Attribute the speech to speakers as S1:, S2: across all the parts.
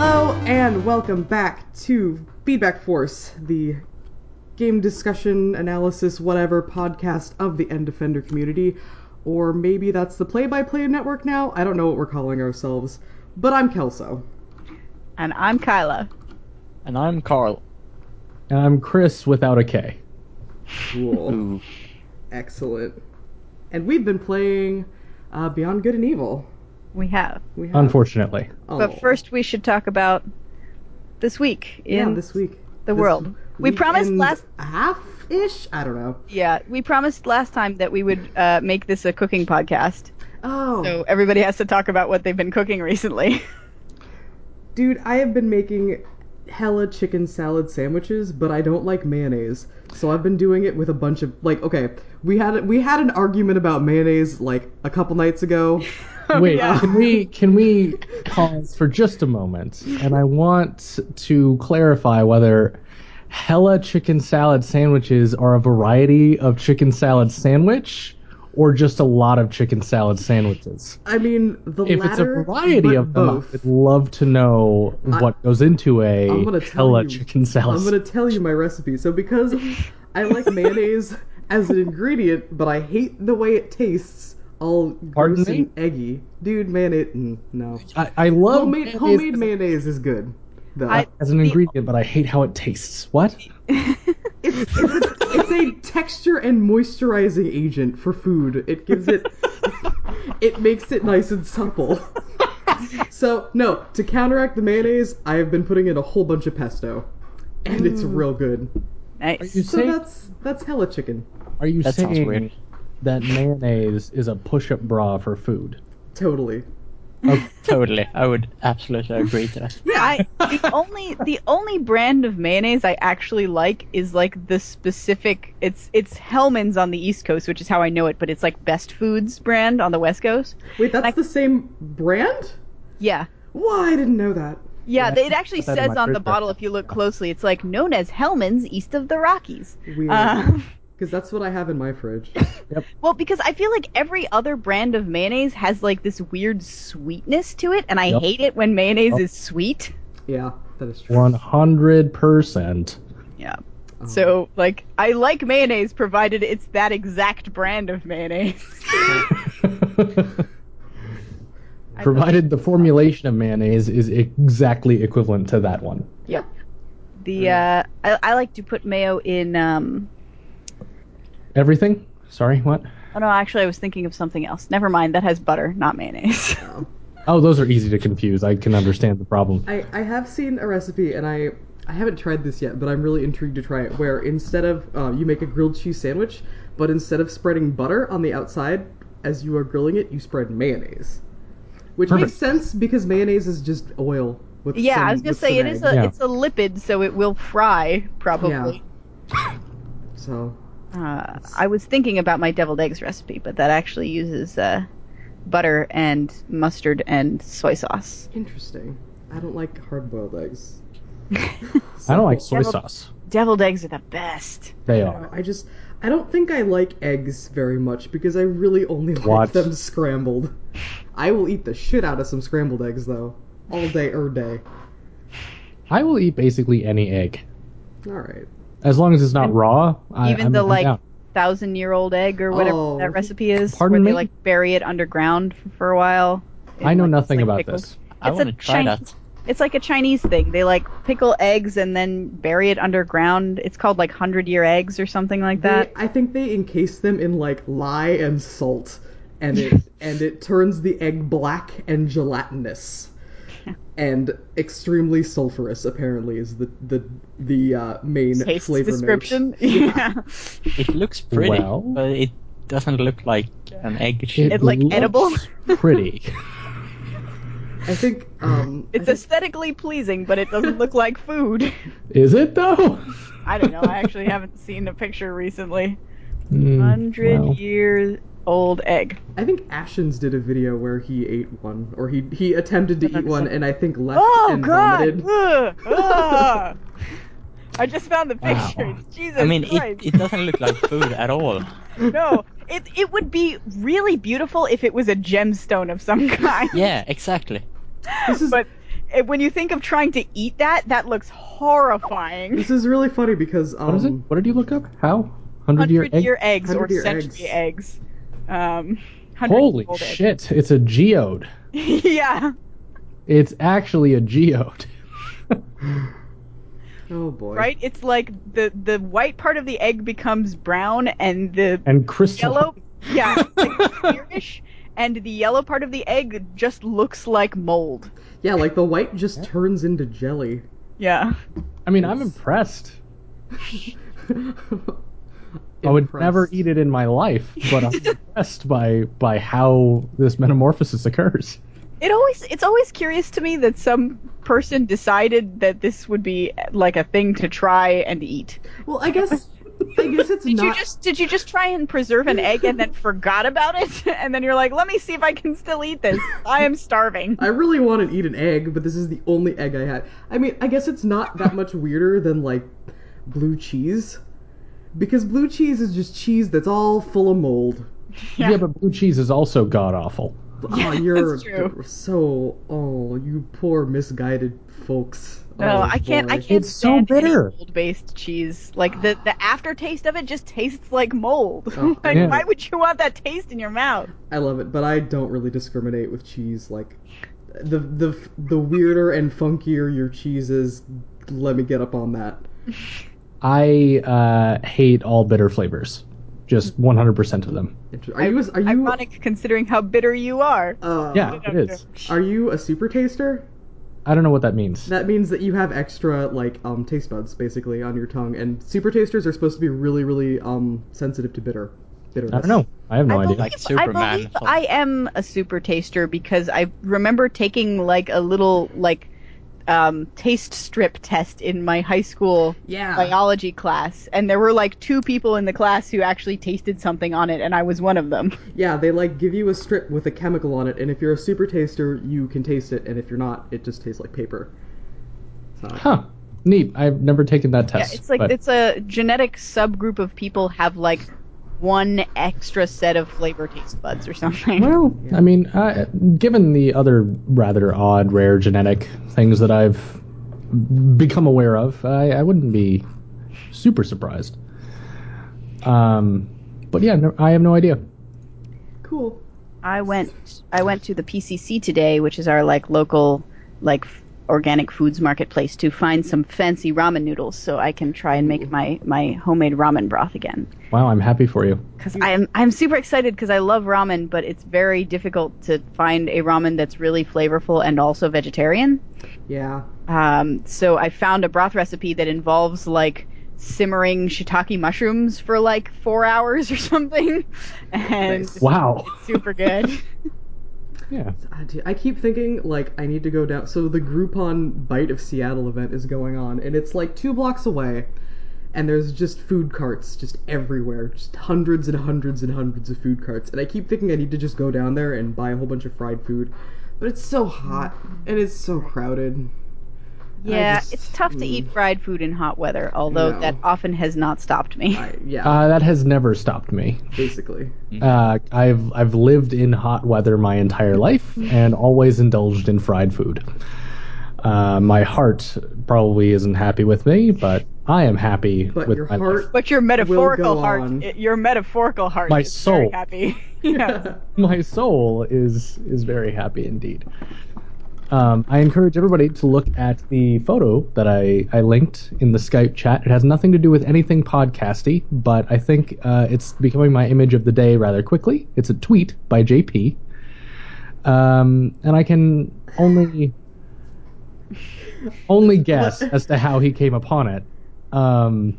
S1: And welcome back to Feedback Force, the game discussion, analysis, whatever podcast of the End Defender community. Or maybe that's the play by play network now. I don't know what we're calling ourselves. But I'm Kelso.
S2: And I'm Kyla.
S3: And I'm Carl.
S4: And I'm Chris without a K.
S1: Cool. Excellent. And we've been playing uh, Beyond Good and Evil.
S2: We have.
S1: We have.
S4: Unfortunately.
S1: Oh.
S2: But first, we should talk about this week in
S1: yeah, this week.
S2: the
S1: This
S2: world. We
S1: week
S2: promised
S1: and
S2: last.
S1: a half ish. I don't know.
S2: Yeah, we promised last time that we would uh, make this a cooking podcast.
S1: Oh,
S2: So everybody has to talk about what they've been cooking recently.
S1: dude, I have been making hella chicken salad sandwiches, but I don't like mayonnaise, so I've been doing it with a bunch of like. Okay, we had we had an argument about mayonnaise like a couple nights ago.
S4: Wait,
S2: yeah.
S4: can we can we pause for just a moment? And I want to clarify whether hella chicken salad sandwiches are a variety of chicken salad sandwich or just a lot of chicken salad sandwiches.
S1: I mean, the
S4: If it's a
S1: latter,
S4: variety
S1: but
S4: of them,
S1: both.
S4: I'd love to know what goes into a
S1: I'm gonna tell
S4: hella
S1: you-
S4: chicken salad.
S1: I'm gonna tell you my recipe. So because I like mayonnaise as an ingredient, but I hate the way it tastes, all
S4: Pardon
S1: gross
S4: me?
S1: and eggy. Dude, mayonnaise, mm, no.
S4: I, I love
S1: Homemade
S4: mayonnaise
S1: homemade
S4: as-
S1: mayonnaise is good. Though.
S2: I-
S4: as an ingredient, but I hate how it tastes. What?
S1: it's, it's, a, it's a texture and moisturizing agent for food. It gives it, it makes it nice and supple. So no, to counteract the mayonnaise, I have been putting in a whole bunch of pesto, and it's real good.
S2: nice.
S4: you
S1: So
S4: Say-
S1: that's that's hella chicken.
S4: Are you
S3: That sounds
S4: saying
S3: weird.
S4: that mayonnaise is a push-up bra for food?
S1: Totally.
S3: totally. I would absolutely agree to that.
S2: I the only the only brand of mayonnaise I actually like is like the specific it's it's Hellman's on the East Coast, which is how I know it, but it's like Best Foods brand on the West Coast.
S1: Wait, that's
S2: Like-
S1: the same brand?
S2: Yeah.
S1: Why I didn't know that.
S2: Yeah,
S4: Yeah,
S2: they- it
S4: I
S2: actually
S4: put that in
S2: says
S4: my
S2: on the
S4: first
S2: bottle
S4: breakfast,
S2: if you look closely. It's like known as Hellman's East of the Rockies.
S1: Weird.
S2: Um,
S1: Because that's what I have in my fridge.
S2: well, because I feel like every other brand of mayonnaise has like this weird sweetness to it, and I
S4: Yep.
S2: hate it when mayonnaise
S4: Yep.
S2: is sweet.
S1: Yeah, that is true.
S4: One hundred percent.
S2: Yeah.
S4: Um,
S1: Oh.
S2: So like I like mayonnaise provided it's that exact brand of mayonnaise.
S4: Provided the formulation of mayonnaise is exactly equivalent to that one.
S2: Yep. The uh, I, I like to put mayo in. Um,
S4: Everything? Sorry, what?
S2: oh no, actually, I was thinking of something else. Never mind. That has butter, not mayonnaise.
S4: Oh, those are easy to confuse. I can understand the problem.
S1: I, I have seen a recipe, and I I haven't tried this yet, but I'm really intrigued to try it. Where instead of uh, you make a grilled cheese sandwich, but instead of spreading butter on the outside as you are grilling it, you spread mayonnaise, which makes
S4: Perfect.
S1: sense because mayonnaise is just oil. With
S2: yeah,
S1: some-
S2: I was gonna
S1: with
S2: say
S1: some
S2: it is
S1: egg.
S2: a
S4: Yeah.
S2: it's a lipid, so it will fry probably.
S1: so
S2: Uh, I was thinking about my deviled eggs recipe, but that actually uses uh, butter and mustard and soy sauce.
S1: interesting. I don't like hard boiled eggs.
S4: I don't like soy
S2: Deviled-
S4: sauce.
S2: Deviled eggs are the best.
S4: They
S1: know,
S4: are.
S1: Uh, I just I don't think I like eggs very much because I really only like
S4: What?
S1: them scrambled. I will eat the shit out of some scrambled eggs though, all day er day.
S4: I will eat basically any egg,
S1: All right.
S4: as long as it's not raw. I,
S2: Even
S4: I'm-
S2: the
S4: I'm
S2: like
S4: down.
S2: thousand year old egg or whatever
S1: Oh.
S2: that recipe is,
S4: Pardon
S2: where they
S4: me?
S2: like bury it underground f- for a while.
S4: I
S2: in,
S4: know
S2: like,
S4: nothing
S2: like,
S4: about
S2: pickles.
S4: this.
S3: I
S2: It's a
S3: want to try
S2: Chinese-
S3: that.
S2: It's like a Chinese thing. They like pickle eggs and then bury it underground. It's called like hundred year eggs or something like that.
S1: They, I think they encase them in like lye and salt, and it and it turns the egg black and gelatinous, and extremely sulfurous. Apparently, is the the the uh, main
S2: Taste
S1: flavor note.
S2: description. Yeah.
S3: It looks pretty,
S4: Well-
S3: but it doesn't look like an egg.
S4: It
S3: shape.
S2: It, like,
S4: looks
S2: edible?
S4: Pretty.
S1: I think um,
S2: It's
S1: I think-
S2: aesthetically pleasing, but it doesn't look like food.
S4: Is it though?
S2: I don't know. I actually haven't seen a picture recently.
S4: Mm,
S2: Hundred
S4: well.
S2: year old egg.
S1: I think Ashens did a video where he ate one, or he he attempted to eat one, and I think left
S2: Oh
S1: and
S2: god!
S1: vomited.
S2: Ugh. Ugh. I just found the picture.
S4: Wow.
S2: Jesus
S3: I mean, it,
S2: Christ!
S3: it doesn't look like food at all.
S2: No, it it would be really beautiful if it was a gemstone of some kind.
S3: Yeah, exactly.
S1: This is
S2: But eh, when you think of trying to eat that, that looks horrifying.
S1: This is really funny because um,
S4: What is it? What did you look up? How? Hundred year
S2: Hundred
S4: egg.
S2: year eggs or
S1: 100-year
S2: century eggs. Um, 100
S4: Holy
S2: year old egg.
S4: shit! It's a geode.
S2: yeah.
S4: It's actually a geode.
S1: oh boy,
S2: Right? It's like the the white part of the egg becomes brown and the
S4: And crystal.
S2: yellow yeah, it's like clearish and the yellow part of the egg just looks like mold.
S1: Yeah, like the white just turns into jelly.
S2: Yeah.
S4: I mean, I'm
S1: Yes.
S4: impressed. I would never eat it in my life, but I'm impressed by by how this metamorphosis occurs.
S2: It always it's always curious to me that some person decided that this would be like a thing to try and eat.
S1: Well, I guess I guess it's
S2: Did you
S1: not.
S2: just did you just try and preserve an egg and then forgot about it and then you're like, "Let me see if I can still eat this. I am starving."
S1: I really want to eat an egg, but this is the only egg I had. I mean, I guess it's not that much weirder than like blue cheese, because blue cheese is just cheese that's all full of mold.
S4: Yeah, but blue cheese is also god awful.
S1: oh, you're
S2: that's true.
S1: so oh, you poor misguided folks.
S2: No,
S1: Oh,
S2: I can't. I
S1: boy.
S2: can't.
S4: It's so
S2: stand any
S4: bitter.
S2: Mold-based cheese, like the the aftertaste of it, just tastes like mold.
S1: Oh,
S2: like,
S4: yeah.
S2: why would you want that taste in your mouth?
S1: I love it, but I don't really discriminate with cheese. Like, the the the weirder and funkier your cheese is, let me get up on that.
S4: I uh, hate all bitter flavors, just 100% of them.
S1: Inter- Are you a- are you
S2: Ironic, considering how bitter you are.
S1: uh,
S4: Yeah, it is.
S1: Are you a super taster?
S4: I don't know what that means.
S1: That means that you have extra like um taste buds basically on your tongue, and super tasters are supposed to be really really um sensitive to bitter. Bitterness.
S4: I don't know. I have no
S2: I
S4: idea.
S2: believe,
S3: Like
S2: I,
S3: Superman.
S2: believe I am a super taster because I remember taking like a little like um, taste strip test in my high school
S1: Yeah.
S2: biology class, and there were like two people in the class who actually tasted something on it, and I was one of them.
S1: Yeah, they like give you a strip with a chemical on it, and if you're a super taster, you can taste it, and if you're not, it just tastes like paper.
S4: Huh. Neat. I've never taken that
S2: Yeah,
S4: test.
S2: it's like
S4: but
S2: it's a genetic subgroup of people have like one extra set of flavor taste buds or something.
S4: Well, I mean, I, given the other rather odd, rare genetic things that I've become aware of, I, I wouldn't be super surprised. Um, but yeah, no, I have no idea.
S1: Cool.
S2: I went I went to the PCC today, which is our like local like f- organic foods marketplace to find some fancy ramen noodles so I can try and make my my homemade ramen broth again.
S4: Wow, I'm happy for you.
S2: Cuz I'm I'm super excited cuz I love ramen, but it's very difficult to find a ramen that's really flavorful and also vegetarian.
S1: Yeah.
S2: Um, so I found a broth recipe that involves like simmering shiitake mushrooms for like four hours or something, and
S1: Nice.
S4: Wow.
S2: it's super good.
S4: Yeah.
S1: I, do- I keep thinking like I need to go down. So the Groupon Bite of Seattle event is going on, and it's like two blocks away, and there's just food carts just everywhere, just hundreds and hundreds and hundreds of food carts. And I keep thinking I need to just go down there and buy a whole bunch of fried food, but it's so hot and it's so crowded.
S2: yeah,
S1: just-
S2: it's tough to eat
S1: mm.
S2: fried food in hot weather, although
S1: No.
S2: that often has not stopped me.
S1: I, yeah,
S4: Uh, that has never stopped me.
S1: basically.
S4: Uh, I've I've lived in hot weather my entire life and always indulged in fried food. Uh, my heart probably isn't happy with me, but I am happy
S1: But
S4: with
S1: your
S4: my
S1: heart
S4: life.
S2: But your metaphorical
S1: go on.
S2: heart, i- your metaphorical heart,
S4: My
S2: is very
S4: soul.
S2: happy. yeah.
S4: My soul is is very happy indeed. Um, I encourage everybody to look at the photo that I, I linked in the Skype chat. It has nothing to do with anything podcasty, but I think uh, it's becoming my image of the day rather quickly. It's a tweet by JP. Um, and I can only only guess as to how he came upon it. Um,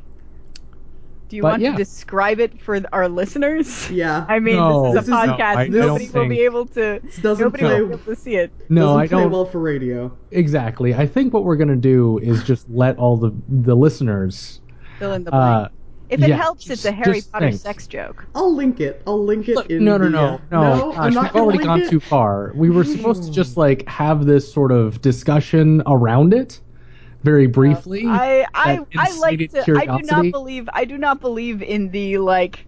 S2: Do you
S4: But
S2: want
S4: yeah.
S2: to describe it for th- our listeners?
S1: yeah.
S2: I mean,
S4: No.
S2: this
S1: This
S2: is
S1: is-
S2: a
S1: no,
S2: podcast.
S4: I- I don't
S2: nobody will
S4: think-
S2: be able to.
S1: doesn't
S2: Nobody will be
S1: play-
S2: able to see it.
S4: no,
S1: Doesn't
S4: I
S1: play
S4: don't.
S1: well for radio.
S4: Exactly. I think what we're gonna do is just let all the the listeners.
S2: Fill in the blank.
S4: Uh,
S2: If it
S4: Yeah,
S2: helps, it's
S4: just-
S2: a Harry
S4: just
S2: Potter
S4: think.
S2: sex joke.
S1: I'll link it. I'll link it in.
S4: no, no,
S1: the,
S4: no,
S1: uh,
S4: no,
S1: no. I'm not
S4: gosh, we've
S1: gonna
S4: already
S1: link
S4: gone
S1: it.
S4: too far. We were supposed to just like have this sort of discussion around it, very briefly.
S2: I I,
S4: that
S2: I like
S4: incited
S2: to. I do
S4: curiosity.
S2: not believe. I do not believe in the like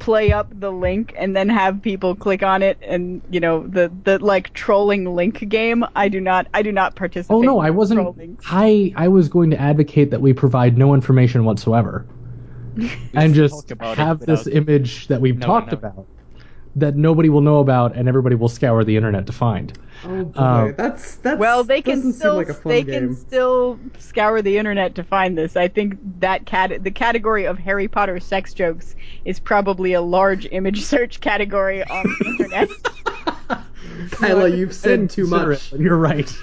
S2: play up the link and then have people click on it and you know the the like trolling link game i do not i do not participate
S4: Oh no, I
S2: in
S4: wasn't.
S2: trolling.
S4: I I was going to advocate that we provide no information whatsoever, and just
S3: talk about it
S4: have this
S3: without-
S4: image that we've
S3: No one
S4: talked
S3: knows.
S4: about that nobody will know about, and everybody will scour the internet to find.
S1: Oh boy,
S4: Um,
S1: that's that's
S2: well they
S1: doesn't
S2: can
S1: seem
S2: still
S1: like a fun
S2: they
S1: game.
S2: can still scour the internet to find this i think that cat the category of harry potter sex jokes is probably a large image search category on the internet
S1: Kyla, you've said too
S4: Consider
S1: much.
S4: it, but You're right.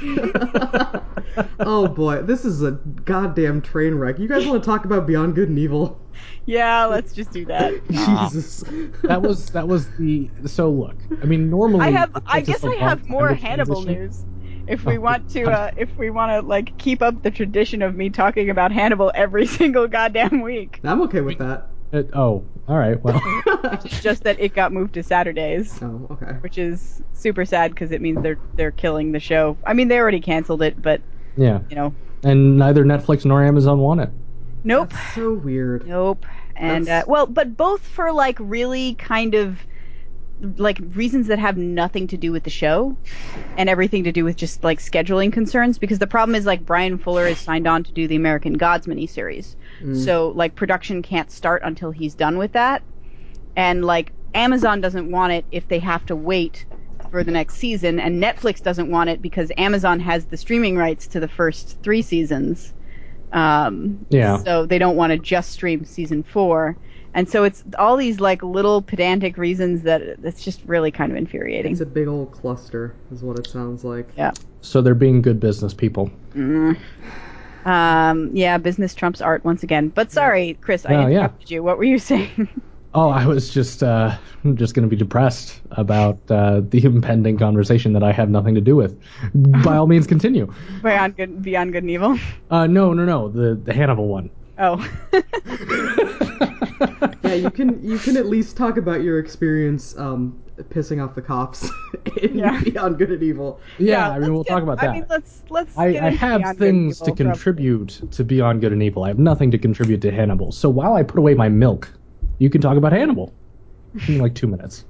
S1: oh boy, this is a goddamn train wreck. You guys want to talk about Beyond Good and Evil?
S2: yeah let's just do that
S3: Nah.
S1: Jesus.
S4: that was that was the. So look, I mean, normally
S2: I have.
S4: it
S2: I
S4: takes us
S2: guess
S4: a
S2: I
S4: long
S2: have
S4: time
S2: more
S4: to
S2: Hannibal
S4: transition.
S2: news. If we
S4: Oh,
S2: want to, uh, if we want to, like, keep up the tradition of me talking about Hannibal every single goddamn week,
S1: I'm okay with that.
S4: It- oh, all right. Well,
S2: it's just that it got moved to Saturdays,
S1: Oh, okay.
S2: which is super sad because it means they're they're killing the show. I mean, they already canceled it, but
S4: yeah,
S2: you know,
S4: and neither Netflix nor Amazon want it.
S2: nope,
S1: That's so weird.
S2: nope, and uh,
S1: That's-
S2: well, but both for like really kind of like reasons that have nothing to do with the show and everything to do with just like scheduling concerns because the problem is like Brian Fuller is signed on to do the American Gods miniseries. So like production can't start until he's done with that. And like Amazon doesn't want it if they have to wait for the next season and Netflix doesn't want it because Amazon has the streaming rights to the first 3 seasons. Um
S4: Yeah.
S2: so they don't want to just stream season 4. And so it's all these like little pedantic reasons that it's just really kind of infuriating.
S1: It's a big old cluster, is what it sounds like.
S2: Yeah.
S4: So they're being good business people.
S2: Mm. Um, yeah, business trumps art once again. But sorry, Chris, I
S4: Oh, yeah.
S2: interrupted you. What were you saying?
S4: Oh, I was just uh, I'm just going to be depressed about uh, the impending conversation that I have nothing to do with. By all means, continue.
S2: Beyond good, beyond good and evil.
S4: Uh, no, no, no, the the Hannibal one.
S2: Oh,
S1: Yeah, you can you can at least talk about your experience um, pissing off the cops in
S2: Yeah.
S1: Beyond Good and Evil.
S4: yeah, I mean,
S2: let's
S4: we'll
S2: get-
S4: talk about
S2: I mean,
S4: that.
S2: let's let's.
S4: I,
S2: get
S4: I
S2: into
S4: have
S2: Beyond Good and
S4: things to
S2: Evil from-
S4: contribute to Beyond Good and Evil. I have nothing to contribute to Hannibal. So while I put away my milk, you can talk about Hannibal in like two minutes.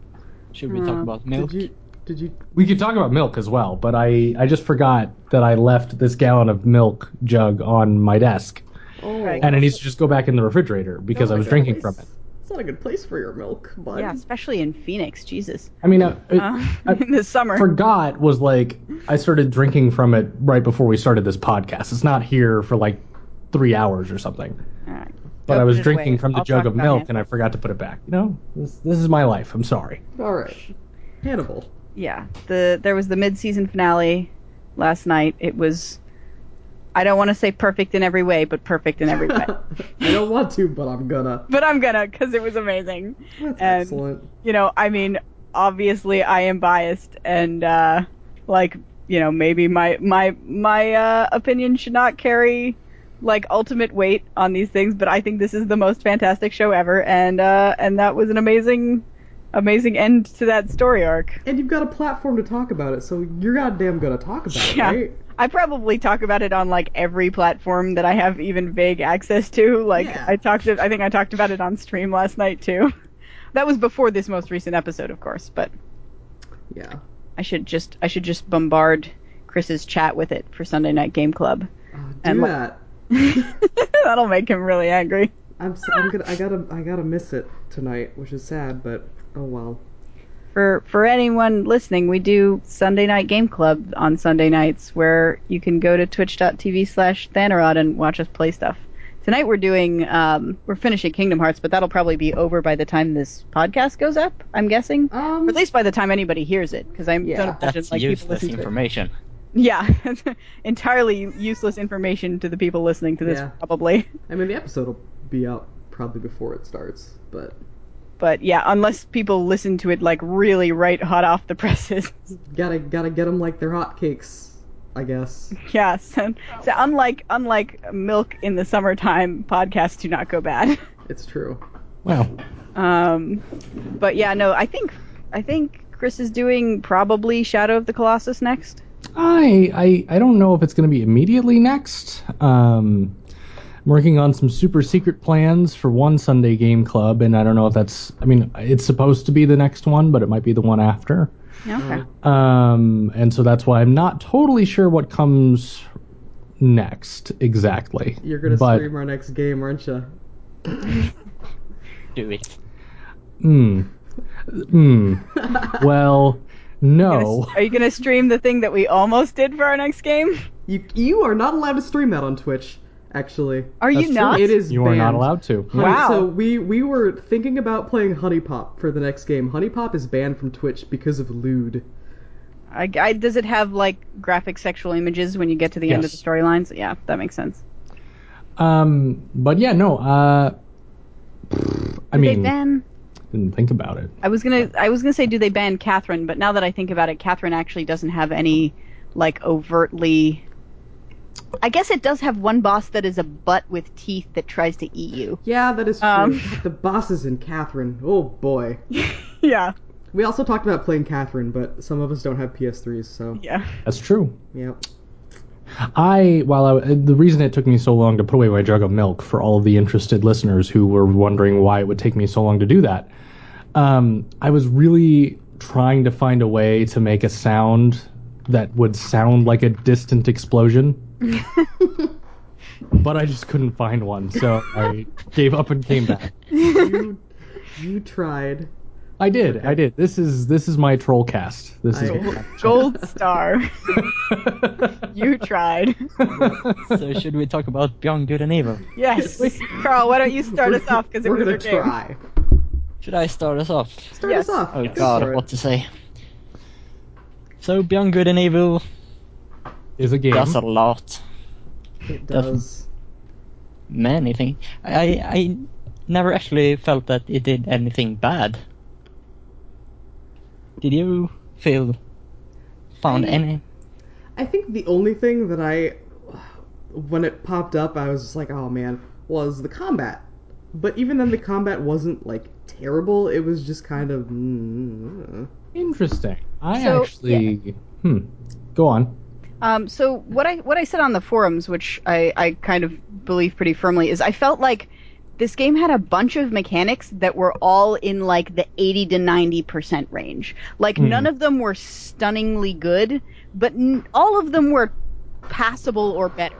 S3: Should we talk about milk?
S1: Did you did you
S4: We could talk about milk as well, but I, I just forgot that I left this gallon of milk jug on my desk.
S1: Oh
S2: Right.
S4: and it needs to just go back in the refrigerator because
S2: Oh
S4: I was drinking from it.
S1: It's not a good place for your milk, but
S2: Yeah, especially in Phoenix, Jesus.
S4: I mean, I, I-
S2: Uh,
S4: I
S2: in the summer.
S4: forgot was like I started drinking from it right before we started this podcast. It's not here for like three hours or something.
S2: All right.
S4: But
S2: Go
S4: I was
S2: put it
S4: drinking
S2: away.
S4: from the
S2: I'll
S4: jug
S2: talk
S4: of
S2: about
S4: milk
S2: it.
S4: and I forgot to put it back. You know, this, this is my life. I'm sorry.
S1: all right. Hannibal.
S2: yeah the there was the mid-season finale last night it was i don't want to say perfect in every way but perfect in every way
S1: I don't want to, but I'm gonna.
S2: but i'm gonna because it was amazing
S1: That's
S2: And-
S1: excellent.
S2: you know i mean obviously i am biased and uh like you know maybe my my my uh opinion should not carry like ultimate weight on these things but i think this is the most fantastic show ever and uh and that was an amazing amazing end to that story arc
S1: And you've got a platform to talk about it, so you're goddamn gonna talk about it,
S2: Yeah.
S1: right?
S2: I probably talk about it on like every platform that I have even vague access to. Like
S1: Yeah.
S2: I talked, I think I talked about it on stream last night too. That was before this most recent episode, of course. But
S1: Yeah.
S2: I should just, I should just bombard Chris's chat with it for Sunday Night Game Club.
S1: Uh, do
S2: And like-
S1: that.
S2: That'll make him really angry.
S1: I'm, s am gonna. I gotta. I gotta miss it tonight, which is sad, but oh well.
S2: for for anyone listening, we do Sunday Night Game Club on Sunday nights, where you can go to twitch.tv slash Thanarod and watch us play stuff. Tonight we're doing um, we're finishing Kingdom Hearts, but that'll probably be over by the time this podcast goes up. I'm guessing,
S1: Um.
S2: or at least by the time anybody hears it, because I'm
S1: Yeah.
S2: don't imagine
S3: That's
S2: like people
S3: useless
S2: listen to it.
S3: information.
S2: Yeah, entirely useless information to the people listening to this
S1: Yeah.
S2: probably.
S1: I mean, the episode will be out probably before it starts, but
S2: But yeah, unless people listen to it like really right hot off the presses.
S1: gotta gotta get them like they're hotcakes, I guess.
S2: Yeah, so, so unlike unlike milk in the summertime, podcasts do not go bad.
S1: It's true.
S4: Wow.
S2: Um, but yeah, no, I think I think Chris is doing probably Shadow of the Colossus next.
S4: I I, I don't know if it's going to be immediately next. Um, I'm working on some super secret plans for one Sunday game club, and I don't know if that's. I mean, it's supposed to be the next one, but it might be the one after. Mm-hmm.
S2: Okay.
S4: Um, and so that's why I'm not totally sure what comes next exactly.
S1: You're gonna
S4: but,
S1: stream our next game, aren't you?
S3: Do it.
S4: Hmm. Hmm. well, no.
S2: Are you going to stream the thing that we almost did for our next game?
S1: You you are not allowed to stream that on Twitch. Actually,
S2: Are
S4: That's
S2: you
S4: true.
S2: not?
S1: it is.
S4: You are
S1: banned.
S4: not allowed to.
S1: Honey-
S2: Wow.
S1: So we we were thinking about playing Honey Pop for the next game. Honey Pop is banned from Twitch because of lewd.
S2: I, I- does it have like graphic sexual images when you get to the end of the
S4: Yes.
S2: storylines? Yeah, that makes sense.
S4: Um, but yeah, no. Uh, I
S2: Do they
S4: mean,
S2: ban?
S4: didn't think about it.
S2: I was gonna I was gonna say do they ban Catherine, but now that I think about it, Catherine actually doesn't have any like overtly. I guess it does have one boss that is a butt with teeth that tries to eat you.
S1: Yeah, that is true.
S2: Um.
S1: The bosses in Catherine. Oh boy.
S2: Yeah,
S1: We also talked about playing Catherine, but some of us don't have PS3s, so
S2: yeah.
S4: That's true.
S1: yeah.
S4: I while I, the reason it took me so long to put away my jug of milk for all of the interested listeners who were wondering why it would take me so long to do that, um, I was really trying to find a way to make a sound that would sound like a distant explosion. but I just couldn't find one, so I gave up and came back.
S1: You you tried.
S4: I did, I did. This is this is my troll cast. This is
S1: I,
S2: Gold star, you tried.
S3: So should we talk about Beyond Good and Evil?
S2: Yes, Carl. Why don't you start us off because it
S1: we're
S2: was
S1: gonna
S2: your game.
S1: try.
S3: Should I start us off?
S1: Start
S2: Yes.
S1: us off.
S3: Oh
S1: Go for
S3: god,
S1: it.
S3: what to say. So Beyond Good and Evil
S4: is a game.
S3: does a lot.
S1: It does.
S3: Many things. I I never actually felt that it did anything bad. Did you feel found
S2: Mm.
S1: I-
S3: any
S1: I think the only thing that I, when it popped up, I was just like, oh man, was the combat. But even then, the combat wasn't like terrible. It was just kind of. mm,
S4: Interesting. I
S2: So,
S4: actually hmm. Go on.
S2: Um, so what I what I said on the forums, which I, I kind of believe pretty firmly, is I felt like this game had a bunch of mechanics that were all in like the eighty to ninety percent range. Like none of them were stunningly good, but n- all of them were passable or better.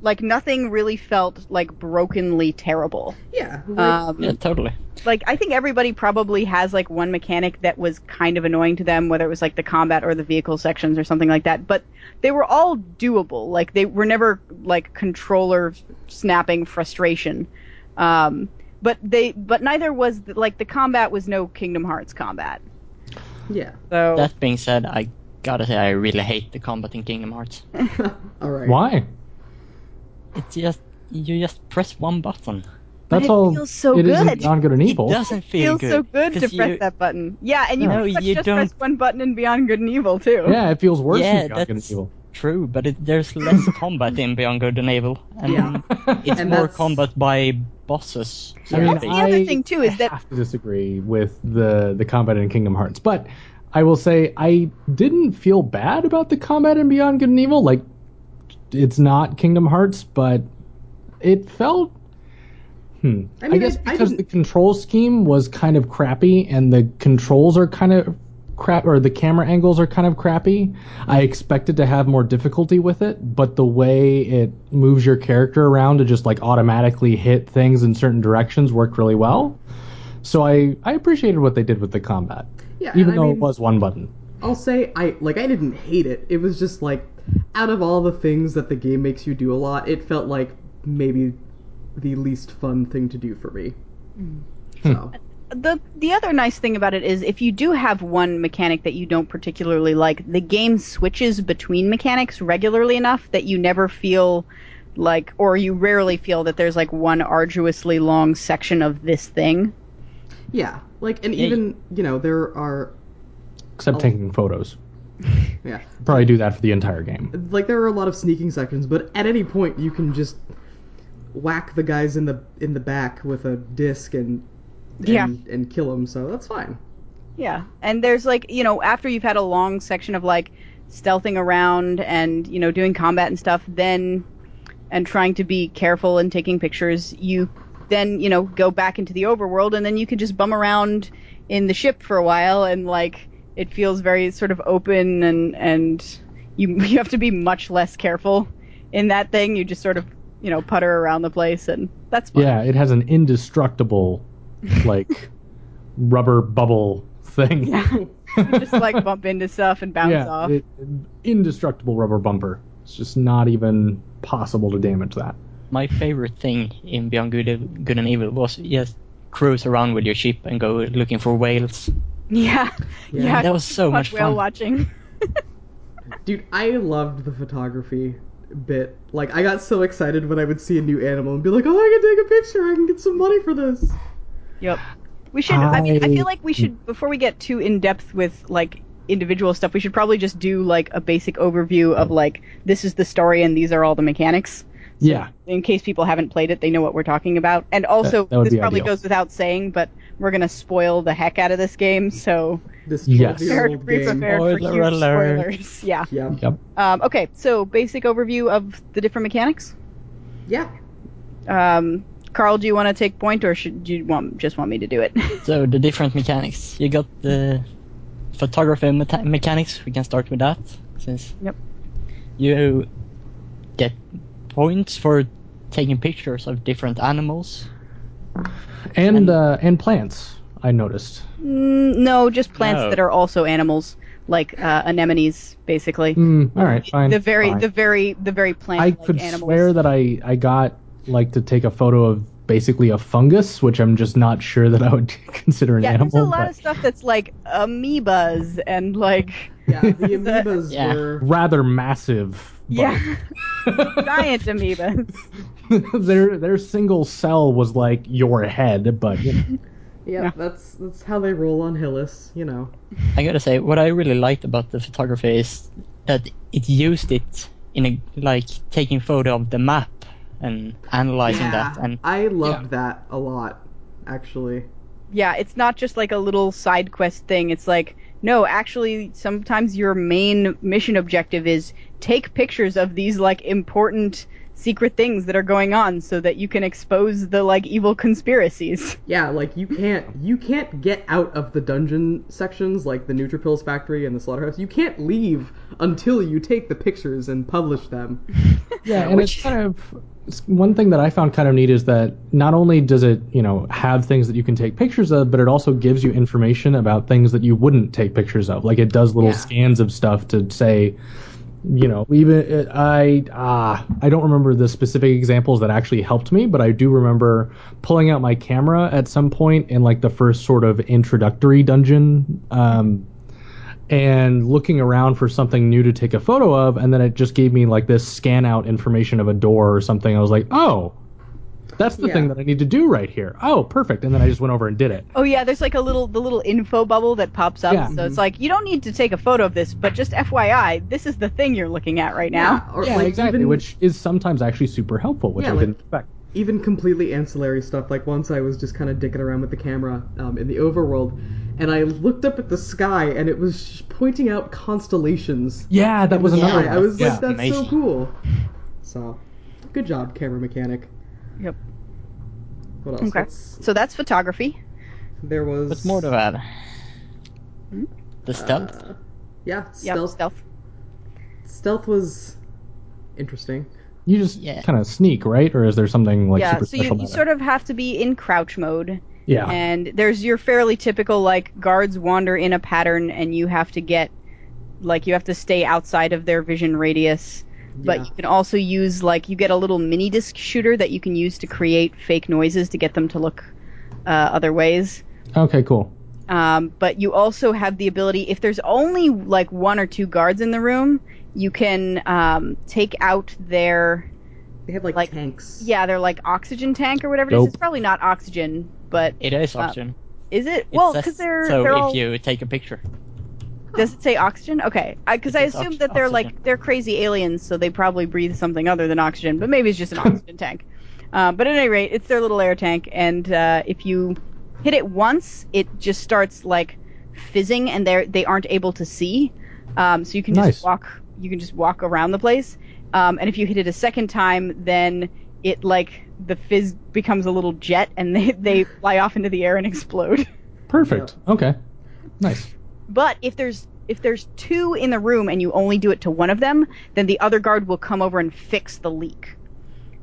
S2: Like nothing really felt like brokenly terrible.
S1: Yeah. Like,
S2: Um,
S3: Yeah, totally.
S2: like I think everybody probably has like one mechanic that was kind of annoying to them, whether it was like the combat or the vehicle sections or something like that. But they were all doable. Like they were never like controller snapping frustration. Um, but they, but neither was like the combat was no Kingdom Hearts combat.
S1: yeah.
S2: So
S3: That being said, I gotta say I really hate the combat in Kingdom Hearts.
S1: All right.
S4: Why?
S3: It's just you just press one button.
S4: That's
S2: it
S4: all.
S2: feels so
S4: it isn't
S2: good.
S4: Beyond Good and Evil.
S3: It doesn't feel
S2: feels
S3: good.
S2: so good to
S3: 'cause
S2: press
S3: you-
S2: that button. Yeah, and you,
S3: No,
S2: pretty much
S3: you
S2: just
S3: don't-
S2: press one button and Beyond Good and Evil too.
S4: Yeah, it feels worse
S3: Yeah,
S4: than Beyond Good and
S3: that's-
S4: Evil.
S3: True, but it, there's less combat in Beyond Good and Evil, and
S1: Yeah.
S3: it's
S1: And
S3: more
S1: that's-
S3: combat by bosses.
S4: I mean,
S2: That's the other
S4: I-
S2: thing too is that
S4: I have to disagree with the the combat in Kingdom Hearts, but I will say I didn't feel bad about the combat in Beyond Good and Evil. Like, it's not Kingdom Hearts, but it felt. Hmm.
S1: I
S4: I,
S1: mean,
S4: guess
S1: I- I
S4: because
S1: didn't-
S4: the control scheme was kind of crappy, and the controls are kind of crap, or the camera angles are kind of crappy. I expected to have more difficulty with it, but the way it moves your character around to just like automatically hit things in certain directions worked really well. So I, I appreciated what they did with the combat,
S1: Yeah. and
S4: even
S1: I
S4: though it
S1: mean,
S4: was one button.
S1: I'll say I like I didn't hate it. It was just like out of all the things that the game makes you do a lot, it felt like maybe the least fun thing to do for me. So
S2: the the other nice thing about it is if you do have one mechanic that you don't particularly like, the game switches between mechanics regularly enough that you never feel like or you rarely feel that there's like one arduously long section of this thing.
S1: yeah, like and
S3: Yeah,
S1: even you know there are
S4: Except
S1: Oh.
S4: taking photos,
S1: yeah
S4: probably do that for the entire game.
S1: like there are a lot of sneaking sections, but at any point you can just whack the guys in the in the back with a disc and and,
S2: Yeah.
S1: and kill them. So that's fine.
S2: Yeah. And there's like, you know, after you've had a long section of like stealthing around and, you know, doing combat and stuff, then and trying to be careful and taking pictures, you then, you know, go back into the overworld and then you can just bum around in the ship for a while and like it feels very sort of open and and you you have to be much less careful in that thing. You just sort of, you know, putter around the place and that's fun.
S4: Yeah, it has an indestructible, like, rubber bubble thing.
S2: You just like bump into stuff and bounce
S4: yeah,
S2: off.
S4: it- indestructible rubber bumper. It's just not even possible to damage that.
S3: My favorite thing in Beyond Good, Good and Evil was just cruise around with your ship and go looking for whales.
S2: yeah.
S1: Yeah.
S2: Yeah.
S3: That was
S2: Fuck
S3: so much
S2: whale
S3: fun.
S2: watching.
S1: Dude, I loved the photography bit. Like, I got so excited when I would see a new animal and be like, oh, I can take a picture. I can get some money for this.
S2: Yep. We should. I, mean, I
S4: I-
S2: feel like we should before we get too in depth with like individual stuff. We should probably just do like a basic overview of like this is the story and these are all the mechanics.
S4: Yeah,
S2: In case people haven't played it, they know what we're talking about. And also,
S4: that would
S2: this
S4: be
S2: probably
S4: ideal.
S2: goes without saying, but we're gonna spoil the heck out of this game, so
S1: This
S4: Yes.
S1: 12
S4: The
S1: year
S2: prepare to
S1: old
S2: be
S1: game.
S2: prepared for
S3: Spoiler
S2: huge
S3: alert.
S2: spoilers. Yeah.
S1: Yeah.
S2: Um, okay. So, basic overview of the different mechanics.
S1: Yeah.
S2: Um, Carl, do you want to take point, or should do you want just want me to do it?
S3: So the different mechanics. You got the photography meta- mechanics. We can start with that since
S2: Yep.
S3: you get points for taking pictures of different animals.
S4: and uh, and plants. I noticed.
S2: Mm, no, just plants
S3: No.
S2: that are also animals, like uh, anemones, basically.
S4: Mm, all right, fine.
S2: the very,
S4: fine.
S2: the very, the very plant.
S4: I could
S2: animals.
S4: swear that I I got like to take a photo of basically a fungus, which I'm just not sure that I would consider an
S2: Yeah,
S4: animal.
S2: there's a lot
S4: but
S2: of stuff that's like amoebas and like
S1: Yeah. The amoebas
S3: Yeah.
S1: were.
S4: rather massive. but-
S2: yeah, giant amoebas.
S4: their their single cell was like your head, but you know,
S1: Yeah, that's that's how they roll on Hillis, you know.
S3: I gotta say, what I really liked about the photography is that it used it in a like taking photo of the map and analyzing that and
S1: I loved that a lot, actually.
S2: Yeah, it's not just like a little side quest thing. It's like no, actually, sometimes your main mission objective is take pictures of these like important secret things that are going on so that you can expose the like evil conspiracies.
S1: Yeah, like you can't you can't get out of the dungeon sections like the Nutripills factory and the slaughterhouse. You can't leave until you take the pictures and publish them.
S4: Yeah, and it's kind of it's one thing that I found kind of neat is that not only does it you know have things that you can take pictures of, but it also gives you information about things that you wouldn't take pictures of. Like it does little
S1: Yeah.
S4: scans of stuff to say, you know, even I ah I don't remember the specific examples that actually helped me, but I do remember pulling out my camera at some point in like the first sort of introductory dungeon. Um, and looking around for something new to take a photo of, and then it just gave me like this scan out information of a door or something. I was like, oh, that's the
S1: Yeah.
S4: thing that I need to do right here. Oh, perfect. And then I just went over and did it.
S2: Oh yeah, there's like a little the little info bubble that pops up.
S4: Yeah. Mm-hmm.
S2: So it's like you don't need to take a photo of this, but just FYI, this is the thing you're looking at right now.
S1: Yeah, or
S4: Yeah,
S1: like
S4: exactly.
S1: even
S4: Which is sometimes actually super helpful, which
S1: Yeah,
S4: I
S1: like-
S4: didn't expect.
S1: even completely ancillary stuff. Like once I was just kind of dicking around with the camera um, in the overworld, and I looked up at the sky and it was sh- pointing out constellations.
S4: Yeah, that was
S1: in the
S3: Oh,
S4: another.
S1: sky.
S4: one.
S1: I was
S4: yeah.
S1: like, that's
S3: Amazing.
S1: so cool. So, good job, camera mechanic.
S2: Yep.
S1: What else?
S2: Okay.
S1: What's-
S2: So that's photography.
S1: There was.
S3: what's more to add?
S2: Hmm?
S3: The stealth.
S1: Uh, yeah,
S2: Yep,
S1: stealth.
S2: stealth.
S1: Stealth was interesting.
S4: you just
S3: Yeah.
S4: kind of sneak, right? Or is there something like
S2: yeah.
S4: super
S2: So you,
S4: special?
S2: you
S4: about it?
S2: sort of have to be in crouch mode,
S4: yeah.
S2: and there's your fairly typical like guards wander in a pattern, and you have to get like you have to stay outside of their vision radius. But
S1: Yeah.
S2: you can also use like you get a little mini disc shooter that you can use to create fake noises to get them to look uh, other ways.
S4: okay, cool.
S2: Um, but you also have the ability, if there's only like one or two guards in the room, you can um, take out their
S1: They had like,
S2: Like-
S1: tanks.
S2: yeah, their like oxygen tank or whatever it is.
S4: Dope.
S2: It's probably not oxygen, but
S3: It is
S2: Uh,
S3: option.
S2: is it?
S3: It
S2: Well,
S3: says
S2: because they're
S3: so
S2: they're
S3: if
S2: all.
S3: you take a picture.
S2: Does it say oxygen? Okay, because
S3: It
S2: I,
S3: says
S2: assume
S3: ox-
S2: that they're
S3: oxygen.
S2: like they're crazy aliens, so they probably breathe something other than oxygen. But maybe it's just an oxygen tank. Um, but at any rate, it's their little air tank, and uh, if you hit it once, it just starts like fizzing, and they they aren't able to see. Um, so you can
S4: Nice.
S2: just walk you can just walk around the place, Um, and if you hit it a second time, then it like the fizz becomes a little jet, and they they fly off into the air and explode.
S4: Perfect. Okay. Nice.
S2: But if there's if there's two in the room and you only do it to one of them, then the other guard will come over and fix the leak.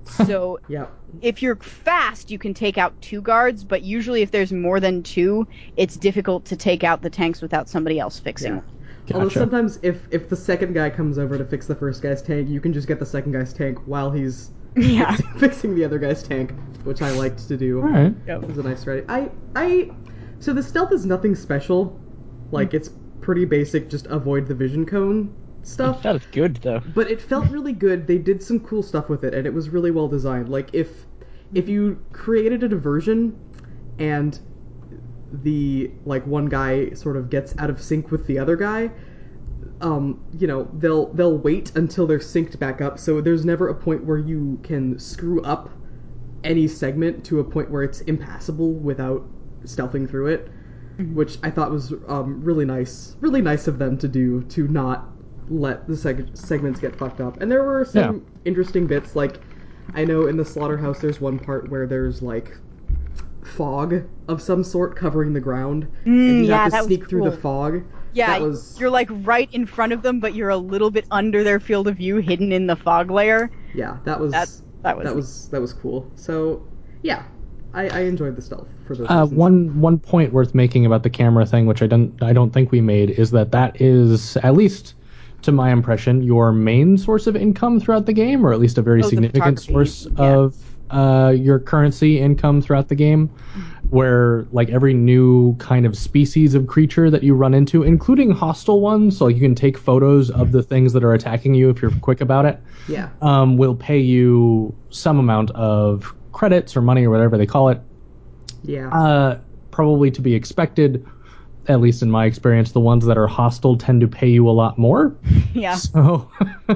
S2: So
S1: Yep.
S2: if you're fast, you can take out two guards, but usually if there's more than two, it's difficult to take out the tanks without somebody else fixing.
S1: Yeah.
S2: them.
S1: Although
S4: Gotcha.
S1: sometimes if if the second guy comes over to fix the first guy's tank, you can just get the second guy's tank while he's
S2: Yeah.
S1: fixing the other guy's tank, which I liked to do.
S4: All right.
S1: It was a nice ride. I I so the stealth is nothing special. Like it's pretty basic, just avoid the vision cone
S3: It
S2: Oh.
S1: stuff.
S3: felt good though.
S1: But it felt really good. They did some cool stuff with it and it was really well designed. Like if if you created a diversion and the like one guy sort of gets out of sync with the other guy, um, you know, they'll they'll wait until they're synced back up. So there's never a point where you can screw up any segment to a point where it's impassable without stealthing through it, which I thought was um, really nice, really nice of them to do to not let the seg- segments get fucked up. And there were some
S4: Yeah.
S1: interesting bits, like I know in the slaughterhouse there's one part where there's like fog of some sort covering the ground, and you
S2: Mm, yeah,
S1: have
S2: that
S1: to
S2: was
S1: sneak through the
S2: cool.
S1: fog.
S2: Yeah,
S1: that was
S2: you're like right in front of them, but you're a little bit under their field of view, hidden in the fog layer.
S1: yeah, that was
S2: That- that was-
S1: that was that was cool. So yeah, I, I enjoyed the stealth for those.
S4: Uh,
S1: reasons.
S4: one one point worth making about the camera thing, which I don't I don't think we made, is that that is at least to my impression your main source of income throughout the game, or at least a very
S2: Oh, the
S4: significant
S2: photography,
S4: source
S2: yeah.
S4: of uh, your currency income throughout the game. Where like every new kind of species of creature that you run into, including hostile ones, so like you can take photos of the things that are attacking you if you're quick about it
S1: yeah,
S4: um, will pay you some amount of credits or money or whatever they call it,
S1: yeah,
S4: uh, probably to be expected. At least in my experience, the ones that are hostile tend to pay you a lot more.
S2: Yeah.
S4: So,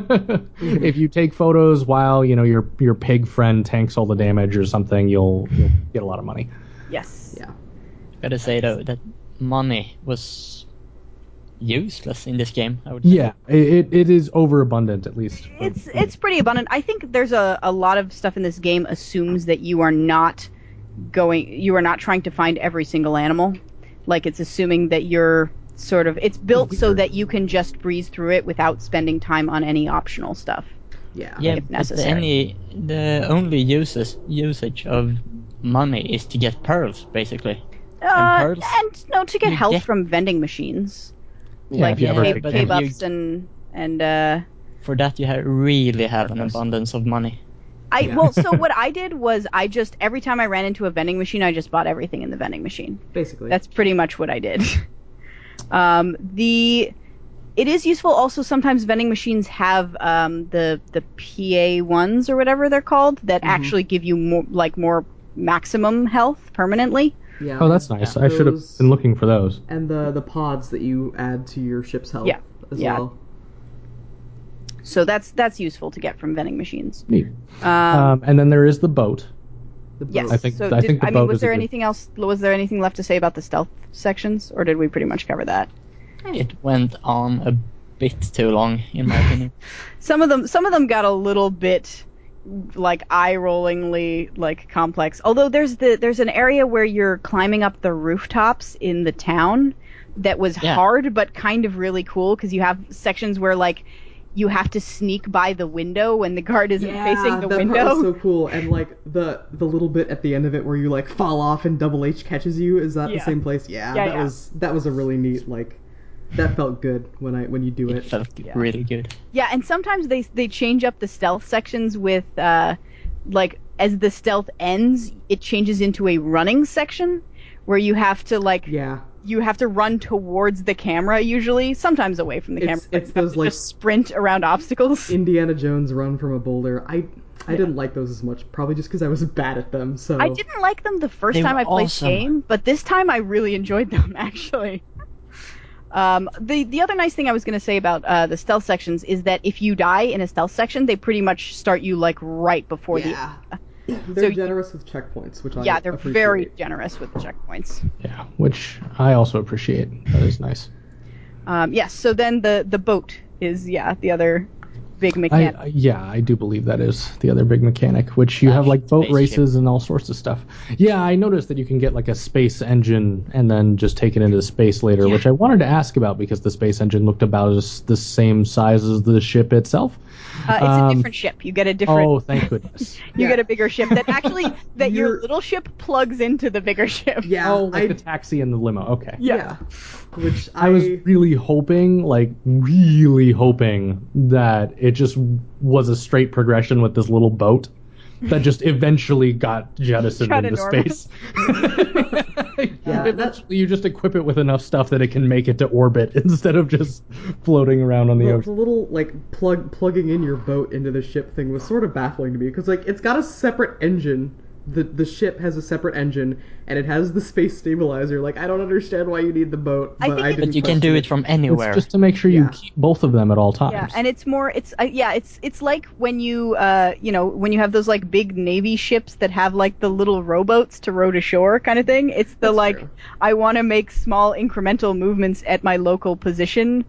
S4: if you take photos while you know your your pig friend tanks all the damage or something, you'll, you'll get a lot of money.
S2: Yes.
S1: yeah.
S3: Gotta say though that money was useless in this game. I would. say.
S4: Yeah, it, it, it is overabundant at least. for-
S2: It's it's pretty abundant. I think there's a, a lot of stuff in this game assumes that you are not going you are not trying to find every single animal. Like it's assuming that you're sort of it's built so that you can just breeze through it without spending time on any optional stuff.
S1: Yeah.
S3: Yeah,
S2: if
S3: but the
S2: necessary.
S3: any the only uses usage of money is to get pearls, basically.
S2: Uh,
S3: pearls?
S2: and no to get
S3: You
S2: health
S3: get-
S2: from vending machines.
S4: yeah,
S2: like
S4: if you
S3: yeah,
S4: ever
S2: pay,
S4: take
S3: but
S2: pay
S3: if
S4: damage.
S2: buffs and and uh
S3: For that, you ha- really have an abundance of money.
S2: I
S1: Yeah.
S2: well so what I did was I just every time I ran into a vending machine I just bought everything in the vending machine.
S1: Basically.
S2: That's pretty much what I did. um, the it is useful. Also, sometimes vending machines have um, the the PA ones or whatever they're called that
S4: Mm-hmm.
S2: actually give you more like more maximum health permanently.
S1: yeah.
S4: Oh, that's nice. I should have
S1: Those-
S4: been looking for those.
S1: and the the pods that you add to your ship's health
S2: Yeah,
S1: as
S2: yeah.
S1: well.
S2: So that's that's useful to get from vending machines.
S4: Neat.
S2: Um,
S4: Um, and then there is the boat.
S1: The
S2: yes.
S1: boat.
S4: I think-
S2: so
S4: I
S2: did,
S4: think the
S2: I mean,
S4: boat
S2: was
S4: is a
S2: there
S4: good-
S2: anything else? Was there anything left to say about the stealth sections, or did we pretty much cover that?
S3: It went on a bit too long, in my opinion.
S2: some of them some of them got a little bit like eye rollingly like complex although there's the there's an area where you're climbing up the rooftops in the town that was
S3: Yeah.
S2: hard but kind of really cool because you have sections where like you have to sneak by the window when the guard isn't facing the
S1: that
S2: window
S1: part was so cool. And like the the little bit at the end of it where you like fall off and Double H catches you. Is that
S2: Yeah.
S1: the same place? Yeah.
S2: Yeah,
S1: that
S2: yeah.
S1: was that was a really neat like. That felt good when I when you do
S3: It
S1: it.
S3: felt
S2: Yeah.
S3: really good.
S2: Yeah, and sometimes they they change up the stealth sections with uh like as the stealth ends, it changes into a running section where you have to like
S1: Yeah.
S2: you have to run towards the camera usually, sometimes away from the
S1: It's-
S2: camera. but
S1: it's
S2: you have
S1: those,
S2: to
S1: like-
S2: just sprint around obstacles.
S1: Indiana Jones run from a boulder. I I didn't like those as much, probably just because I was bad at them. So
S2: I didn't like them the first
S3: They
S2: time
S3: were
S2: I played
S3: awesome.
S2: the game, but this time I really enjoyed them actually. Um, the the other nice thing I was going to say about uh, the stealth sections is that if you die in a stealth section, they pretty much start you like right before the
S1: Yeah. They're
S2: you-
S1: generous with checkpoints, which I
S2: yeah, they're
S1: appreciate.
S2: very generous with the checkpoints.
S4: Yeah, which I also appreciate. That is nice.
S2: Um, yes, so then the the boat is yeah the other big
S4: I,
S2: mechanic.
S4: I- yeah, I do believe that is the other big mechanic, which you have like boat
S3: spaceship.
S4: races and all sorts of stuff. Yeah, I noticed that you can get like a space engine and then just take it into space later, which I wanted to ask about because the space engine looked about as the same size as the ship itself.
S2: uh, it's a
S4: um,
S2: different ship. You get a different.
S4: Oh, thank goodness.
S2: you get a bigger ship that actually that your
S1: You're-
S2: little ship plugs into the bigger ship.
S1: Yeah,
S4: oh, like
S1: I,
S4: the taxi and the limo. Okay.
S1: yeah. Which I,
S4: I was really hoping, like really hoping that it just was a straight progression with this little boat that just eventually got jettisoned
S2: Shot
S4: into
S2: enormous.
S4: space.
S1: Yeah,
S4: eventually,
S1: that's-
S4: you just equip it with enough stuff that it can make it to orbit instead of just floating around on the
S1: the, the
S4: ocean.
S1: little like plug plugging in your boat into the ship thing was sort of baffling to me because like it's got a separate engine. The the ship has a separate engine and it has the space stabilizer. Like I don't understand why you need the boat,
S2: I
S1: but
S2: think
S1: I,
S2: it-
S1: didn't.
S3: But you can
S1: question
S3: do it from anywhere.
S4: It's just to make sure you
S1: Yeah.
S4: keep both of them at all times.
S2: Yeah, and it's more. It's uh, yeah. It's it's like when you uh you know when you have those like big navy ships that have like the little rowboats to row to shore kind of thing. It's the
S1: That's
S2: like
S1: true.
S2: I want to make small incremental movements at my local position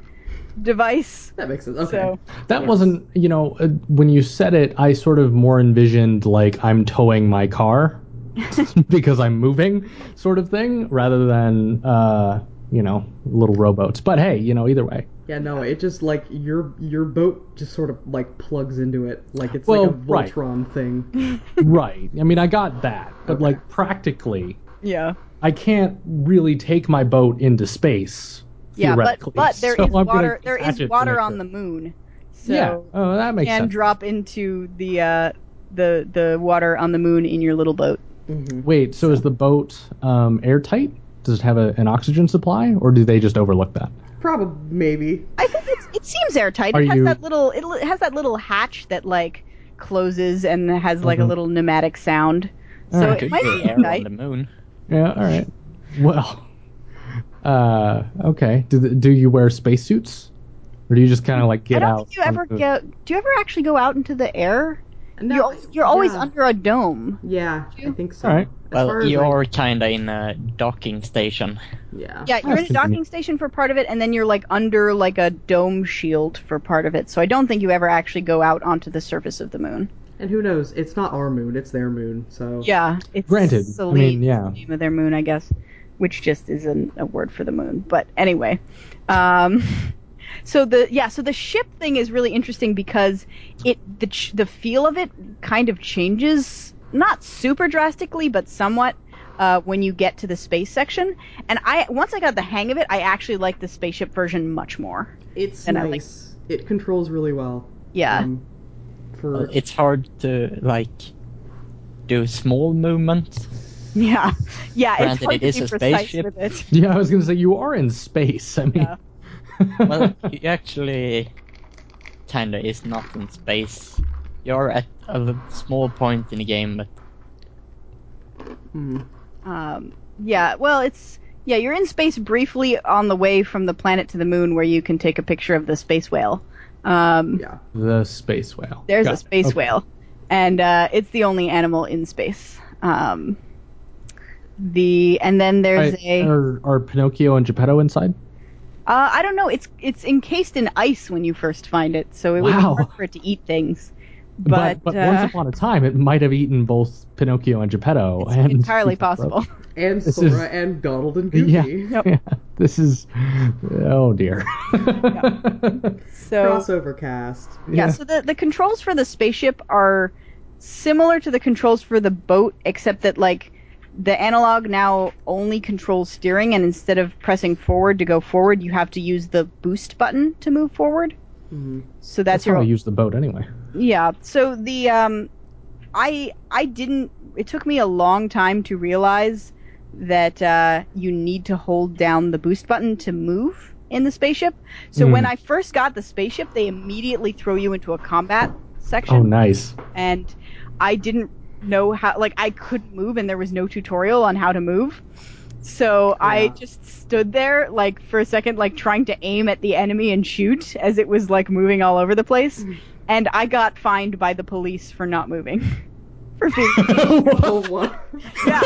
S2: device.
S1: That makes sense. Okay.
S2: So
S4: That wasn't, you know, uh, when you said it, I sort of more envisioned like I'm towing my car because I'm moving, sort of thing, rather than, uh, you know, little rowboats. But hey, you know, either way.
S1: Yeah, no, it just like your your boat just sort of like plugs into it, like it's
S4: Well,
S1: like a
S4: right.
S1: Voltron thing.
S4: right. I mean, I got that. But
S1: Okay.
S4: like practically,
S2: yeah.
S4: I can't really take my boat into space.
S2: Yeah, but
S4: theoretically.
S2: but there is
S4: So I'm gonna
S2: water. There
S4: attach
S2: is
S4: it to
S2: water
S4: my
S2: on
S4: ship.
S2: the moon, so
S4: yeah. Oh, that
S2: you
S4: makes
S2: can
S4: sense.
S2: drop into the uh, the the water on the moon in your little boat.
S1: Mhm.
S4: Wait, so, is the boat um, airtight? Does it have a, an oxygen supply, or do they just overlook that?
S1: Probably, maybe.
S2: I think it's, it seems airtight.
S4: Are
S2: it has
S4: you-
S2: that little it li- has that little hatch that like closes and has like a
S4: Mhm.
S2: little pneumatic sound. So
S4: Alright.
S2: it might
S3: the
S2: be
S3: air on the
S2: airtight.
S3: moon.
S4: Yeah, all right. Well, uh, okay. Do th- do you wear spacesuits, or do you just kind of like
S2: I
S4: get
S2: don't
S4: out?
S2: think you ever
S4: on the-
S2: go. Do you ever actually go out into the air?
S1: No,
S2: you're you're always
S1: yeah.
S2: under a dome.
S1: Yeah, I think so.
S4: Alright.
S1: As far
S3: Well,
S1: as I-
S3: you're kinda in a docking station.
S1: yeah.
S2: Yeah, you're in a
S4: that's
S2: docking
S4: convenient.
S2: station for part of it, and then you're like under like a dome shield for part of it. So I don't think you ever actually go out onto the surface of the moon.
S1: And who knows? It's not our moon; it's their moon. So
S2: Yeah, it's
S4: Granted, I
S2: Selene,
S4: mean, yeah.
S2: name of their moon, I guess, which just isn't a word for the moon. But anyway, um, so the yeah, so the ship thing is really interesting because it the ch- the feel of it kind of changes, not super drastically, but somewhat. Uh, when you get to the space section, and I once I got the hang of it, I actually liked the spaceship version much more.
S1: it's
S2: And I like-
S1: nice. It controls really well.
S2: Yeah,
S3: Mm.
S1: um, for
S4: Oh,
S3: Well, it's hard to like do small movements.
S2: yeah, yeah.
S3: Granted,
S2: it's hard
S3: it
S2: to
S3: is
S2: be
S3: a
S2: precise
S3: spaceship.
S2: with it.
S4: Yeah, I was gonna say you are in space. I mean,
S2: Yeah.
S3: Well, you actually kinda is not in space. You're at a small point in the game, but
S1: mm,
S2: Um, yeah, well, it's yeah, you're in space briefly on the way from the planet to the moon, where you can take a picture of the space whale. Um,
S1: yeah.
S4: the space whale.
S2: There's
S4: Got
S2: a
S4: it.
S2: space
S4: Okay.
S2: whale, and uh, it's the only animal in space. Um, the and then
S4: All
S2: there's
S4: right,
S2: a uh,
S4: are, are Pinocchio and Geppetto inside?
S2: I don't know. It's it's encased in ice when you first find it, so it would be
S4: Wow.
S2: hard for it to eat things. But,
S4: but,
S2: uh,
S4: once upon a time, it might have eaten both Pinocchio and Geppetto.
S2: it's
S4: and
S2: entirely possible.
S1: And
S4: This
S1: Sora
S4: is-
S1: and Donald and Goofy.
S4: Yeah, yeah. This is oh dear.
S2: So
S1: Crossover cast.
S2: yeah. so the, the controls for the spaceship are similar to the controls for the boat except that like the analog now only controls steering and instead of pressing forward to go forward you have to use the boost button to move forward
S1: Mhm.
S2: so Mm-hmm.
S4: that's
S2: that's,
S4: how
S2: your
S4: I use the boat anyway.
S2: yeah so the um i i didn't it took me a long time to realize that uh you need to hold down the boost button to move in the spaceship so
S4: Hmm.
S2: when i first got the spaceship they immediately throw you into a combat section
S4: Oh, nice.
S2: and I didn't know how like I couldn't move and there was no tutorial on how to move. So I
S1: Yeah.
S2: just stood there like for a second like trying to aim at the enemy and shoot as it was like moving all over the place and I got fined by the police for not moving. for being
S1: Oh, what?
S2: yeah,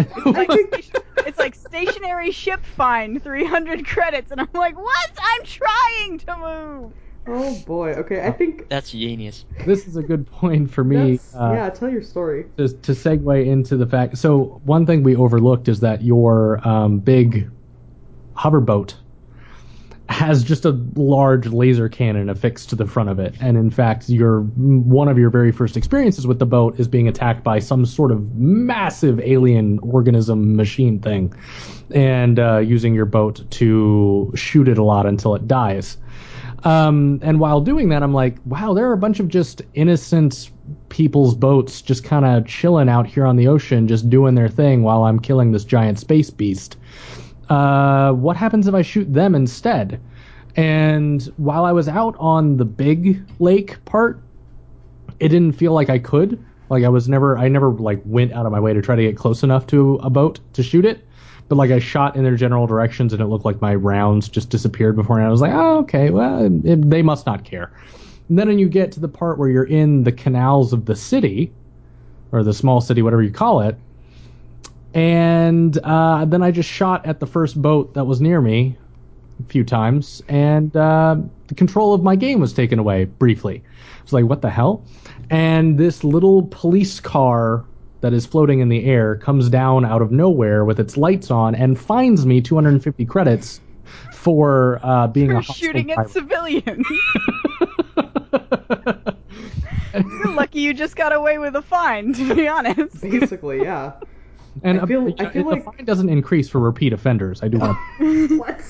S1: I think
S2: it's like stationary ship fine, 300 credits. And I'm like, what? I'm trying to move.
S1: Oh boy. Okay, I think
S3: That's genius.
S4: This is a good point for me.
S1: that's,
S4: uh,
S1: yeah. Tell your story.
S4: to, to segue into the fact so one thing we overlooked is that your um, big hoverboat has just a large laser cannon affixed to the front of it and in fact your one of your very first experiences with the boat is being attacked by some sort of massive alien organism machine thing and uh, using your boat to shoot it a lot until it dies um, and while doing that, I'm like, wow, there are a bunch of just innocent people's boats just kind of chilling out here on the ocean, just doing their thing while I'm killing this giant space beast. Uh, what happens if I shoot them instead? And while I was out on the big lake part, it didn't feel like I could. Like I was never, I never like went out of my way to try to get close enough to a boat to shoot it. But like I shot in their general directions, and it looked like my rounds just disappeared before, and I was like, oh, okay, well, it, they must not care. And then you get to the part where you're in the canals of the city, or the small city, whatever you call it. And uh, then I just shot at the first boat that was near me a few times, and uh, the control of my game was taken away briefly. I was like, what the hell? And this little police car that is floating in the air comes down out of nowhere with its lights on and fines me 250 credits for uh, being a
S2: You're
S4: hostile
S2: shooting at
S4: pirate.
S2: civilians. You're lucky you just got away with a fine, to be honest.
S1: Basically, yeah.
S4: And
S1: I feel-
S4: apparently
S1: I feel
S4: the
S1: like-
S4: fine doesn't increase for repeat offenders. I do want.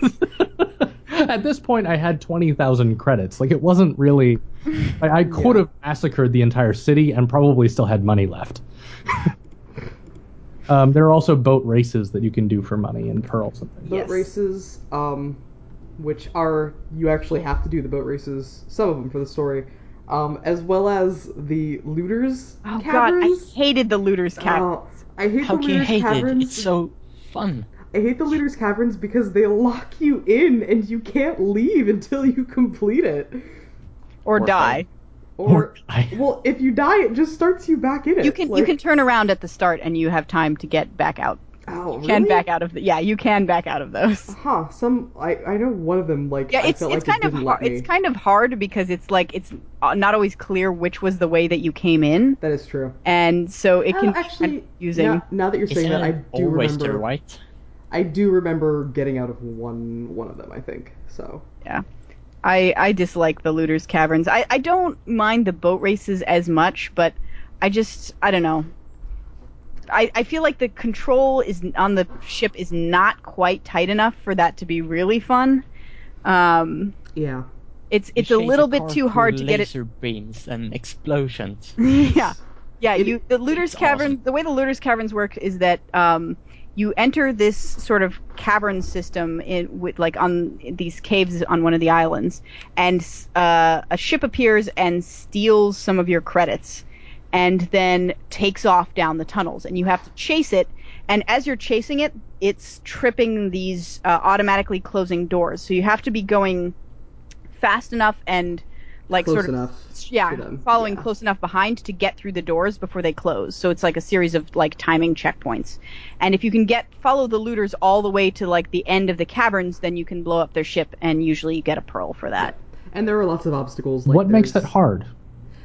S1: what?
S4: At this point, I had twenty thousand credits. Like it wasn't really. I, I could
S1: Yeah.
S4: have massacred the entire city and probably still had money left. um, there are also boat races that you can do for money and pearls and things.
S1: Boat
S2: Yes.
S1: races, um, which are you actually have to do the boat races. Some of them for the story, um, as well as the looters.
S2: Oh god, I
S1: caverns.
S2: hated the looters cavern.
S1: Oh, I hate
S3: How
S1: the
S3: can you
S1: looters
S3: hate it?
S1: caverns.
S3: It's so fun.
S1: I hate the looters caverns because they lock you in and you can't leave until you complete it.
S2: or
S3: Or
S2: die.
S1: Or
S4: I-
S1: well, if you die, it just starts you back in it.
S2: You can you
S1: Like,
S2: can turn around at the start and you have time to get back out.
S1: oh,
S2: Can
S1: really?
S2: back out of the yeah, you can back out of those.
S1: Huh? Some I I know one of them like
S2: Yeah,
S1: I
S2: it's
S1: felt
S2: it's
S1: like
S2: kind
S1: it
S2: of
S1: didn't
S2: hard.
S1: let me.
S2: It's kind of hard because it's like it's uh, not always clear which was the way that you came in,
S1: That is true.
S2: and so it
S1: Oh,
S2: can
S1: actually
S2: using.
S1: now, now that you're
S3: Isn't
S1: saying that, I
S3: it
S1: do
S3: always
S1: remember.
S3: the right?
S1: I do remember getting out of one one of them. I think so.
S2: I, I dislike the looters caverns. I, I don't mind the boat races as much, but I just I don't know. I, I feel like the control is on the ship is not quite tight enough for that to be really fun. Um,
S1: Yeah.
S2: it's it's
S3: You
S2: a
S3: chase
S2: little
S3: the
S2: bit
S3: car
S2: too
S3: through
S2: hard to get it.
S3: Laser beams and explosions.
S2: yeah, yeah.
S1: It-
S2: you the looters
S3: it's
S2: cavern.
S3: awesome.
S2: The way the looters caverns work is that um, you enter this sort of cavern system in with like on these caves on one of the islands, and s- uh, a ship appears and steals some of your credits, and then takes off down the tunnels, and you have to chase it. And as you're chasing it, it's tripping these uh, automatically closing doors. So you have to be going fast enough and like
S1: Close
S2: sort of
S1: enough. to
S2: yeah
S1: them.
S2: following
S1: Yeah.
S2: close enough behind to get through the doors before they close so it's like a series of like timing checkpoints and if you can get follow the looters all the way to like the end of the caverns then you can blow up their ship and usually you get a pearl for that
S1: And there are lots of obstacles. Like
S4: What makes
S1: there's-
S4: that hard?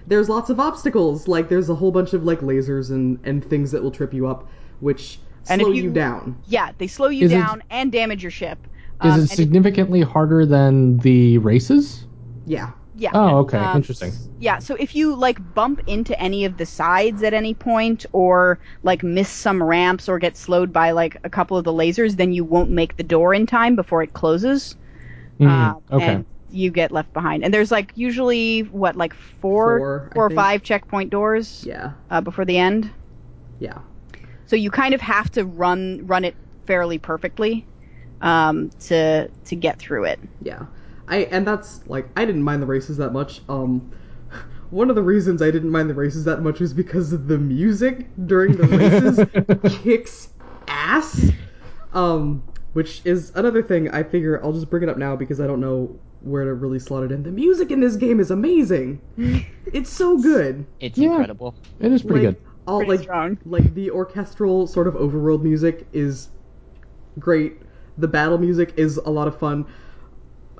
S1: There's lots of obstacles. Like there's a whole bunch of like lasers and and things that will trip you up, which
S2: And if
S1: slow
S2: you-
S1: you down.
S2: yeah they slow you
S4: Is it-
S2: down and damage your ship
S1: uh,
S4: Is
S2: Um,
S4: it
S2: and if-
S4: significantly harder than the races?
S1: Yeah.
S2: yeah
S4: Oh, okay,
S2: Um,
S4: interesting.
S2: Yeah, so if you like bump into any of the sides at any point or like miss some ramps or get slowed by like a couple of the lasers, then you won't make the door in time before it closes.
S4: Mhm,
S2: Uh,
S4: okay.
S2: And you get left behind. And there's like usually what like four,
S1: Four, I
S2: four or
S1: think.
S2: five checkpoint doors
S1: Yeah.
S2: uh, before the end.
S1: Yeah.
S2: So you kind of have to run run it fairly perfectly um, to to get through it.
S1: Yeah. I and that's like I didn't mind the races that much. Um one of the reasons I didn't mind the races that much was because the music during the races kicks ass. Um which is another thing I figure I'll just bring it up now because I don't know where to really slot it in. The music in this game is amazing. it's so good.
S3: It's
S4: Yeah.
S3: incredible.
S4: It is pretty
S1: like,
S4: good.
S1: All
S2: Pretty
S1: like
S2: strong.
S1: like the orchestral sort of overworld music is great. The battle music is a lot of fun.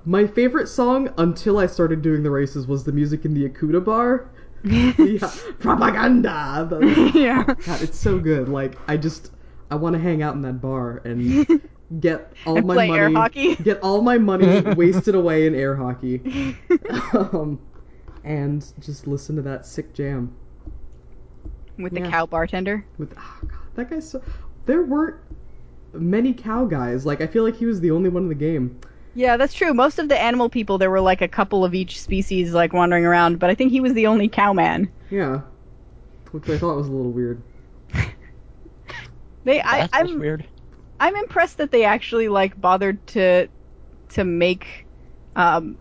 S1: My favorite song until I started doing the races was the music in the Akuta bar. yeah, propaganda. That-
S2: yeah.
S1: God, it's so good. Like I just I want to hang out in that bar and get all
S2: And
S1: my
S2: play
S1: money
S2: air hockey.
S1: get all my money wasted away in air hockey. um, and just listen to that sick jam.
S2: With the
S1: Yeah.
S2: cow bartender.
S1: with oh god that guy's so there weren't many cow guys like i feel like he was the only one in the game
S2: Yeah, that's true. Most of the animal people, there were like a couple of each species like wandering around, but I think he was the only cowman.
S1: yeah which i thought was a little weird
S2: They, I,
S3: That was
S2: I'm,
S3: weird.
S2: I'm impressed that they actually like bothered to, to make, um,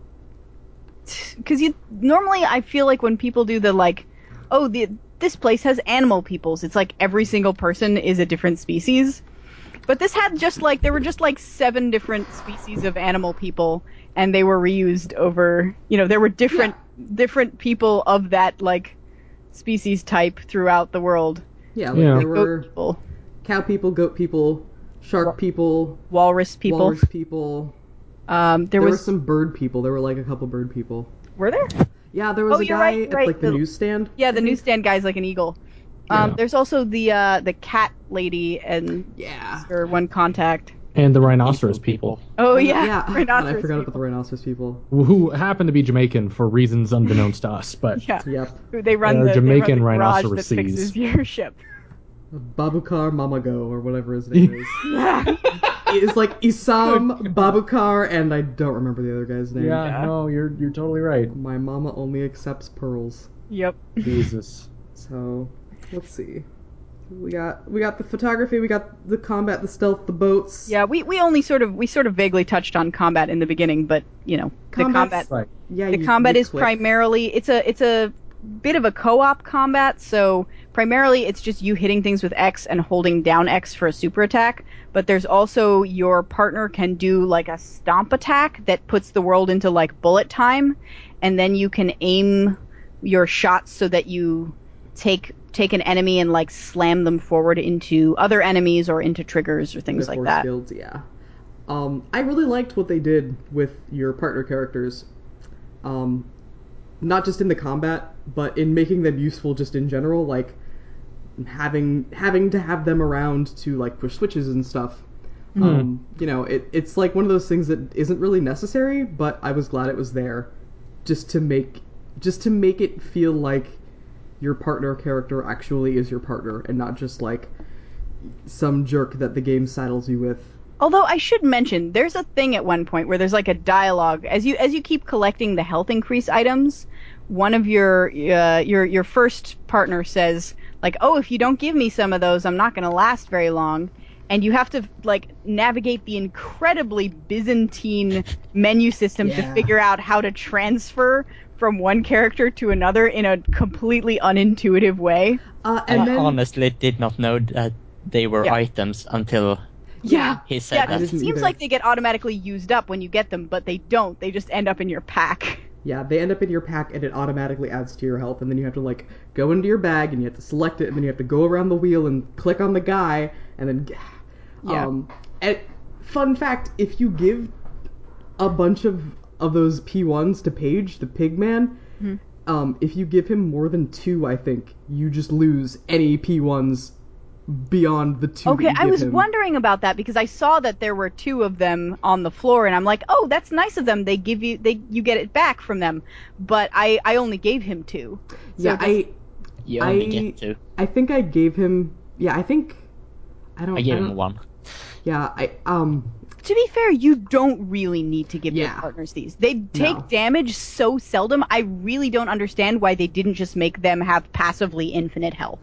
S2: because you normally I feel like when people do the like, oh the this place has animal peoples. It's like every single person is a different species. But this had just like there were just like seven different species of animal people, and they were reused over. You know, there were different different people of that like species type throughout the world.
S1: yeah like
S4: Yeah.
S1: there were
S2: Goat people,
S1: cow people goat people shark people
S2: walrus people.
S1: walrus people
S2: Um, there,
S1: there, were
S2: was
S1: some bird people there were like a couple bird people
S2: were there?
S1: yeah there was
S2: Oh,
S1: a
S2: you're
S1: guy
S2: right,
S1: at
S2: right,
S1: like the,
S2: the-
S1: newsstand
S2: Yeah, the newsstand guy's like an eagle. Um,
S4: Yeah.
S2: There's also the uh, the cat lady and
S1: yeah
S2: her one contact.
S4: and the rhinoceros people,
S2: Oh yeah,
S1: yeah God,
S2: rhinoceros
S1: i forgot about
S2: people.
S1: the rhinoceros people
S4: who happen to be Jamaican for reasons unbeknownst to us, but
S2: Yeah,
S1: yep
S2: Who- they run
S4: They're
S2: the they run
S4: Jamaican
S2: the garage that
S4: rhinoceroses.
S2: fixes your ship.
S1: babukar mamago or whatever his name is it's like isam babukar and i don't remember the other guy's name
S4: yeah, no, you're you're totally right.
S1: My mama only accepts pearls.
S2: yep.
S4: Jesus.
S1: So let's see. We got we got the photography, we got the combat, the stealth, the boats.
S2: Yeah, we, we only sort of we sort of vaguely touched on combat in the beginning, but you know the
S1: Combat's
S2: combat
S4: Right.
S1: yeah.
S2: the
S1: you-
S2: combat
S1: you
S2: is
S1: click.
S2: primarily it's a it's a bit of a co-op combat so primarily it's just you hitting things with x and holding down x for a super attack but there's also your partner can do like a stomp attack that puts the world into like bullet time and then you can aim your shots so that you take take an enemy and like slam them forward into other enemies or into triggers or things
S1: The
S2: like
S1: force
S2: that
S1: fields, yeah. Um, I really liked what they did with your partner characters. Um, not just in the combat, but in making them useful just in general, like having having to have them around to like push switches and stuff. Um, you know, it, it's like one of those things that isn't really necessary, but I was glad it was there, just to make just to make it feel like your partner character actually is your partner and not just like some jerk that the game saddles you with.
S2: Although I should mention, there's a thing at one point where there's like a dialogue as you as you keep collecting the health increase items. One of your uh, your your first partner says like, "Oh, if you don't give me some of those, I'm not going to last very long." And you have to like navigate the incredibly Byzantine menu system
S1: Yeah.
S2: to figure out how to transfer from one character to another in a completely unintuitive way.
S1: Uh,
S3: I
S1: and then
S3: honestly did not know that they were
S2: Yeah.
S3: items until
S1: yeah,
S3: he said
S2: Yeah,
S1: I
S3: that.
S2: 'cause it
S1: didn't
S2: seems
S1: either.
S2: like they get automatically used up when you get them, but they don't. They just end up in your pack.
S1: yeah, they end up in your pack and it automatically adds to your health, and then you have to like go into your bag and you have to select it, and then you have to go around the wheel and click on the guy, and then
S2: Yeah.
S1: Um, and fun fact: if you give a bunch of of those P1s to Paige, the pig man, um, if you give him more than two, I think you just lose any P1s beyond the two.
S2: Okay,
S1: that you
S2: I
S1: give
S2: was
S1: him.
S2: wondering about that because I saw that there were two of them on the floor, and I'm like, oh, that's nice of them. They give you they you get it back from them, but I I only gave him two. So
S1: Yeah,
S2: that's-
S1: I
S3: You only
S1: I-
S3: get two.
S1: I think I gave him. Yeah, I think. I don't.
S3: I gave
S1: I
S3: him
S1: don't-
S3: one.
S1: Yeah, I um.
S2: to be fair, you don't really need to give
S1: Yeah.
S2: your partners these. They take damage so seldom. I really don't understand why they didn't just make them have passively infinite health.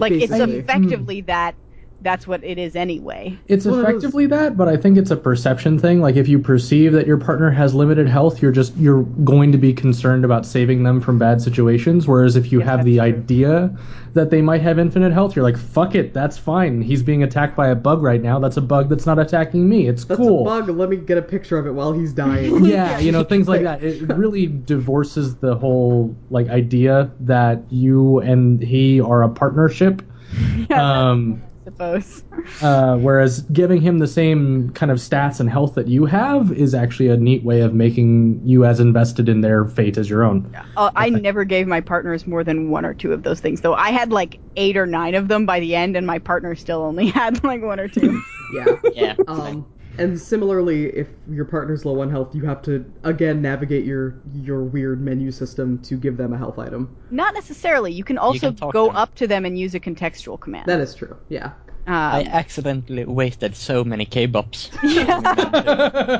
S2: Like it's
S1: Basically.
S2: effectively that that's what it is anyway.
S4: It's
S1: Well, it was-
S4: effectively that, but I think it's a perception thing. Like if you perceive that your partner has limited health, you're just you're going to be concerned about saving them from bad situations. Whereas if you have
S2: that's
S4: the
S2: true.
S4: idea that they might have infinite health, you're like, fuck it, that's fine. He's being attacked by a bug right now. That's a bug that's not attacking me. It's
S1: That's
S4: cool.
S1: a bug. Let me get a picture of it while he's dying.
S4: yeah, you know, things like that. It really divorces the whole like idea that you and he are a partnership
S2: Yeah,
S4: Um,
S2: I suppose.
S4: uh, whereas giving him the same kind of stats and health that you have is actually a neat way of making you as invested in their fate as your own.
S2: Uh, I never gave my partners more than one or two of those things, though. I had like eight or nine of them by the end, and my partner still only had like one or two.
S1: Yeah.
S3: Yeah.
S1: Um, and similarly, if your partner's low on health, you have to again navigate your your weird menu system to give them a health item.
S2: Not necessarily. You can also
S3: can talk
S2: go
S3: to 'em.
S2: up to them and use a contextual command.
S1: That is true. Yeah.
S3: I
S2: Um,
S3: accidentally wasted so many K-bops.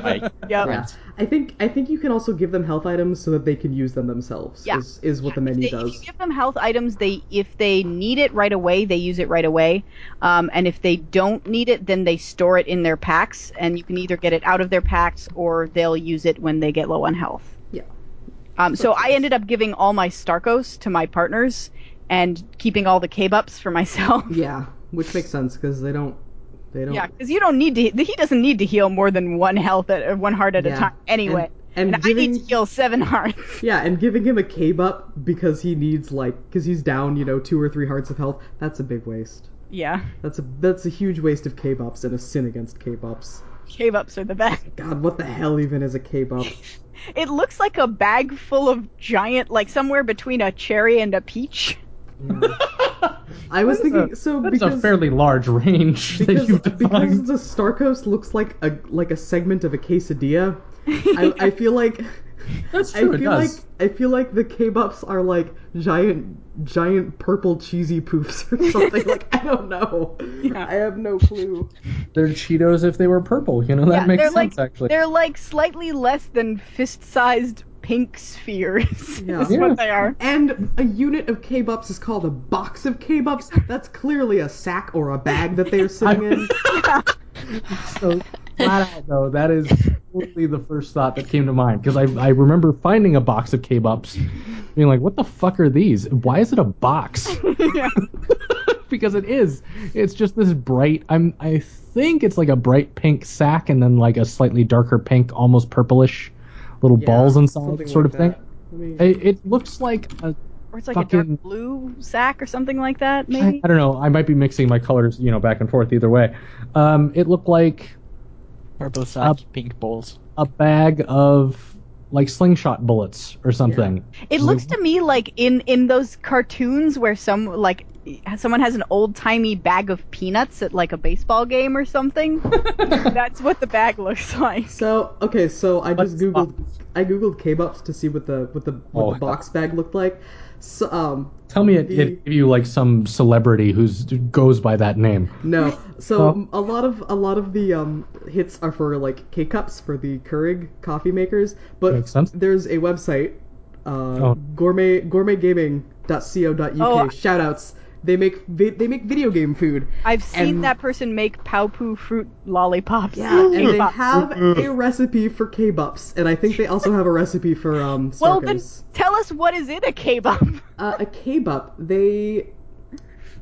S3: like,
S2: yep.
S1: Yeah. I think I think you can also give them health items so that they can use them themselves.
S2: Yeah.
S1: Is is what the
S2: If,
S1: menu
S2: they- if you
S1: does.
S2: give them health items, they if they need it right away, they use it right away. Um, and if they don't need it, then they store it in their packs, and you can either get it out of their packs or they'll use it when they get low on health.
S1: Yeah.
S2: Um, so I ended up giving all my Starkos to my partners and keeping all the K-Bups for myself.
S1: Yeah. Which makes sense because they don't they don't.
S2: Yeah, because you don't need to. He doesn't need to heal more than one health at uh, one heart at
S1: Yeah.
S2: a time anyway.
S1: And- and
S2: I need
S1: giving-
S2: to heal seven hearts.
S1: Yeah, and giving him a K-bup because he needs like because he's down, you know, two or three hearts of health. That's a big waste.
S2: yeah,
S1: That's a that's a huge waste of K-bups and a sin against K-bups.
S2: K-Bups are the best.
S1: God, what the hell even is a K-bup?
S2: It looks like a bag full of giant, like somewhere between a cherry and a peach.
S1: I was thinking
S4: That's a-
S1: so
S4: that's
S1: because
S4: a fairly large range that
S1: because,
S4: you've
S1: because
S4: defined.
S1: the Starkos looks like a like a segment of a quesadilla. I, I feel like
S4: That's
S1: I
S4: true, it
S1: feel like
S4: does.
S1: I feel like the K-bups are like giant giant purple cheesy poofs or something. like I don't know. I have no clue.
S4: They're Cheetos if they were purple. You know that
S2: Yeah,
S4: makes
S2: they're
S4: sense
S2: like,
S4: actually.
S2: They're like slightly less than fist-sized pink spheres.
S1: Yeah.
S2: Is
S4: Yeah.
S2: what they are.
S1: And a unit of K-bups is called a box of K-bups. That's clearly a sack or a bag that they're sitting in.
S4: so flat out though, that is totally the first thought that came to mind because I, I remember finding a box of K-Bups, being like, "What the fuck are these? Why is it a box?" because it is. It's just this bright. I'm I think it's like a bright pink sack and then like a slightly darker pink, almost purplish little balls inside,
S1: something
S4: sort
S1: like
S4: of
S1: that.
S4: thing.
S1: I mean,
S4: It, it looks like a
S2: Or it's like a
S4: Fucking-
S2: dark blue sack or something like that,
S4: I,
S2: maybe.
S4: I don't know. I might be mixing my colors, you know, back and forth. Either way, um, it looked like
S3: purple sack,
S4: Up.
S3: pink balls.
S4: a bag of like slingshot bullets or something.
S2: It looks to
S1: Mm-hmm.
S2: me like in in those cartoons where some like someone has an old timey bag of peanuts at like a baseball game or something. That's what the bag looks like.
S1: so okay, so I just
S4: What's
S1: googled I googled K-bups to see what the what the what
S4: Oh,
S1: the box bag looked like. So um
S4: Tell me it, it gave you like some celebrity who goes by that name.
S1: no, so
S4: Oh.
S1: um, a lot of a lot of the um hits are for like K-cups for the Keurig coffee makers, but
S4: Makes sense.
S1: there's a website uh
S4: Oh.
S1: gourmet gourmetgaming.co.uk
S2: Oh.
S1: shoutouts. They make vi- they make video game food.
S2: I've seen
S1: And-
S2: that person make Paupu fruit lollipops.
S1: Yeah, and they
S2: K-pop.
S1: have
S4: Mm-hmm.
S1: a recipe for K-bups, and I think they also have a recipe for um Starkers.
S2: well, then tell us what is in a K-pop.
S1: uh, a K-bup, they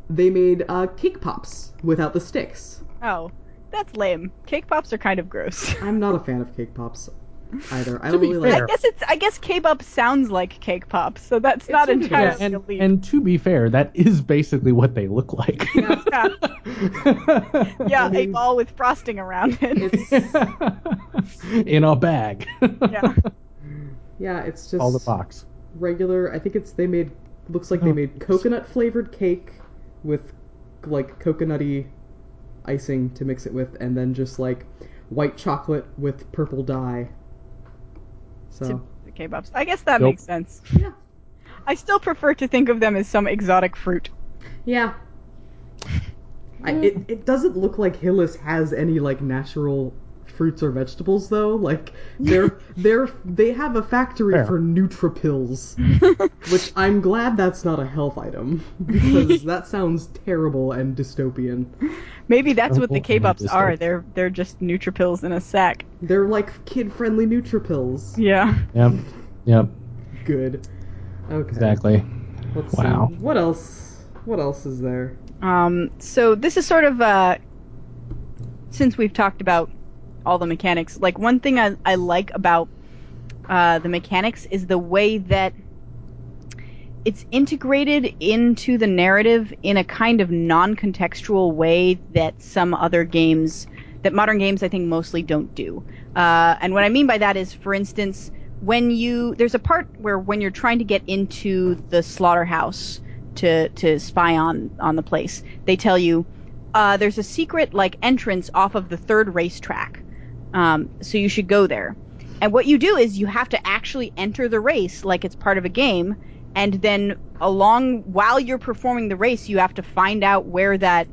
S1: they made uh, cake pops without the sticks.
S2: Oh, that's lame. Cake pops are kind of gross.
S1: I'm not a fan of cake pops either. I
S4: To
S1: don't
S4: be
S1: really
S4: fair,
S2: I guess it's. I guess K-pop sounds like cake pops, so that's not
S1: sort of
S2: entirely
S1: does.
S4: and,
S2: elite.
S4: and to be fair, that is basically what they look like.
S2: yeah, yeah a
S1: mean-
S2: ball with frosting around it.
S1: like it's
S4: In a bag.
S2: Yeah.
S1: yeah, it's just
S4: All the box.
S1: regular. I think it's they made looks like they
S4: Oh.
S1: made coconut flavored cake with like coconutty icing to mix it with, and then just like white chocolate with purple dye. So
S2: the K-pops. I guess that
S4: Nope.
S2: makes sense.
S1: Yeah.
S2: I still prefer to think of them as some exotic fruit.
S1: Yeah. I, it, it doesn't look like Hillis has any like natural fruits or vegetables though. Like they're they're they have a factory
S4: Fair.
S1: for Nutrapills, which I'm glad that's not a health item because that sounds terrible and dystopian.
S2: Maybe that's what the
S4: Terrible
S2: K-pops
S4: and
S2: are.
S4: dystopian.
S2: They're they're just Nutripills in a sack.
S1: They're like kid-friendly Nutrapills.
S2: Yeah.
S4: Yep. Yep.
S1: Good. Okay.
S4: Exactly.
S1: Let's
S4: Wow.
S1: see. What else? What else is there?
S2: Um, so this is sort of uh, since we've talked about all the mechanics, like one thing I, I like about uh, the mechanics is the way that it's integrated into the narrative in a kind of non-contextual way that some other games that modern games I think mostly don't do. Uh, and what I mean by that is, for instance, when you there's a part where when you're trying to get into the slaughterhouse to to spy on on the place, they tell you uh, there's a secret like entrance off of the third racetrack, um, so you should go there. And what you do is you have to actually enter the race like it's part of a game, and then along while you're performing the race, you have to find out where that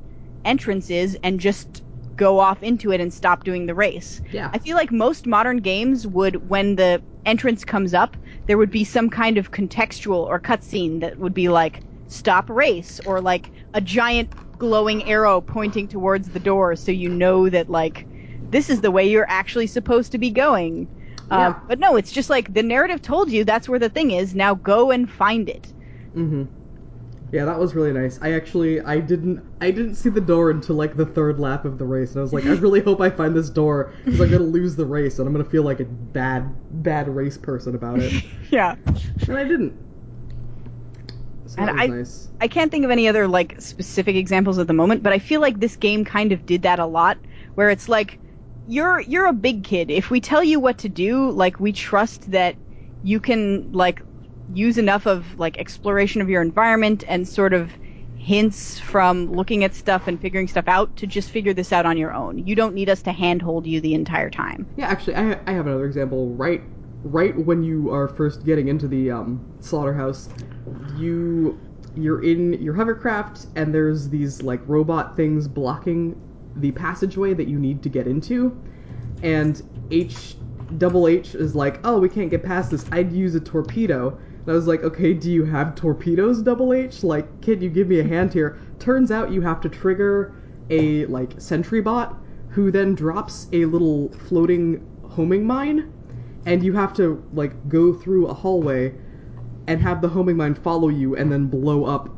S2: entrance is and just go off into it and stop doing the race.
S1: Yeah.
S2: I feel like most modern games would, when the entrance comes up, there would be some kind of contextual or cutscene that would be like, stop race, or like a giant glowing arrow pointing towards the door so you know that, like, this is the way you're actually supposed to be going.
S1: Yeah.
S2: Uh, but no, it's just like the narrative told you that's where the thing is. Now go and find it.
S1: Mm-hmm. Yeah, that was really nice. I actually I didn't I didn't see the door until like the third lap of the race, and I was like, I really hope I find this door because I'm gonna lose the race and I'm gonna feel like a bad bad race person about it.
S2: Yeah.
S1: and I didn't. So that
S2: And
S1: was
S2: I-
S1: nice.
S2: I can't think of any other like specific examples at the moment, but I feel like this game kind of did that a lot, where it's like, you're you're a big kid. If we tell you what to do, like we trust that you can like use enough of like exploration of your environment and sort of hints from looking at stuff and figuring stuff out to just figure this out on your own. You don't need us to handhold you the entire time.
S1: Yeah, actually, I, I have another example. Right, right when you are first getting into the um, slaughterhouse, you you're in your hovercraft, and there's these like robot things blocking the passageway that you need to get into, and H double H is like, oh, we can't get past this. I'd use a torpedo. And I was like, okay, do you have torpedoes, Double H? Like, can you give me a hand here? Turns out you have to trigger a like sentry bot who then drops a little floating homing mine and you have to like go through a hallway and have the homing mine follow you and then blow up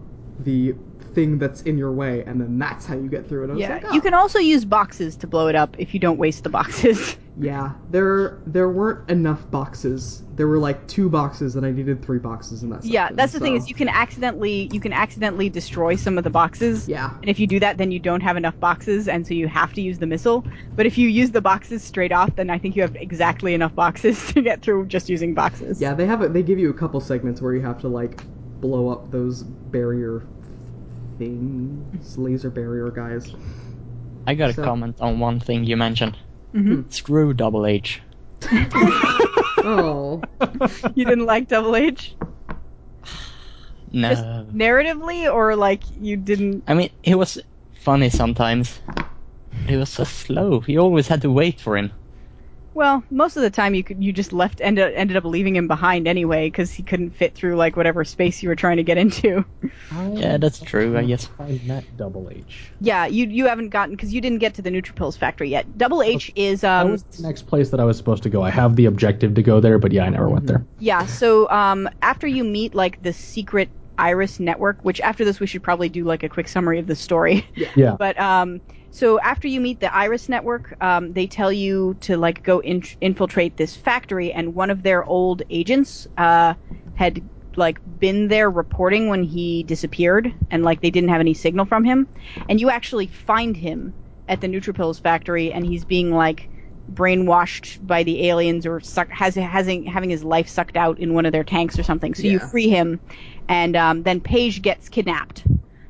S1: the thing that's in your way and then that's how you get through it. I was
S2: Yeah,
S1: like, oh.
S2: you can also use boxes to blow it up if you don't waste the boxes.
S1: Yeah, there there weren't enough boxes. There were like two boxes, and I needed three boxes in that. Section,
S2: yeah, that's the thing
S1: so-
S2: is you can accidentally you can accidentally destroy some of the boxes.
S1: Yeah,
S2: And if you do that, then you don't have enough boxes, and so you have to use the missile. But if you use the boxes straight off, then I think you have exactly enough boxes to get through just using boxes.
S1: yeah, they have a, they give you a couple segments where you have to like blow up those barrier things, laser barrier guys.
S3: I got to
S1: So- Mm-hmm.
S3: comment on one thing you mentioned.
S2: Mhm.
S3: Screw Double H.
S1: Oh,
S2: You didn't like Double H?
S3: No.
S2: Just narratively, or like you didn't?
S3: I mean, he was funny sometimes. But he was so slow. You always had to wait for him.
S2: Well, most of the time you could, you just left ended ended up leaving him behind anyway because he couldn't fit through like whatever space you were trying to get into.
S3: Yeah, that's true, I guess.
S4: I met Double H.
S2: Yeah, you you haven't gotten because you didn't get to the Nutripills factory yet. Double H is
S4: That
S2: um.
S4: was the next place that I was supposed to go. I have the objective to go there, but yeah, I never
S2: Mm-hmm.
S4: went there.
S2: Yeah, so um, after you meet like the secret Iris network, which after this we should probably do like a quick summary of the story.
S4: Yeah.
S2: but um, so after you meet the Iris network, um, they tell you to like go in- infiltrate this factory, and one of their old agents uh, had like been there reporting when he disappeared, and like they didn't have any signal from him, and you actually find him at the Nutripills factory, and he's being like brainwashed by the aliens or suck, has having having his life sucked out in one of their tanks or something. So you
S1: Yeah.
S2: free him, and um, then Paige gets kidnapped.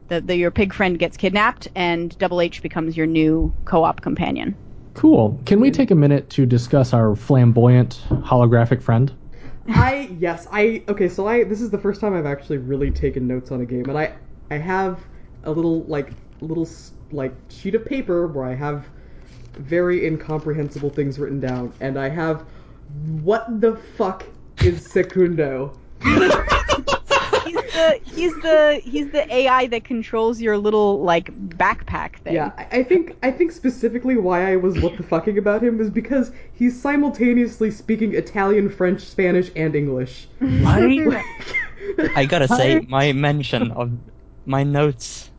S2: The, the your pig friend gets kidnapped, and Double H becomes your new co-op companion.
S4: Cool. Can we take a minute to discuss our flamboyant holographic friend?
S1: I yes I okay so I this is the first time I've actually really taken notes on a game and I I have a little like little s- like sheet of paper where I have very incomprehensible things written down and I have what the fuck is Secundo
S2: He's the he's the he's the AI that controls your little like backpack thing.
S1: yeah I, I think I think specifically why I was what the fucking about him is because he's simultaneously speaking Italian French Spanish and English
S3: I gotta say, my mention of my notes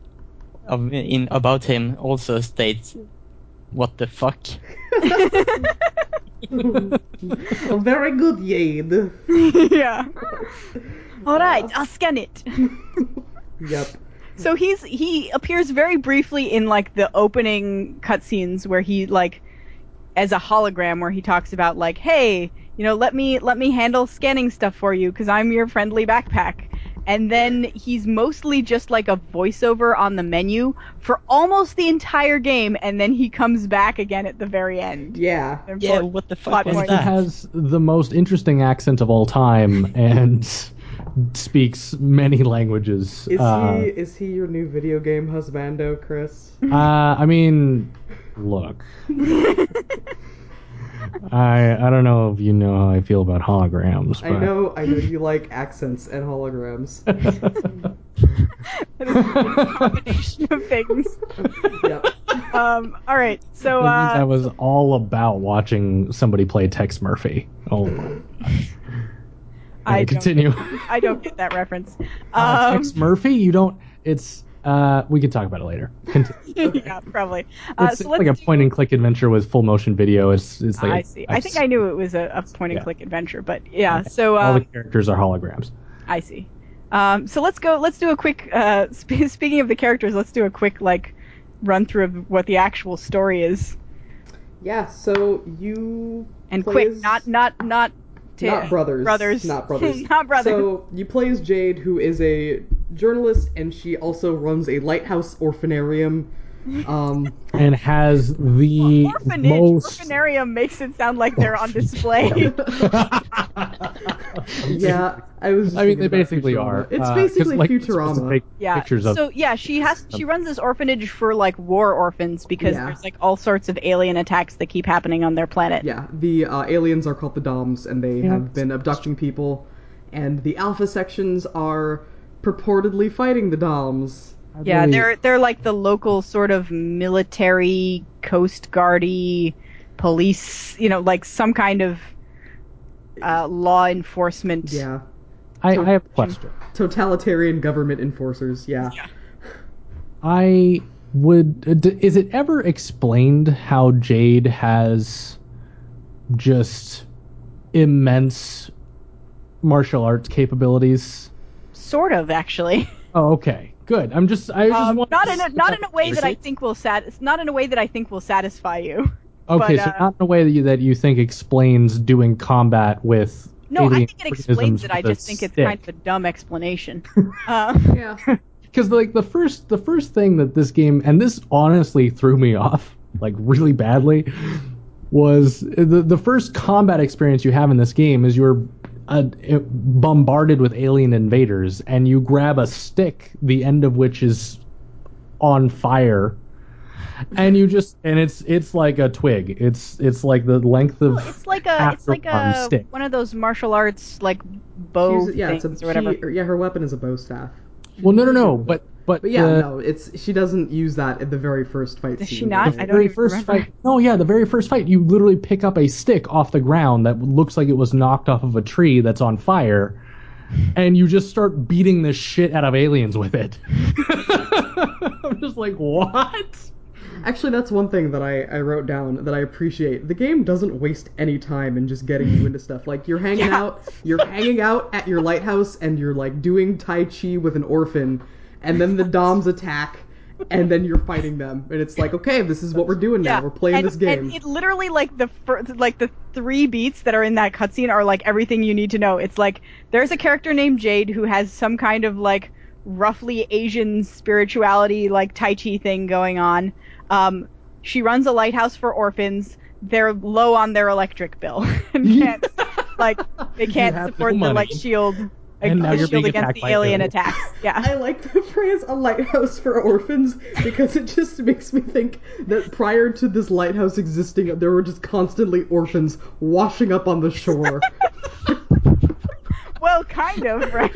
S3: of in about him also states, "What the fuck."
S1: very good Yade
S2: yeah. All right, I'll scan it.
S1: Yep.
S2: So he's he appears very briefly in like the opening cutscenes where he like as a hologram where he talks about like hey you know let me let me handle scanning stuff for you because I'm your friendly backpack and then he's mostly just like a voiceover on the menu for almost the entire game and then he comes back again at the very end.
S1: Yeah.
S3: Yeah,
S2: Therefore-
S3: what the
S2: plot
S3: fuck was
S2: point.
S4: He
S3: that?
S4: has the most interesting accent of all time and speaks many languages.
S1: Is
S4: Uh,
S1: he is he your new video game husbando, Chris?
S4: Uh, I mean, look. I I don't know if you know how I feel about holograms,
S1: I know I know you like accents and holograms.
S4: but
S2: combination of things.
S1: yep.
S2: Um, all right, so
S4: I
S2: uh,
S4: was all about watching somebody play Tex Murphy. Oh,
S2: I
S4: Anyway, continue.
S2: Don't, I don't get that reference.
S4: Uh,
S2: Um,
S4: Tex Murphy, you don't. It's uh, we can talk about it later. Continue.
S2: yeah, probably. Uh,
S4: it's
S2: so
S4: like
S2: let's
S4: a
S2: do- Ah,
S4: point and click adventure with full motion video. It's it's like
S2: I see. I think I knew it was a, a point and click adventure, but yeah.
S4: Okay.
S2: So
S4: all
S2: uh,
S4: the characters are holograms.
S2: I see. Um, so let's go. Let's do a quick. Uh, sp- speaking of the characters, let's do a quick like run through of what the actual story is,
S1: Yeah, so you
S2: and
S1: play
S2: quick,
S1: as-
S2: not not not. to-
S1: not brothers.
S2: Brothers.
S1: Not brothers.
S2: not brothers.
S1: So you play as Jade, who is a journalist and she also runs a lighthouse orphanarium. Um
S4: and has the
S2: Orphanage.
S4: most
S2: Orphanarium makes it sound like they're on display.
S1: yeah, I was just
S4: I mean,
S1: thinking
S4: they
S1: about
S4: basically
S1: Futurama.
S4: are.
S1: It's
S4: uh, 'cause,
S1: basically
S4: like, you're supposed to
S1: Futurama.
S4: take
S2: yeah.
S4: Pictures of.
S2: so yeah, she has she runs this orphanage for like war orphans because
S1: Yeah.
S2: there's like all sorts of alien attacks that keep happening on their planet.
S1: Yeah, the uh, aliens are called the Doms, and they
S4: Yeah.
S1: have been abducting people. And the Alpha sections are purportedly fighting the Doms.
S4: I
S2: Yeah,
S4: really-
S2: they're they're like the local sort of military, coast guardy, police, you know, like some kind of uh, law enforcement.
S1: Yeah,
S4: I, I have a question.
S1: totalitarian government enforcers. Yeah,
S4: I would. uh, d- Is it ever explained how Jade has just immense martial arts capabilities?
S2: Sort of actually.
S4: Oh, okay, good. I'm just. I just
S2: Um,
S4: want
S2: not in a, not in a way that I think will sat not in a way that I think will satisfy you.
S4: Okay,
S2: but,
S4: so
S2: uh,
S4: not in a way that you, that you think explains doing combat with.
S2: No, I
S4: alien
S2: think it explains
S4: organisms
S2: it. I
S4: with a
S2: just think it's kind of
S4: stick.
S2: a dumb explanation. um,
S1: yeah.
S4: because like the first the first thing that this game and this honestly threw me off like really badly was the the first combat experience you have in this game is you're uh, bombarded with alien invaders and you grab a stick the end of which is on fire and you just and it's it's like a twig it's it's like the length of
S2: it's like a
S4: half
S2: it's like
S4: your arm
S2: a
S4: stick.
S2: one of those martial arts like bow
S1: She's- yeah, it's a,
S2: things or whatever.
S1: she- or- yeah, her weapon is a bow staff.
S4: well no no no but but, uh,
S1: But yeah,
S4: the-
S1: no, it's she doesn't use that at the very first fight
S2: Does she
S1: scene.
S2: not?
S4: the
S2: I don't
S4: very
S2: even
S4: first
S2: remember.
S4: fight. No, yeah, the very first fight, you literally pick up a stick off the ground that looks like it was knocked off of a tree that's on fire, and you just start beating the shit out of aliens with it. I'm just like, what?
S1: Actually, that's one thing that I, I wrote down that I appreciate. The game doesn't waste any time in just getting you into stuff. Like you're hanging
S2: Yeah.
S1: out, you're hanging out at your lighthouse, and you're like doing tai chi with an orphan, and then the doms attack, and then you're fighting them, and it's like, okay, this is what we're doing now. We're playing
S2: and,
S1: this game.
S2: And it literally like the fir- like the three beats that are in that cutscene are like everything you need to know. It's like there's a character named Jade who has some kind of like roughly Asian spirituality like Tai Chi thing going on. Um, she runs a lighthouse for orphans. They're low on their electric bill and can't like they can't
S4: have
S2: support
S4: no
S2: the
S4: money.
S2: like shield.
S4: And now
S2: the
S4: you're
S2: shield
S4: being
S2: against
S4: attacked
S2: the
S4: by
S2: alien
S4: aliens.
S2: attacks. Yeah.
S1: I like the phrase "a lighthouse for orphans" because it just makes me think that prior to this lighthouse existing, there were just constantly orphans washing up on the shore.
S2: Well, kind of, right?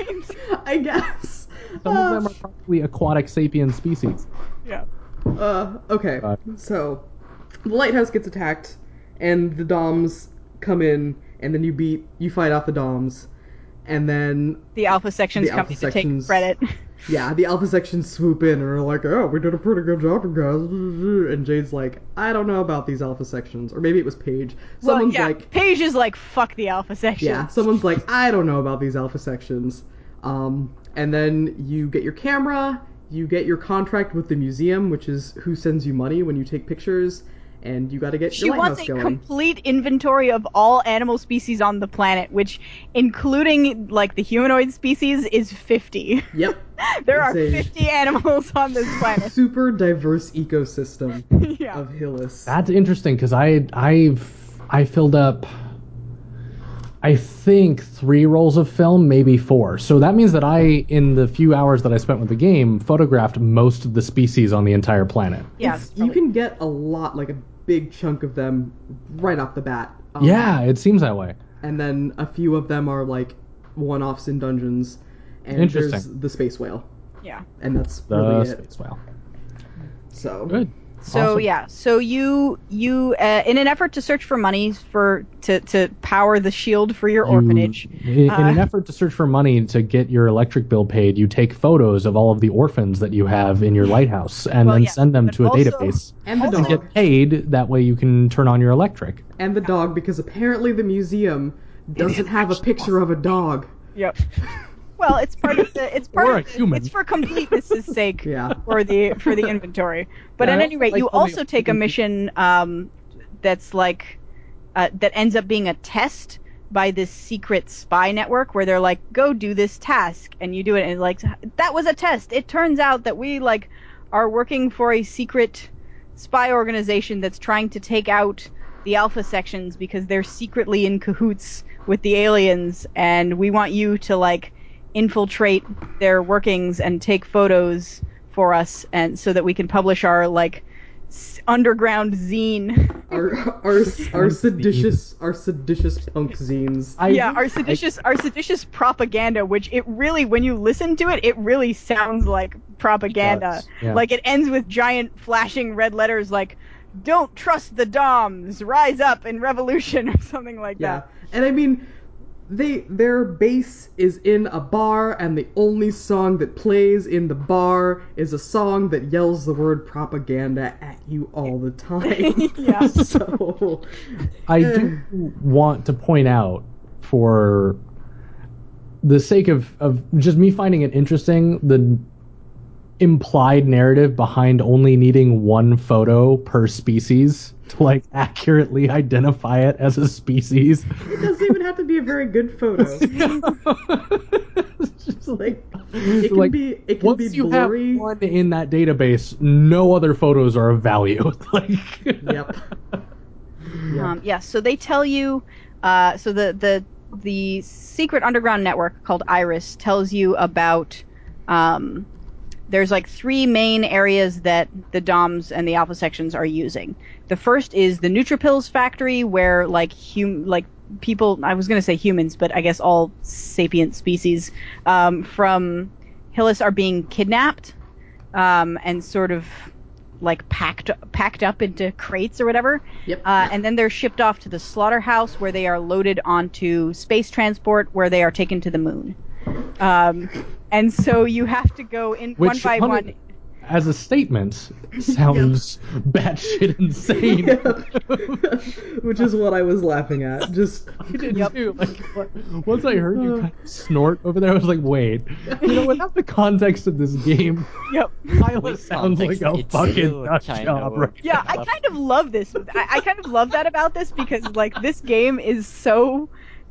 S1: I guess.
S4: Some of
S1: Uh,
S4: them are probably aquatic sapien species.
S2: yeah.
S1: Uh, okay.
S4: Uh,
S1: so, the lighthouse gets attacked, and the Doms come in, and then you beat, you fight off the Doms, and then,
S2: The alpha sections
S1: The
S2: come
S1: alpha
S2: to
S1: sections-
S2: take credit.
S1: yeah, the Alpha section swoop in and are like, oh, we did a pretty good job, you guys. And Jade's like, I don't know about these Alpha sections. Or maybe it was Paige. Someone's
S2: well, yeah,
S1: like,
S2: Paige is like, fuck the alpha section.
S1: yeah, someone's like, I don't know about these Alpha sections. Um, and then you get your camera, you get your contract with the museum, which is who sends you money when you take pictures, and you got to get
S2: She
S1: your
S2: wants
S1: lighthouse
S2: a
S1: going.
S2: complete inventory of all animal species on the planet, which, including like the humanoid species, is 50.
S1: yep.
S2: there are
S1: It's a-
S2: 50 animals on this planet.
S1: Super diverse ecosystem
S2: yeah.
S1: of Hillis.
S4: That's interesting because I I've I filled up I think three rolls of film, maybe four. So that means that I, in the few hours that I spent with the game, photographed most of the species on the entire planet.
S2: Yeah,
S1: It's- you can get a lot, like a big chunk of them right off the bat. Um,
S4: Yeah, it seems that way.
S1: And then a few of them are like one offs in dungeons. And there's
S4: Interesting.
S1: the space whale.
S2: yeah.
S1: And that's
S4: The
S1: really it.
S4: space whale.
S1: So
S4: Good.
S2: So
S4: Awesome.
S2: yeah, so you you uh, in an effort to search for money for to to power the shield for your
S4: You-
S2: orphanage.
S4: in, in an
S2: Uh,
S4: effort to search for money to get your electric bill paid, you take photos of all of the orphans that you have in your lighthouse and
S2: Well,
S4: then
S2: yeah,
S4: send them
S2: but
S4: to a
S2: also-
S4: database
S1: And the
S4: to
S1: dog.
S4: get paid. That way you can turn on your electric.
S1: and the dog because apparently the museum doesn't have a picture of a dog.
S2: Yep. Well, it's part of the it's part
S4: Or
S2: of
S4: a
S2: the-
S4: human.
S2: it's for completeness' sake.
S1: Yeah.
S2: for the for the inventory. But
S4: Yeah,
S2: at
S4: I
S2: any rate,
S4: like
S2: you
S4: when they-
S2: also take a mission um, that's like uh, that ends up being a test by this secret spy network where they're like, "Go do this task," and you do it, and like that was a test. It turns out that we like are working for a secret spy organization that's trying to take out the alpha sections because they're secretly in cahoots with the aliens and we want you to like infiltrate their workings and take photos for us and so that we can publish our like s- underground zine
S1: Our our our seditious our seditious punk zines.
S4: I,
S2: yeah our seditious our seditious propaganda which it really when you listen to it it really sounds like propaganda
S4: does, yeah.
S2: like it ends with giant flashing red letters like don't trust the doms rise up in revolution or something like
S1: Yeah.
S2: that
S1: And I mean they their base is in a bar and the only song that plays in the bar is a song that yells the word propaganda at you all the time.
S2: Yeah.
S1: so
S4: I do want to point out for the sake of, of just me finding it interesting the implied narrative behind only needing one photo per species to like accurately identify it as a species
S1: it doesn't even have to be a very good photo.
S4: It's just
S1: Like it can
S4: Like,
S1: be it can
S4: once
S1: be
S4: you
S1: blurry.
S4: have one in that database no other photos are of value like
S1: Yep. Yeah.
S2: Um, yeah, so they tell you, uh, so the, the the secret underground network called Iris tells you about. Um, there's like three main areas that the DOMs and the Alpha sections are using. The first is the Nutripills factory, where like hum like people I was gonna say humans, but I guess all sapient species um, from Hillis are being kidnapped um, and sort of like packed packed up into crates or whatever.
S1: Yep.
S2: Uh, and then they're shipped off to the slaughterhouse where they are loaded onto space transport where they are taken to the moon. Um, and so you have to go in one
S4: Which
S2: by
S4: on
S2: one.
S4: it- as a statement, sounds batshit insane.
S1: Which is what I was laughing at. Just
S4: I did
S2: Yep.
S4: too. Like, what- once I heard you kind of snort over there, I was like, wait, you know, without the context of this game,
S2: Yep.
S4: Tyler
S3: With
S4: sounds like
S3: context,
S4: a
S3: it's
S4: fucking
S3: still
S4: nut
S3: kind
S4: job.
S3: of-
S4: Right?
S2: Yeah, I kind of love this. I, I kind of love that about this because like this game is so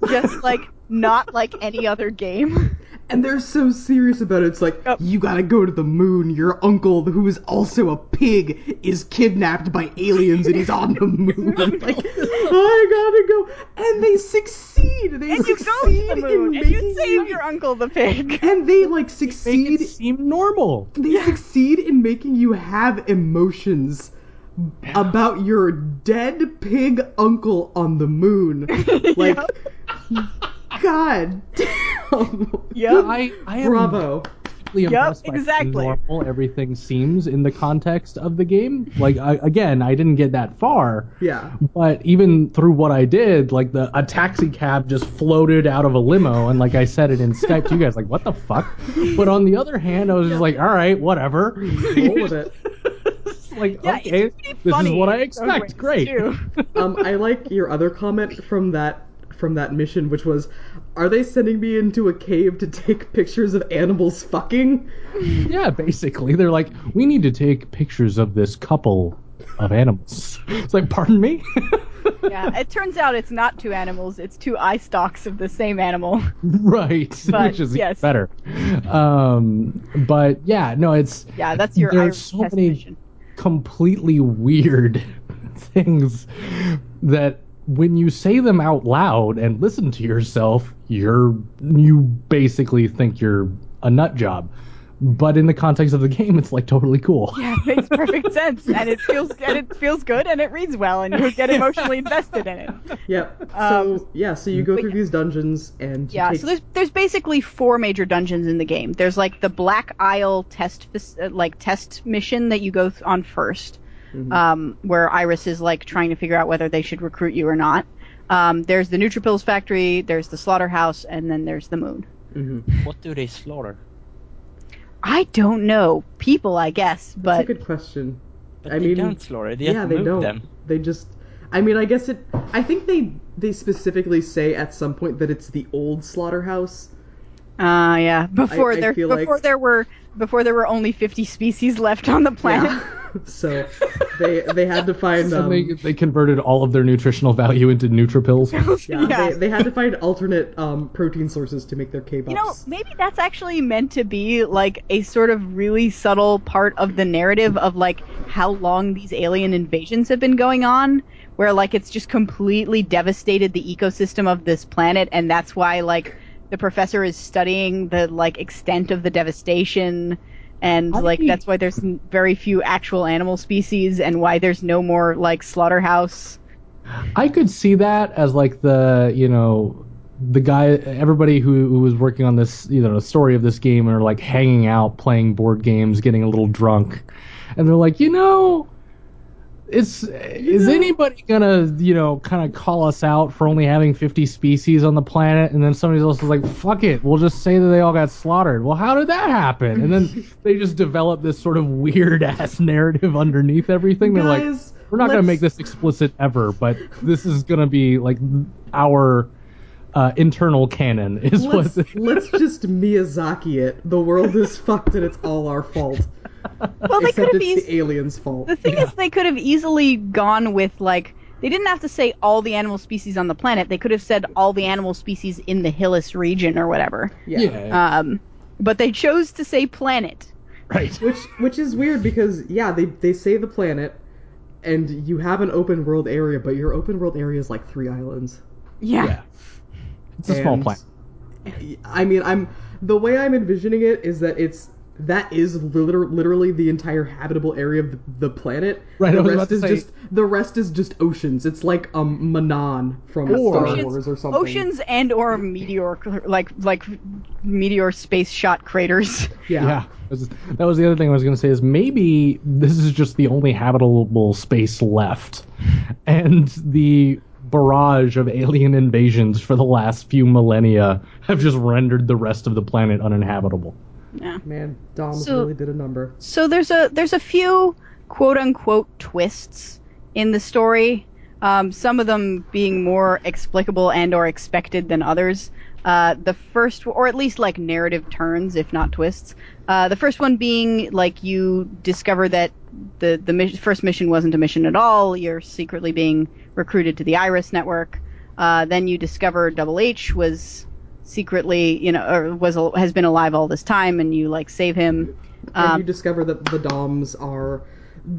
S2: just like not like any other game.
S1: and they're so serious about it. It's like
S2: Yep.
S1: you gotta go to the moon. Your uncle, who is also a pig, is kidnapped by aliens and he's on the moon. I'm like I gotta go, and they succeed. They
S2: And you
S1: succeed
S2: go to the moon
S1: in
S2: and you
S1: making
S2: save your uncle the pig.
S1: And they like
S4: Make
S1: succeed.
S4: it seem normal.
S1: They succeed in making you have emotions about your dead pig uncle on the moon. Like, God damn.
S2: Yep.
S4: I, I am
S1: Bravo.
S4: deeply impressed by how
S2: exactly.
S4: normal everything seems in the context of the game. Like, I, again, I didn't get that far.
S1: Yeah.
S4: But even through what I did, like the a taxi cab just floated out of a limo, and like I said it in Skype to you guys, like what the fuck. But on the other hand, I was just like, all right, whatever.
S1: Roll with it.
S4: It's like
S2: Yeah, it's
S4: okay,
S2: pretty
S4: this is
S2: funny
S4: what I
S2: in some
S4: expect. Um,
S2: ways,
S4: Great.
S2: too.
S1: Um, I like your other comment from that from that mission, which was, are they sending me into a cave to take pictures of animals fucking?
S4: Yeah, basically. They're like, we need to take pictures of this couple of animals. It's like, pardon me?
S2: yeah, it turns out it's not two animals; it's two eye stalks of the same animal.
S4: right.
S2: But,
S4: Which is
S2: yes.
S4: better. Um, but yeah, no, it's
S2: Yeah, that's your
S4: There's
S2: Irish
S4: so
S2: test
S4: many-
S2: mission.
S4: completely weird things that when you say them out loud and listen to yourself, you're you basically think you're a nut job. But in the context of the game, it's like totally cool.
S2: Yeah, it makes perfect sense, and it feels and it feels good, and it reads well, and you get emotionally invested in it.
S1: Yep.
S2: Um,
S1: so yeah, so you go
S2: but
S1: through these dungeons and you
S2: Yeah,
S1: take-
S2: so there's there's basically four major dungeons in the game. There's like the Black Isle test fac- uh, like test mission that you go th- on 1st
S1: Mm-hmm.
S2: um, where Iris is like trying to figure out whether they should recruit you or not. Um, there's the Nutripills factory, there's the slaughterhouse, and then there's the moon.
S3: What do they slaughter?
S2: I don't know people, I guess,
S1: That's
S2: but
S1: a good question.
S3: But
S1: I
S3: they
S1: mean,
S3: don't slaughter. They
S1: yeah,
S3: just
S1: they
S3: move
S1: don't.
S3: them.
S1: They just. I mean, I guess it. I think they they specifically say at some point that it's the old slaughterhouse.
S2: uh, yeah, before
S1: I
S2: there
S1: feel like-
S2: before there were before there were only 50 species left on the planet.
S1: so they they had to find um,
S4: And they, they converted all of their nutritional value into NutriPills.
S1: yeah,
S2: yeah.
S1: They, they had to find alternate um, protein sources to make their kebabs.
S2: You know, maybe that's actually meant to be like a sort of really subtle part of the narrative of like how long these alien invasions have been going on, where like it's just completely devastated the ecosystem of this planet, and that's why like the professor is studying the like extent of the devastation. And
S4: I-
S2: like that's why there's n- very few actual animal species, and why there's no more like slaughterhouse.
S4: I could see that as like the you know the guy everybody who, who was working on this you know story of this game are like hanging out playing board games getting a little drunk and they're like you know it's is anybody gonna you know kind of call us out for only having 50 species on the planet and then somebody else is like fuck it we'll just say that they all got slaughtered well how did that happen and then they just develop this sort of weird ass narrative underneath everything they're like
S1: Guys,
S4: we're not going
S1: let's-
S4: to make this explicit ever, but this is going to be like our uh, internal canon is
S1: let's
S4: what.
S1: let's just Miyazaki it. The world is fucked and it's all our fault.
S2: Well, they
S1: Except
S2: could have
S1: it's
S2: easily
S1: the aliens' fault.
S2: The thing is, they could have easily gone with like they didn't have to say all the animal species on the planet. They could have said all the animal species in the Hillis region or whatever.
S1: Yeah.
S4: Yeah,
S2: Um, but they chose to say planet.
S4: right.
S1: Which which is weird because yeah, they they say the planet and you have an open world area, but your open world area is like three islands.
S2: Yeah.
S4: Yeah, it's a small
S1: And-
S4: planet.
S1: I mean, I'm the way I'm envisioning it is that it's that is liter- literally the entire habitable area of the, the planet.
S4: Right, I
S1: The
S4: was
S1: rest
S4: about to
S1: is
S4: say-
S1: just the rest is just oceans. It's like um Manan from
S4: Or-
S1: Star Wars or something.
S2: Oceans and or meteor like like meteor space shot craters.
S1: Yeah.
S4: Yeah, That was- that was the other thing I was going to say is maybe this is just the only habitable space left, and the barrage of alien invasions for the last few millennia have just rendered the rest of the planet uninhabitable.
S1: Man, Dom's
S2: So-
S1: really did a number.
S2: so there's a there's a few quote unquote twists in the story. Um, some of them being more explicable and or expected than others. Uh, the first, or at least like narrative turns, if not twists. Uh, the first one being like you discover that the the mi- first mission wasn't a mission at all. You're secretly being recruited to the Iris network. Uh, then you discover Double H was secretly, you know, or was al- has been alive all this time, and you like save him. um,
S1: and you discover that the Doms are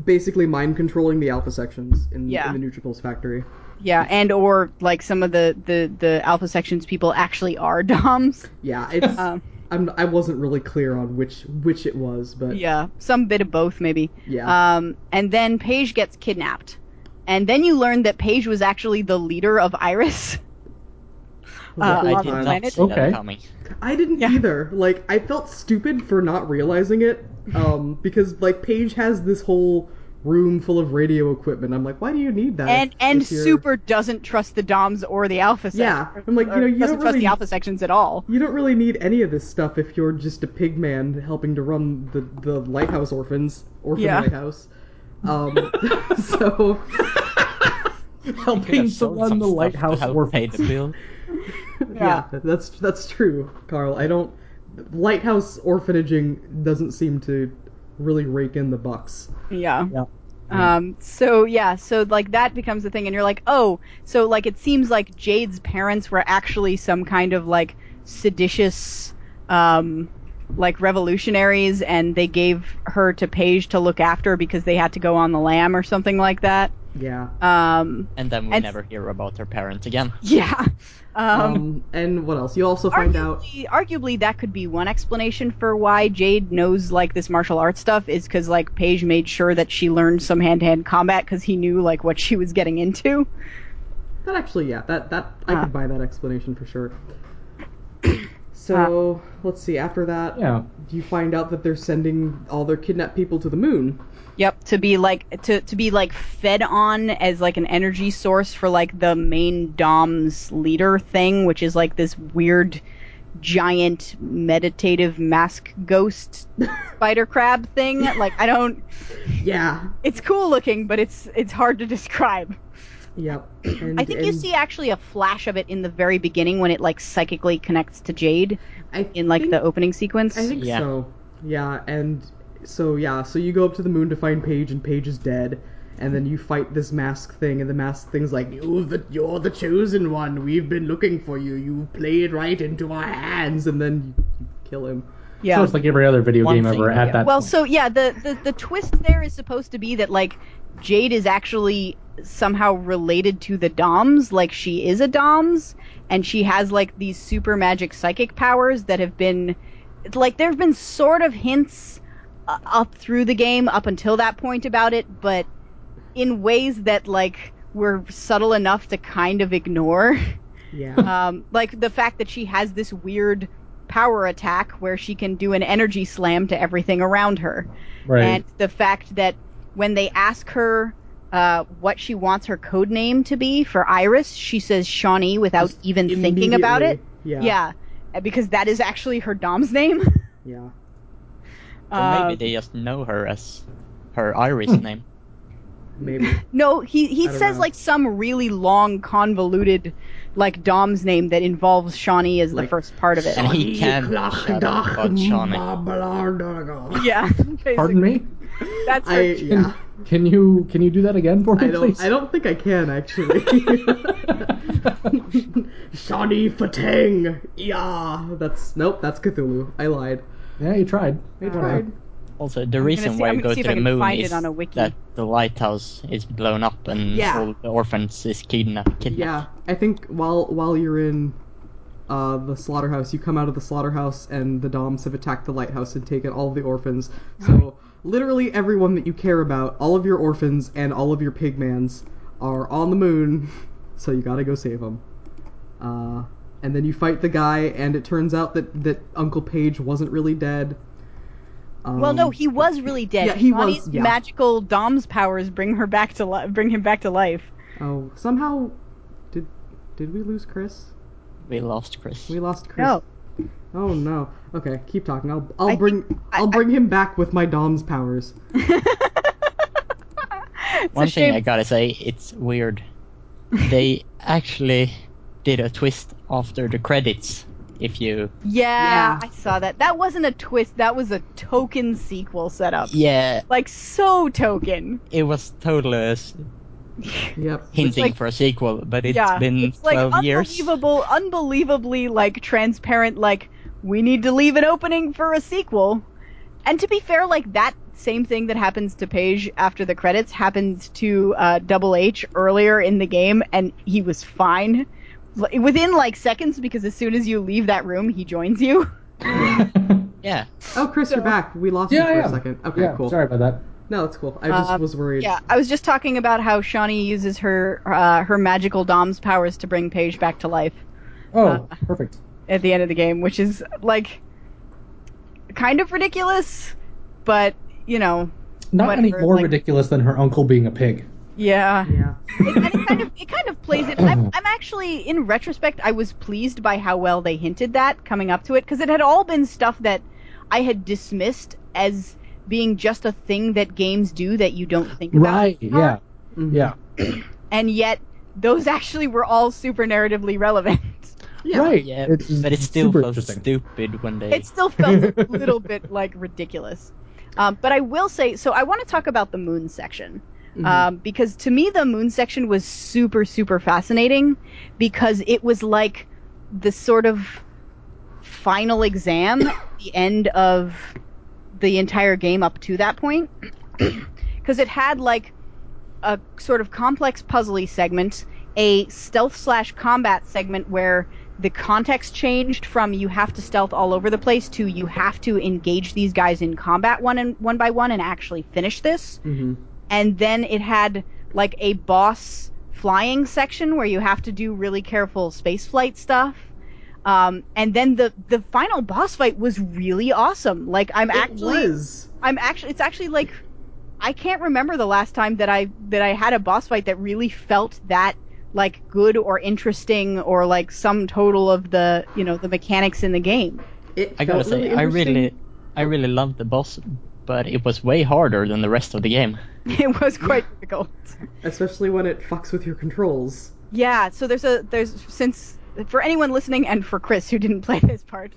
S1: basically mind controlling the alpha sections in,
S2: Yeah.
S1: in the Nutripulse factory.
S2: Yeah, and or like some of the the the alpha sections people actually are DOMs.
S1: Yeah, it's
S2: Um.
S1: I'm, I wasn't really clear on which which it was, but
S2: Yeah, some bit of both maybe.
S1: Yeah.
S2: Um, and then Paige gets kidnapped, and then you learn that Paige was actually the leader of Iris. Uh,
S3: I
S2: on
S3: did
S2: the
S3: not
S2: planet.
S3: see
S4: Okay.
S3: that coming.
S1: I didn't
S2: Yeah.
S1: either. Like I felt stupid for not realizing it, um, because like Paige has this whole room full of radio equipment. I'm like, why do you need that?
S2: And
S1: if-
S2: and
S1: if you're-
S2: Super doesn't trust the DOMs or the alpha.
S1: Yeah,
S2: sections,
S1: I'm like, you
S2: or
S1: know, you
S2: doesn't
S1: don't
S2: trust
S1: really-
S2: the alpha sections at all.
S1: You don't really need any of this stuff if you're just a pig man helping to run the the lighthouse orphans orphan
S2: Yeah.
S1: lighthouse. Um, so
S4: helping to run the lighthouse
S3: help
S4: orphan.
S3: pay the bill.
S1: Yeah. that's that's true, Carl. I don't. Lighthouse orphanaging doesn't seem to really rake in the bucks.
S2: Yeah.
S4: Yeah.
S2: Um, so yeah, so like that becomes the thing, and you're like, oh, so like it seems like Jade's parents were actually some kind of like seditious, um, like revolutionaries, and they gave her to Paige to look after because they had to go on the lam or something like that.
S1: Yeah.
S2: Um,
S3: And then we
S2: And-
S3: never hear about her parents again.
S2: yeah. Um,
S1: Um, and what else? You also find out.
S2: arguably, arguably that could be one explanation for why Jade knows like this martial arts stuff is because like Paige made sure that she learned some hand to hand combat because he knew like what she was getting into.
S1: That actually, yeah, that that I
S2: Uh.
S1: could buy that explanation for sure. So let's see. After that,
S4: Yeah.
S1: you find out that they're sending all their kidnapped people to the moon.
S2: Yep, to be like to to be like fed on as like an energy source for like the main dom's leader thing, which is like this weird giant meditative mask ghost spider crab thing. Like I don't
S1: Yeah.
S2: it's cool looking, but it's it's hard to describe.
S1: Yep. And,
S2: I think you
S1: and
S2: see actually a flash of it in the very beginning when it like psychically connects to Jade
S1: I
S2: in like
S1: think-
S2: the opening sequence.
S1: I think
S3: Yeah.
S1: so. Yeah, and so yeah, so you go up to the moon to find Paige, and Paige is dead. And then you fight this mask thing, and the mask thing's like, "You, the, you're the chosen one. We've been looking for you. You played right into our hands." And then you, you kill him.
S2: yeah.
S4: So it's like every other video
S3: One
S4: game
S3: thing,
S4: ever at
S3: yeah.
S4: that
S2: well,
S4: point.
S2: so yeah, the, the the twist there is supposed to be that like Jade is actually somehow related to the Doms, like she is a Doms, and she has like these super magic psychic powers that have been, it's like there have been sort of hints uh, up through the game up until that point about it, but in ways that like were subtle enough to kind of ignore
S1: Yeah.
S2: um, like the fact that she has this weird power attack where she can do an energy slam to everything around her
S4: right.
S2: and the fact that when they ask her uh, what she wants her code name to be for iris she says shawnee without
S1: Just
S2: even thinking about it
S1: Immediately. Yeah.
S2: yeah. Uh, because that is actually her dom's name
S1: Yeah.
S3: Or
S2: Um,
S3: maybe they just know her as her Irish
S1: Hmm.
S3: name.
S1: Maybe.
S2: No, he he
S1: I don't
S2: says
S1: know.
S2: like some really long, convoluted, like Dom's name that involves Shawnee as the
S1: Like,
S2: first part of it.
S3: And he can shut up about Shawnee.
S1: Shawnee.
S2: yeah, basically.
S4: Pardon me?
S2: That's
S1: I
S2: her-
S1: yeah.
S4: Can you can you do that again for me,
S1: I don't.
S4: please?
S1: I don't think I can actually. Shawnee Fatang. Yeah. That's nope. That's Cthulhu. I lied. Uh,
S4: yeah, you tried.
S1: I tried.
S3: Also, the reason
S2: see-
S3: why
S2: I'm
S3: you
S2: gonna
S3: go
S2: see
S3: to
S2: if
S3: the
S2: I can
S3: moon
S2: find it
S3: is
S2: on a wiki.
S3: that the lighthouse is blown up and
S1: Yeah.
S3: all the orphans is kidnapped.
S1: Yeah.
S3: kidnapped.
S1: I think while while you're in. Uh, the slaughterhouse. You come out of the slaughterhouse, and the Doms have attacked the lighthouse and taken all of the orphans. So literally everyone that you care about, all of your orphans and all of your pigmans, are on the moon. So you gotta go save them. Uh, and then you fight the guy, and it turns out that, that Uncle Page wasn't really dead. Um,
S2: well, no, he was really dead.
S1: Yeah, he
S2: Shawnee's
S1: was- yeah.
S2: magical Dom's powers bring her back to li- bring him back to life.
S1: Oh, somehow, did did we lose Chris?
S3: We lost Chris.
S1: We lost Chris.
S2: No,
S1: Oh no. Okay, keep talking. I'll I'll
S2: I
S1: bring
S2: I-
S1: I'll
S2: I-
S1: bring him back with my Dom's powers.
S2: it's a
S3: One thing
S2: shame.
S3: I gotta say, it's weird. they actually did a twist after the credits. If you,
S2: yeah,
S1: Yeah.
S2: I saw that. That wasn't a twist. That was a token sequel setup.
S3: yeah,
S2: Like so token.
S3: it was totally a s-
S1: Yep.
S3: hinting
S2: like-
S3: for a sequel, but it's been
S2: it's like
S3: twelve years.
S2: unbelievable, unbelievably like transparent. Like we need to leave an opening for a sequel. And to be fair, like that same thing that happens to Paige after the credits happens to uh, Double H earlier in the game, and he was fine Like, within like seconds because as soon as you leave that room, he joins you.
S3: Yeah,
S1: Oh, Chris, you're back. We lost
S4: Yeah,
S1: you for
S4: yeah.
S1: a second. Okay,
S4: yeah,
S1: cool.
S4: sorry about that.
S1: No, that's cool. I just
S2: Uh,
S1: was worried.
S2: Yeah, I was just talking about how Shawnee uses her uh, her magical Dom's powers to bring Paige back to life.
S4: Oh,
S2: Uh,
S4: perfect.
S2: at the end of the game, which is like kind of ridiculous, but you know,
S4: Not
S2: whatever,
S4: any more
S2: like-
S4: ridiculous than her uncle being a pig.
S2: yeah.
S1: Yeah.
S2: It, and it kind of it kind of plays it. I'm, I'm actually in retrospect, I was pleased by how well they hinted that coming up to it because it had all been stuff that I had dismissed as being just a thing that Mm-hmm. games do that you don't think about.
S4: Right, yeah.
S1: Mhm.
S4: Yeah.
S2: and yet those actually were all super narratively relevant.
S1: Yeah.
S4: Right.
S3: Yeah,
S4: It's
S3: but it still
S4: super
S3: felt
S4: interesting.
S3: stupid when they.
S2: It still felt a little bit like ridiculous. Um, but I will say, so I want to talk about the moon section. Um, because to me, the moon section was super, super fascinating because it was like the sort of final exam at the end of the entire game up to that point. Because it had like a sort of complex puzzly segment, a stealth slash combat segment where the context changed from you have to stealth all over the place to you have to engage these guys in combat one and one by one and actually finish this
S1: Mm-hmm.
S2: and then it had like a boss flying section where you have to do really careful space flight stuff um, and then the the final boss fight was really awesome like i'm actually i'm actually it's actually like i can't remember the last time that i that i had a boss fight that really felt that like good or interesting or like sum total of the you know the mechanics in the game
S1: It
S3: I gotta
S1: felt
S3: say,
S1: really
S3: I
S1: interesting.
S3: really, I really loved the boss, but it was way harder than the rest of the game.
S2: it was quite difficult
S1: especially when it fucks with your controls.
S2: Yeah, so there's a there's since for anyone listening and for Chris who didn't play this part,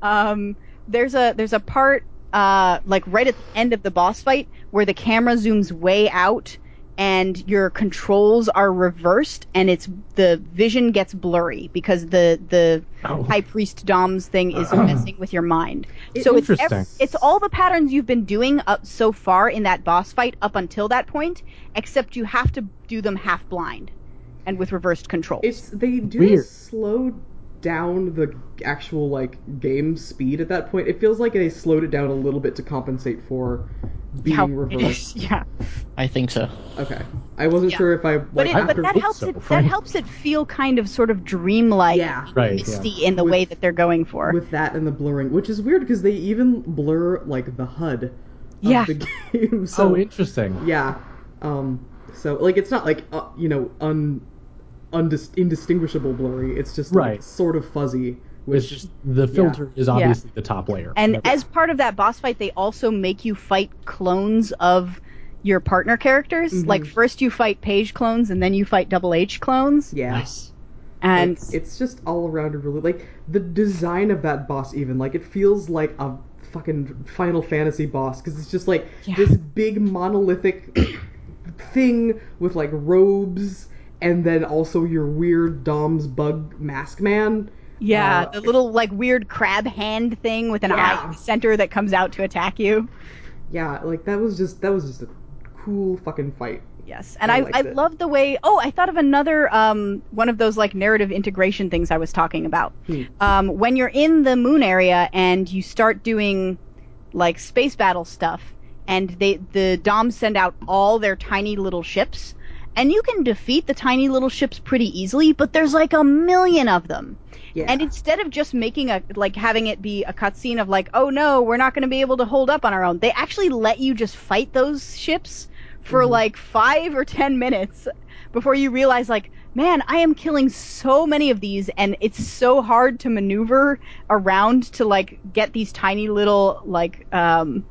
S2: um, there's a there's a part uh, like right at the end of the boss fight where the camera zooms way out and your controls are reversed and it's the vision gets blurry because the the
S4: Oh.
S2: high priest dom's thing is messing with your mind. So it's ev-
S4: Interesting.
S2: it's all the patterns you've been doing up so far in that boss fight up until that point, except you have to do them half blind and with reversed control.
S1: It's they do
S4: Weird.
S1: slow down the actual like game speed at that point. It feels like they slowed it down a little bit to compensate for being
S2: How it
S1: reversed.
S2: is, yeah.
S3: I think so.
S1: Okay, I wasn't
S2: Yeah.
S1: sure if I like
S2: But, it, but
S1: after-
S2: that helps
S4: so,
S2: it that
S4: right?
S2: helps it feel kind of sort of dreamlike,
S1: yeah.
S4: Right. Yeah.
S2: misty in the way that they're going for.
S1: With that and the blurring, which is weird because they even blur like the HUD of
S2: Yeah. Oh,
S1: the game. So
S4: So interesting.
S1: Yeah. Um. So like, it's not like uh, you know un, undis- indistinguishable blurry. It's just like,
S4: Right.
S1: sort of fuzzy, which
S4: It's just the filter is obviously the top layer.
S2: And
S4: Never-
S2: as part of that boss fight, they also make you fight clones of your partner characters.
S1: Mm-hmm.
S2: Like first you fight Paige clones, and then you fight Double H clones.
S1: yeah.
S3: Nice.
S2: And
S1: It's, it's just all around a really like the design of that boss. Even like it feels like a fucking Final Fantasy boss because it's just like
S2: Yeah.
S1: this big monolithic thing with like robes and then also your weird Dom's bug mask man.
S2: yeah,
S1: Uh,
S2: the little like weird crab hand thing with an eye in
S1: Yeah.
S2: the center that comes out to attack you.
S1: Yeah, like that was just that was just a cool fucking fight.
S2: Yes, and
S1: I
S2: I,
S1: liked
S2: I
S1: it.
S2: love the way. Oh, I thought of another um, one of those like narrative integration things I was talking about.
S1: Hmm.
S2: Um, when you're in the moon area and you start doing like space battle stuff, and they the DOMs send out all their tiny little ships, and you can defeat the tiny little ships pretty easily, but there's like a million of them.
S1: Yeah.
S2: And instead of just making a like having it be a cutscene of like, oh no, we're not going to be able to hold up on our own, they actually let you just fight those ships for like five or ten minutes before you realize like, man, I am killing so many of these, and it's so hard to maneuver around to like get these tiny little like um,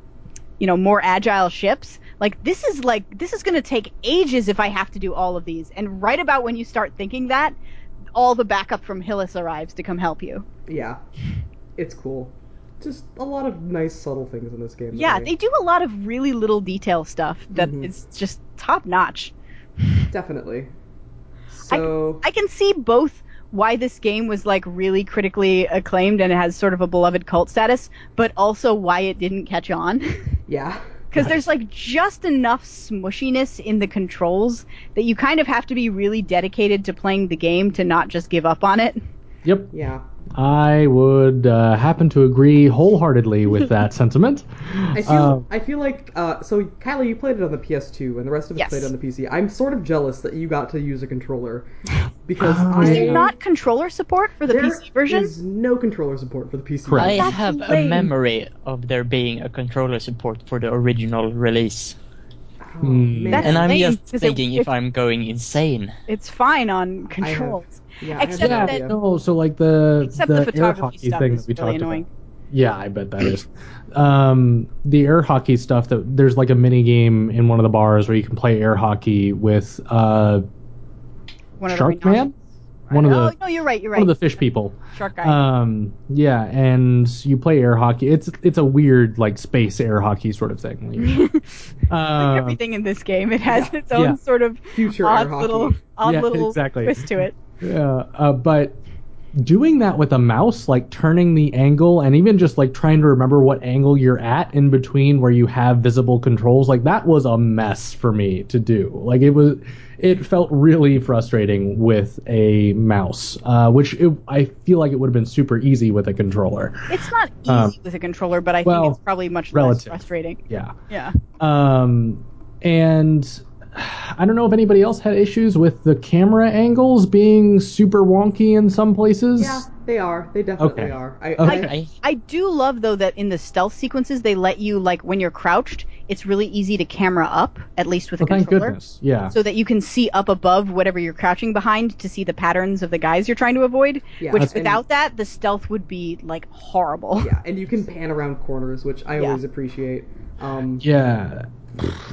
S2: you know more agile ships. Like this is like this is going to take ages if I have to do all of these. And right about when you start thinking that, all the backup from Hillis arrives to come help you.
S1: Yeah, it's cool. Just a lot of nice subtle things in this game. that
S2: Yeah,
S1: I
S2: they do a lot of really little detail stuff that is
S1: Mhm.
S2: just top notch.
S1: definitely. So
S2: I can see both why this game was like really critically acclaimed and has sort of a beloved cult status, but also why it didn't catch on.
S1: yeah,
S2: Because there's like just enough smushiness in the controls that you kind of have to be really dedicated to playing the game to not just give up on it.
S4: yep.
S1: yeah.
S4: I would uh, happen to agree wholeheartedly with that sentiment.
S1: I feel
S4: Um,
S1: I feel like uh, so Kylie, you played it on the PS2, and the rest of us
S2: Yes.
S1: played it on the PC. I'm sort of jealous that you got to use a controller because
S4: Oh.
S1: I,
S2: Is there not controller support for the
S1: there
S2: PC version?
S1: is no controller support for the PC.
S4: Correct.
S3: I
S1: version.
S2: That's
S3: have a
S2: lame.
S3: memory of there being a controller support for the original release,
S1: Oh,
S4: Hmm.
S1: man.
S2: That's
S3: and I'm
S2: lame,
S3: just
S2: 'cause it-
S3: thinking if
S2: if-
S3: I'm going insane.
S2: It's fine on controls.
S1: yeah, I had
S2: except
S1: no
S2: that-
S1: idea.
S4: No, so like the
S2: Except
S4: the,
S2: the
S4: air
S2: photography
S4: hockey
S2: stuff
S4: thing
S2: is
S4: that we
S2: really
S4: talked
S2: annoying.
S4: about. Yeah, I bet that is. um, the air hockey stuff that there's like a mini game in one of the bars where you can play air hockey with uh,
S2: One of
S4: Shark
S2: the
S4: Man, one of the
S2: oh no, you're right. You're right.
S4: one of the fish people.
S2: shark guy.
S4: Um, yeah, and you play air hockey. It's it's a weird like space air hockey sort of thing.
S2: like
S4: Um,
S2: everything in this game, it has its own
S4: yeah.
S2: sort of
S1: Future air
S2: odd
S1: hockey.
S2: little, odd
S4: Yeah,
S2: little
S4: exactly.
S2: twist to it.
S4: Yeah, uh, but doing that with a mouse, like turning the angle and even just like trying to remember what angle you're at in between where you have visible controls, like that was a mess for me to do. Like it was, it felt really frustrating with a mouse, uh, which it, I feel like it would have been super easy with a controller.
S2: It's not easy
S4: Um,
S2: with a controller, but I
S4: well,
S2: think it's probably much less
S4: relative.
S2: frustrating.
S4: Yeah.
S2: Yeah.
S4: Um, and I don't know if anybody else had issues with the camera angles being super wonky in some places.
S1: Yeah, they are. They definitely
S4: Okay.
S1: are. I,
S4: Okay.
S1: I,
S3: I,
S2: I do love though that in the stealth sequences they let you like when you're crouched, it's really easy to camera up, at least with
S4: Well,
S2: a
S4: thank
S2: controller.
S4: goodness. Yeah.
S2: So that you can see up above whatever you're crouching behind to see the patterns of the guys you're trying to avoid.
S1: yeah,
S2: which
S1: and-
S2: without that, the stealth would be like horrible.
S1: yeah, and you can pan around corners, which I
S2: Yeah.
S1: always appreciate. Um,
S4: Yeah.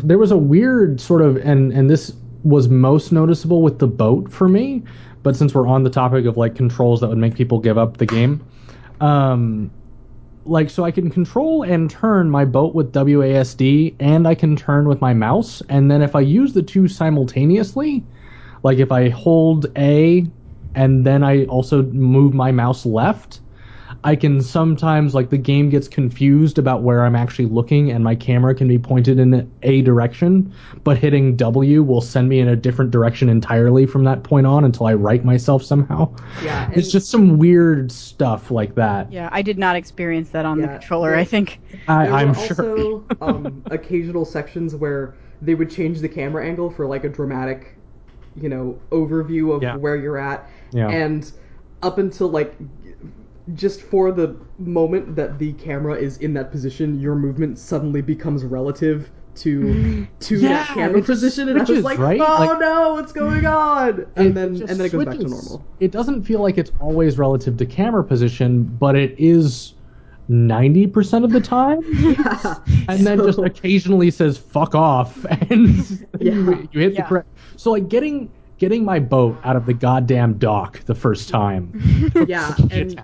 S4: There was a weird sort of and and this was most noticeable with the boat for me, but since we're on the topic of like controls that would make people give up the game, um like so I can control and turn my boat with WASD and I can turn with my mouse and then if I use the two simultaneously, like if I hold A and then I also move my mouse left, I can sometimes like the game gets confused about where I'm actually looking, and my camera can be pointed in a direction, but hitting W will send me in a different direction entirely from that point on until I right myself somehow.
S1: yeah, and
S4: It's just some weird stuff like that.
S2: Yeah, I did not experience that on the
S1: Yeah.
S2: controller. I think
S4: I,
S1: there
S4: I'm
S1: were
S4: sure.
S1: also um, occasional sections where they would change the camera angle for like a dramatic, you know, overview of
S4: Yeah.
S1: where you're at,
S4: Yeah.
S1: and up until like just for the moment that the camera is in that position, your movement suddenly becomes relative to to that
S4: Yeah,
S1: camera
S4: it just
S1: position, and I was
S4: switches,
S1: like,
S4: right?
S1: "Oh
S4: Like-
S1: no, what's going on?" And then and
S4: just
S1: then it goes back to
S4: switches.
S1: normal.
S4: It doesn't feel like it's always relative to camera position, but it is 90% of the time. and then just
S1: So-
S4: occasionally says "fuck off" and
S1: Yeah.
S4: you, you hit
S2: Yeah.
S4: the correct. So like getting getting my boat out of the goddamn dock the first time.
S1: Yeah, and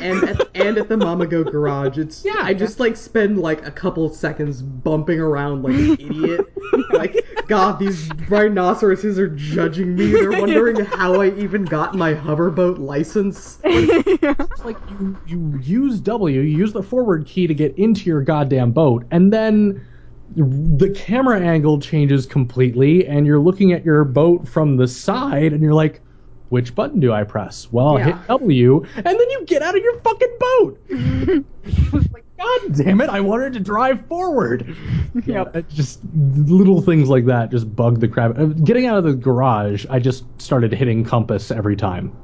S1: and at, and at the Mamago garage, it's yeah. I just like spend like a couple seconds bumping around like an idiot. like, God, these rhinoceroses are judging me. They're wondering how I even got my hoverboat license.
S4: It's like you you use W, you use the forward key to get into your goddamn boat, and then the camera angle changes completely, and you're looking at your boat from the side, and you're like. Which button do I press? Well,
S1: Yeah.
S4: hit W, and then you get out of your fucking boat. like, God damn it! I wanted to drive forward. Yeah, it just little things like that just bug the crap. uh, Getting out of the garage, I just started hitting compass every time,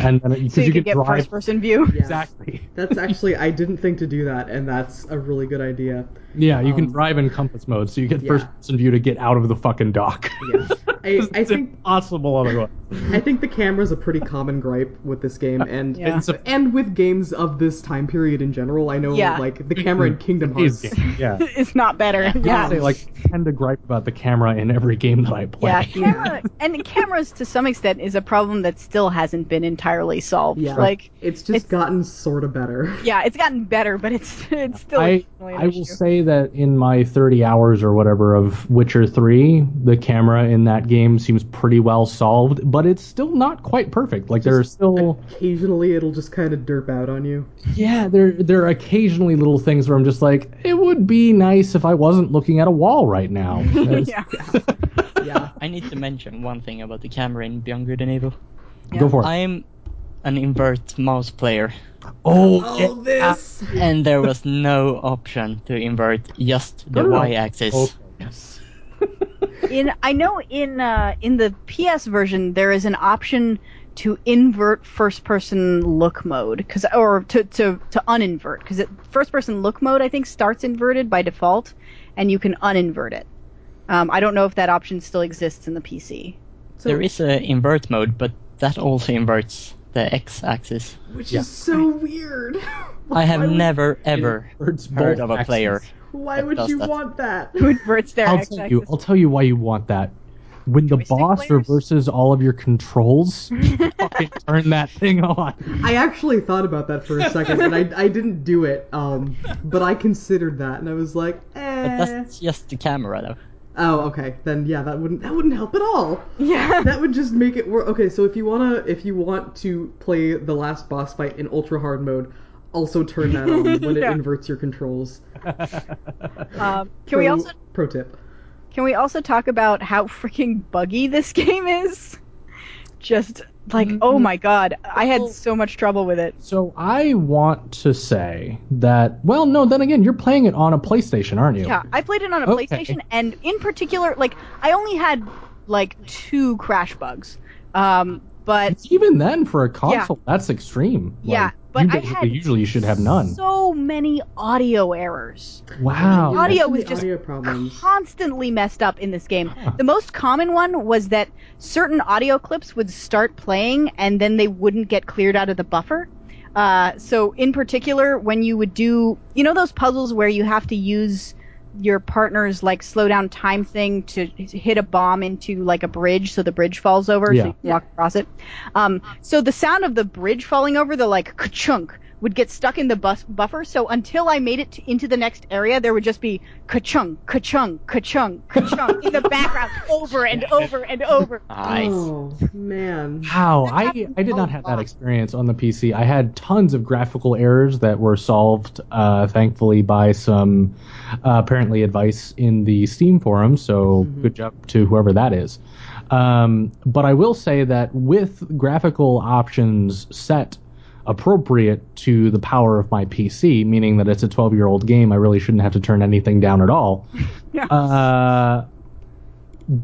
S4: and then because
S2: so you,
S4: you,
S2: could get
S4: could drive
S2: first person view.
S1: Yes.
S4: exactly.
S1: That's actually I didn't think to do that, and that's a really good idea.
S4: Yeah, you can
S1: Um,
S4: drive in compass mode, so you get
S1: yeah.
S4: first person view to get out of the fucking dock.
S1: Yeah, I, I
S4: it's
S1: think
S4: impossible otherwise.
S1: I think the camera's a pretty common gripe with this game, and
S2: Yeah.
S4: It's a-
S1: and with games of this time period in general. I know
S2: Yeah.
S1: like the camera in Kingdom Hearts.
S4: These games, yeah.
S2: it's not better.
S4: I
S2: Yeah.
S4: say, like I tend to gripe about the camera in every game that I play.
S2: Yeah, camera and cameras to some extent is a problem that still hasn't been entirely solved.
S1: Yeah.
S2: Like
S1: It's just
S2: It's-
S1: gotten sort of better.
S2: yeah, it's gotten better, but it's it's still
S4: I,
S2: definitely an
S4: I
S2: issue.
S4: will say that in my 30 hours or whatever of Witcher 3, the camera in that game seems pretty well solved, but it's still not quite perfect. Like there are still
S1: Occasionally, it'll just kind of derp out on you.
S4: yeah, there there are occasionally little things where I'm just like it would be nice if I wasn't looking at a wall right now. There's-
S2: yeah.
S1: Yeah.
S3: I need to mention one thing about the camera in Beyond Good and Evil.
S4: Go for it.
S3: I'm an invert mouse player,
S4: oh, yeah.
S1: this.
S3: and there was no option to invert just the
S4: No, no, no.
S3: y-axis.
S4: Okay, yes.
S2: In I know in uh, in the PS version there is an option to invert first person look mode cuz or to to to uninvert cuz first person look mode I think starts inverted by default and you can uninvert it. Um, I don't know if that option still exists in the PC.
S1: So,
S3: There is a invert mode, but that also inverts the x-axis.
S1: which
S4: yeah.
S1: is so weird.
S3: I have
S1: Why would-
S3: never ever
S4: Hurts
S3: heard
S4: both
S3: of a
S4: axes.
S3: player.
S1: Why would
S3: does
S1: you
S3: that.
S1: want that?
S2: Who inverts their
S4: I'll
S2: x-axis?
S4: tell you. I'll tell you why you want that. when the
S2: Joystick
S4: boss
S2: players?
S4: reverses all of your controls, fucking turn that thing on.
S1: I actually thought about that for a second, and I, I didn't do it, um, but I considered that, and I was like,
S3: But
S1: eh.
S3: that's just the camera, though.
S1: Oh, okay. Then yeah, that wouldn't that wouldn't help at all.
S5: Yeah.
S1: That would just make it work. Okay, so if you wanna if you want to play the last boss fight in ultra hard mode, also turn that on when
S5: Yeah.
S1: it inverts your controls.
S2: Um, can we
S1: Pro-
S2: also
S1: pro tip?
S2: can we also talk about how freaking buggy this game is? Just like oh my god, I had so much trouble with it.
S4: So I want to say that. Well, no. Then again, you're playing it on a PlayStation, aren't you?
S2: Yeah, I played it on a
S4: Okay.
S2: PlayStation, and in particular, like I only had like two crash bugs. Um, but
S4: Even then, for a console, that's extreme.
S2: Yeah,
S4: Like,
S2: but
S4: you
S2: I
S4: basically
S2: had
S4: usually should have none.
S2: so many audio errors.
S4: wow.
S1: You
S2: Audio
S1: mentioned
S2: was
S1: the
S2: just
S1: audio problems.
S2: constantly messed up in this game. The most common one was that certain audio clips would start playing and then they wouldn't get cleared out of the buffer. Uh, so, in particular, when you would do, you know, those puzzles where you have to use your partner's like slow down time thing to hit a bomb into like a bridge so the bridge falls over
S4: Yeah.
S2: so you can walk across it um, so the sound of the bridge falling over the like ka-chunk would get stuck in the bus- buffer so until i made it to, into the next area there would just be ka-chunk ka-chunk ka-chunk ka-chunk in the background over and over and over
S3: Nice.
S1: Oh man.
S4: Wow,
S2: That
S4: I,
S2: happened
S4: I did
S2: a
S4: not have that
S2: lot.
S4: experience on the PC. I had tons of graphical errors that were solved, uh, thankfully, by some uh, apparently advice in the Steam forum. So
S2: Mm-hmm.
S4: good job to whoever that is. Um, but I will say that with graphical options set appropriate to the power of my PC, meaning that it's a 12 year old game, I really shouldn't have to turn anything down at all. uh,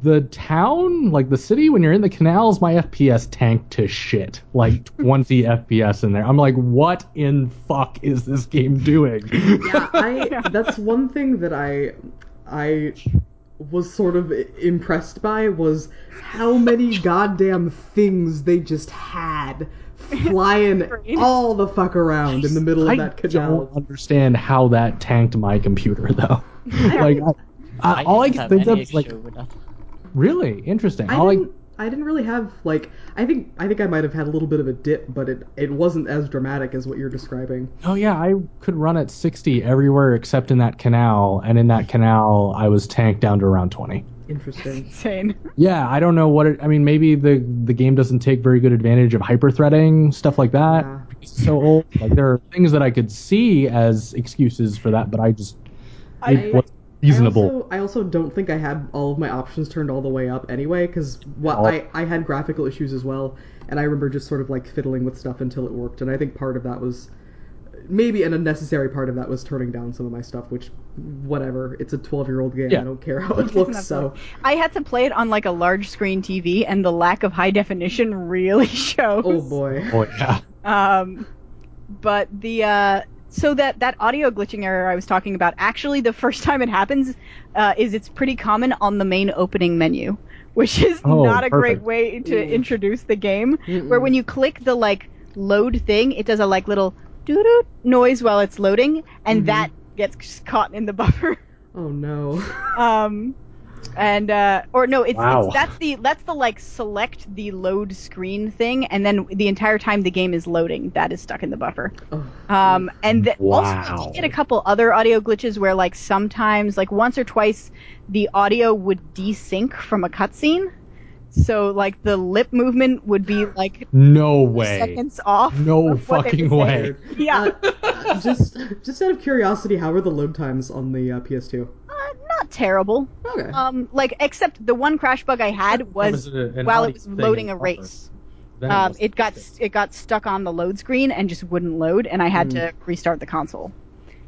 S4: the town, like the city, when you're in the canals, my FPS tanked to shit. Like 20 FPS in there. I'm like, what in fuck is this game doing?
S1: yeah, I that's one thing that I I was sort of i- impressed by was how many goddamn things they just had flying all the fuck around in the middle
S4: I
S1: of that
S4: don't
S1: canal.
S4: understand how that tanked my computer though. like, I, I, all I
S3: didn't
S4: can think
S3: have
S4: of
S3: any
S4: is like,
S3: issue with that.
S4: really interesting.
S1: I
S4: all I-
S1: didn't, I didn't really have like I think I think I might have had a little bit of a dip, but it it wasn't as dramatic as what you're describing.
S4: oh yeah, I could run at 60 everywhere except in that canal, and in that canal, I was tanked down to around 20.
S1: Interesting.
S2: insane
S4: Yeah, I don't know what it. I mean, maybe the the game doesn't take very good advantage of hyperthreading stuff like that.
S1: Yeah.
S4: It's so old. Like there are things that I could see as excuses for that, but I just it
S1: I-
S4: was reasonable.
S1: I also, I also don't think I had all of my options turned all the way up anyway, because
S4: Oh.
S1: I, I had graphical issues as well, and I remember just sort of like fiddling with stuff until it worked, and I think part of that was maybe an unnecessary part of that was turning down some of my stuff, which whatever, it's a 12 year old game,
S4: Yeah.
S1: I don't care how it looks, so
S2: i had to play it on like a large screen tv and the lack of high definition really shows
S1: oh boy.
S4: oh yeah.
S2: Um, but the uh, so that that audio glitching error I was talking about, actually, the first time it happens uh, is it's pretty common on the main opening menu, which is
S4: Oh,
S2: not a great
S4: perfect.
S2: way to
S1: Mm.
S2: introduce the game. Where
S1: Mm-mm.
S2: when you click the like load thing, it does a like little doo doo noise while it's loading, and
S1: Mhm.
S2: that gets caught in the buffer.
S1: Oh no.
S2: Um, and uh, or no, it's,
S4: Wow.
S2: it's that's the that's the like select the load screen thing, and then the entire time the game is loading, that is stuck in the buffer.
S1: Oh.
S2: Um, and th- also
S4: Wow.
S2: you did a couple other audio glitches where like sometimes like once or twice the audio would desync from a cutscene, so like the lip movement would be like
S4: No way.
S2: seconds off.
S4: No
S2: of what they
S4: fucking
S2: were
S4: way.
S2: saying. Yeah,
S1: Uh, uh, just just out of curiosity, how are the load times on the uh, PS2?
S2: Uh, not terrible.
S1: Okay.
S2: Um, like except the one crash bug I had was while it was loading a race. um, it got it got stuck on the load screen and just wouldn't load, and I
S1: Hmm.
S2: had to restart the console.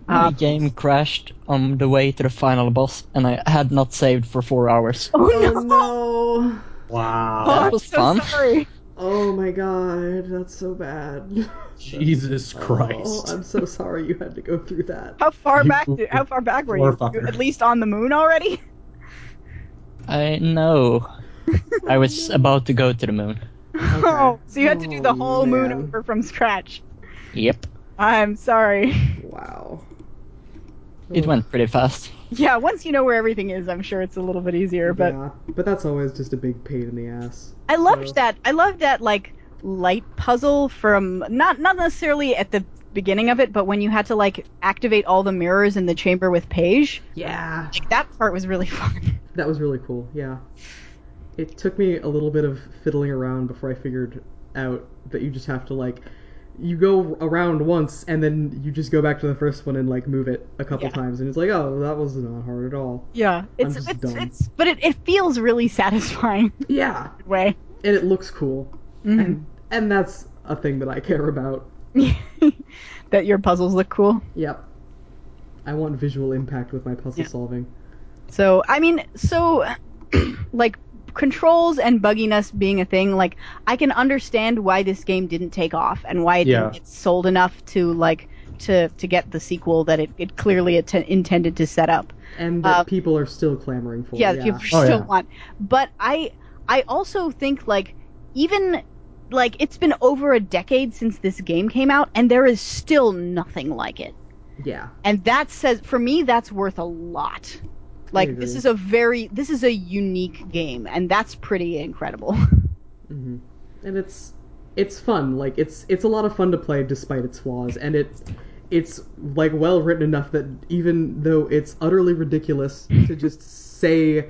S3: My
S2: Um,
S3: game crashed on the way to the final boss, and I had not saved for four hours.
S2: oh no!
S1: Oh no.
S4: Wow.
S3: that
S2: I'm
S3: was
S2: so
S3: fun.
S2: sorry.
S1: Oh my god, that's so bad.
S4: Jesus
S1: Oh,
S4: Christ.
S1: I'm so sorry you had to go through that.
S2: How far
S4: You
S2: back? Did, how far back were
S4: poor
S2: you?
S4: fucker.
S2: You At least on the moon already.
S3: I know. I was about to go to the moon.
S2: Oh, so you had to do the
S1: Oh,
S2: whole moon
S1: man.
S2: over from scratch.
S3: Yep.
S2: I'm sorry.
S1: Wow.
S3: It went pretty fast.
S2: Yeah, once you know where everything is, I'm sure it's a little bit easier. But
S1: yeah, but that's always just a big pain in the ass.
S2: I loved
S1: So-
S2: that. I loved that like light puzzle from not not necessarily at the beginning of it, but when you had to like activate all the mirrors in the chamber with Paige.
S1: Yeah,
S2: Like that part was really fun.
S1: that was really cool. Yeah, it took me a little bit of fiddling around before I figured out that you just have to like you go around once and then you just go back to the first one and like move it a couple
S2: Yeah.
S1: times and it's like oh that was not hard at all.
S2: Yeah, it's
S1: just
S2: it's,
S1: dumb.
S2: it's but it, it feels really satisfying in
S1: Yeah, Mm-hmm.
S2: a way.
S1: and it looks cool,
S2: Mhm.
S1: and and that's a thing that I care about.
S2: that your puzzles look cool.
S1: Yep. I want visual impact with my puzzle solving.
S2: So I mean, so like controls and bugginess being a thing, like I can understand why this game didn't take off and why it
S4: Yeah.
S2: didn't get sold enough to like to to get the sequel that it, it clearly att- intended to set up.
S1: And that
S2: Uh,
S1: people are still clamoring for.
S2: yeah,
S1: yeah.
S2: that people
S4: Oh,
S2: still
S4: yeah.
S2: want. But I I also think like even like it's been over a decade since this game came out and there is still nothing like it.
S1: Yeah.
S2: and that says for me that's worth a lot like this
S1: agree.
S2: is a very this is a unique game and that's pretty incredible
S1: hmm And it's it's fun. Like it's it's a lot of fun to play despite its flaws, and it it's like well written enough that even though it's utterly ridiculous to just say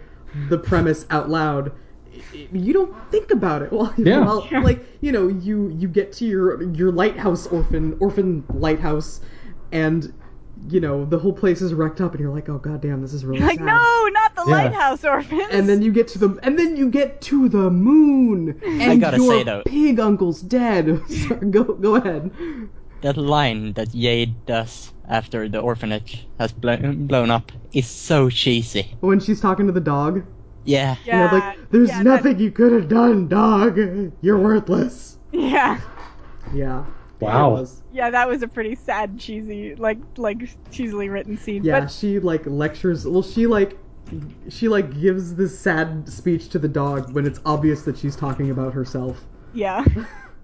S1: the premise out loud. i- i- You don't think about it while,
S4: Yeah.
S1: while like you know you you get to your your lighthouse orphan orphan lighthouse, and you know the whole place is wrecked up, and you're like, oh goddamn, this is really
S2: like
S1: sad.
S2: no not the
S4: Yeah.
S2: lighthouse orphans
S1: and then you get to the and then you get to the moon and
S3: gotta
S1: your
S3: say, though-
S1: pig uncle's dead Sorry, go go ahead
S3: That line that Jade does after the orphanage has blown blown up is so cheesy.
S1: when she's talking to the dog
S3: Yeah.
S1: and I'm like there's
S2: yeah, that-
S1: nothing you could have done dog you're worthless
S2: yeah
S1: yeah
S4: Wow.
S1: It was-
S2: yeah that was a pretty sad cheesy like like cheesily written scene
S1: yeah
S2: but
S1: she like lectures well she like she like gives this sad speech to the dog when it's obvious that she's talking about herself
S2: yeah
S4: Yeah,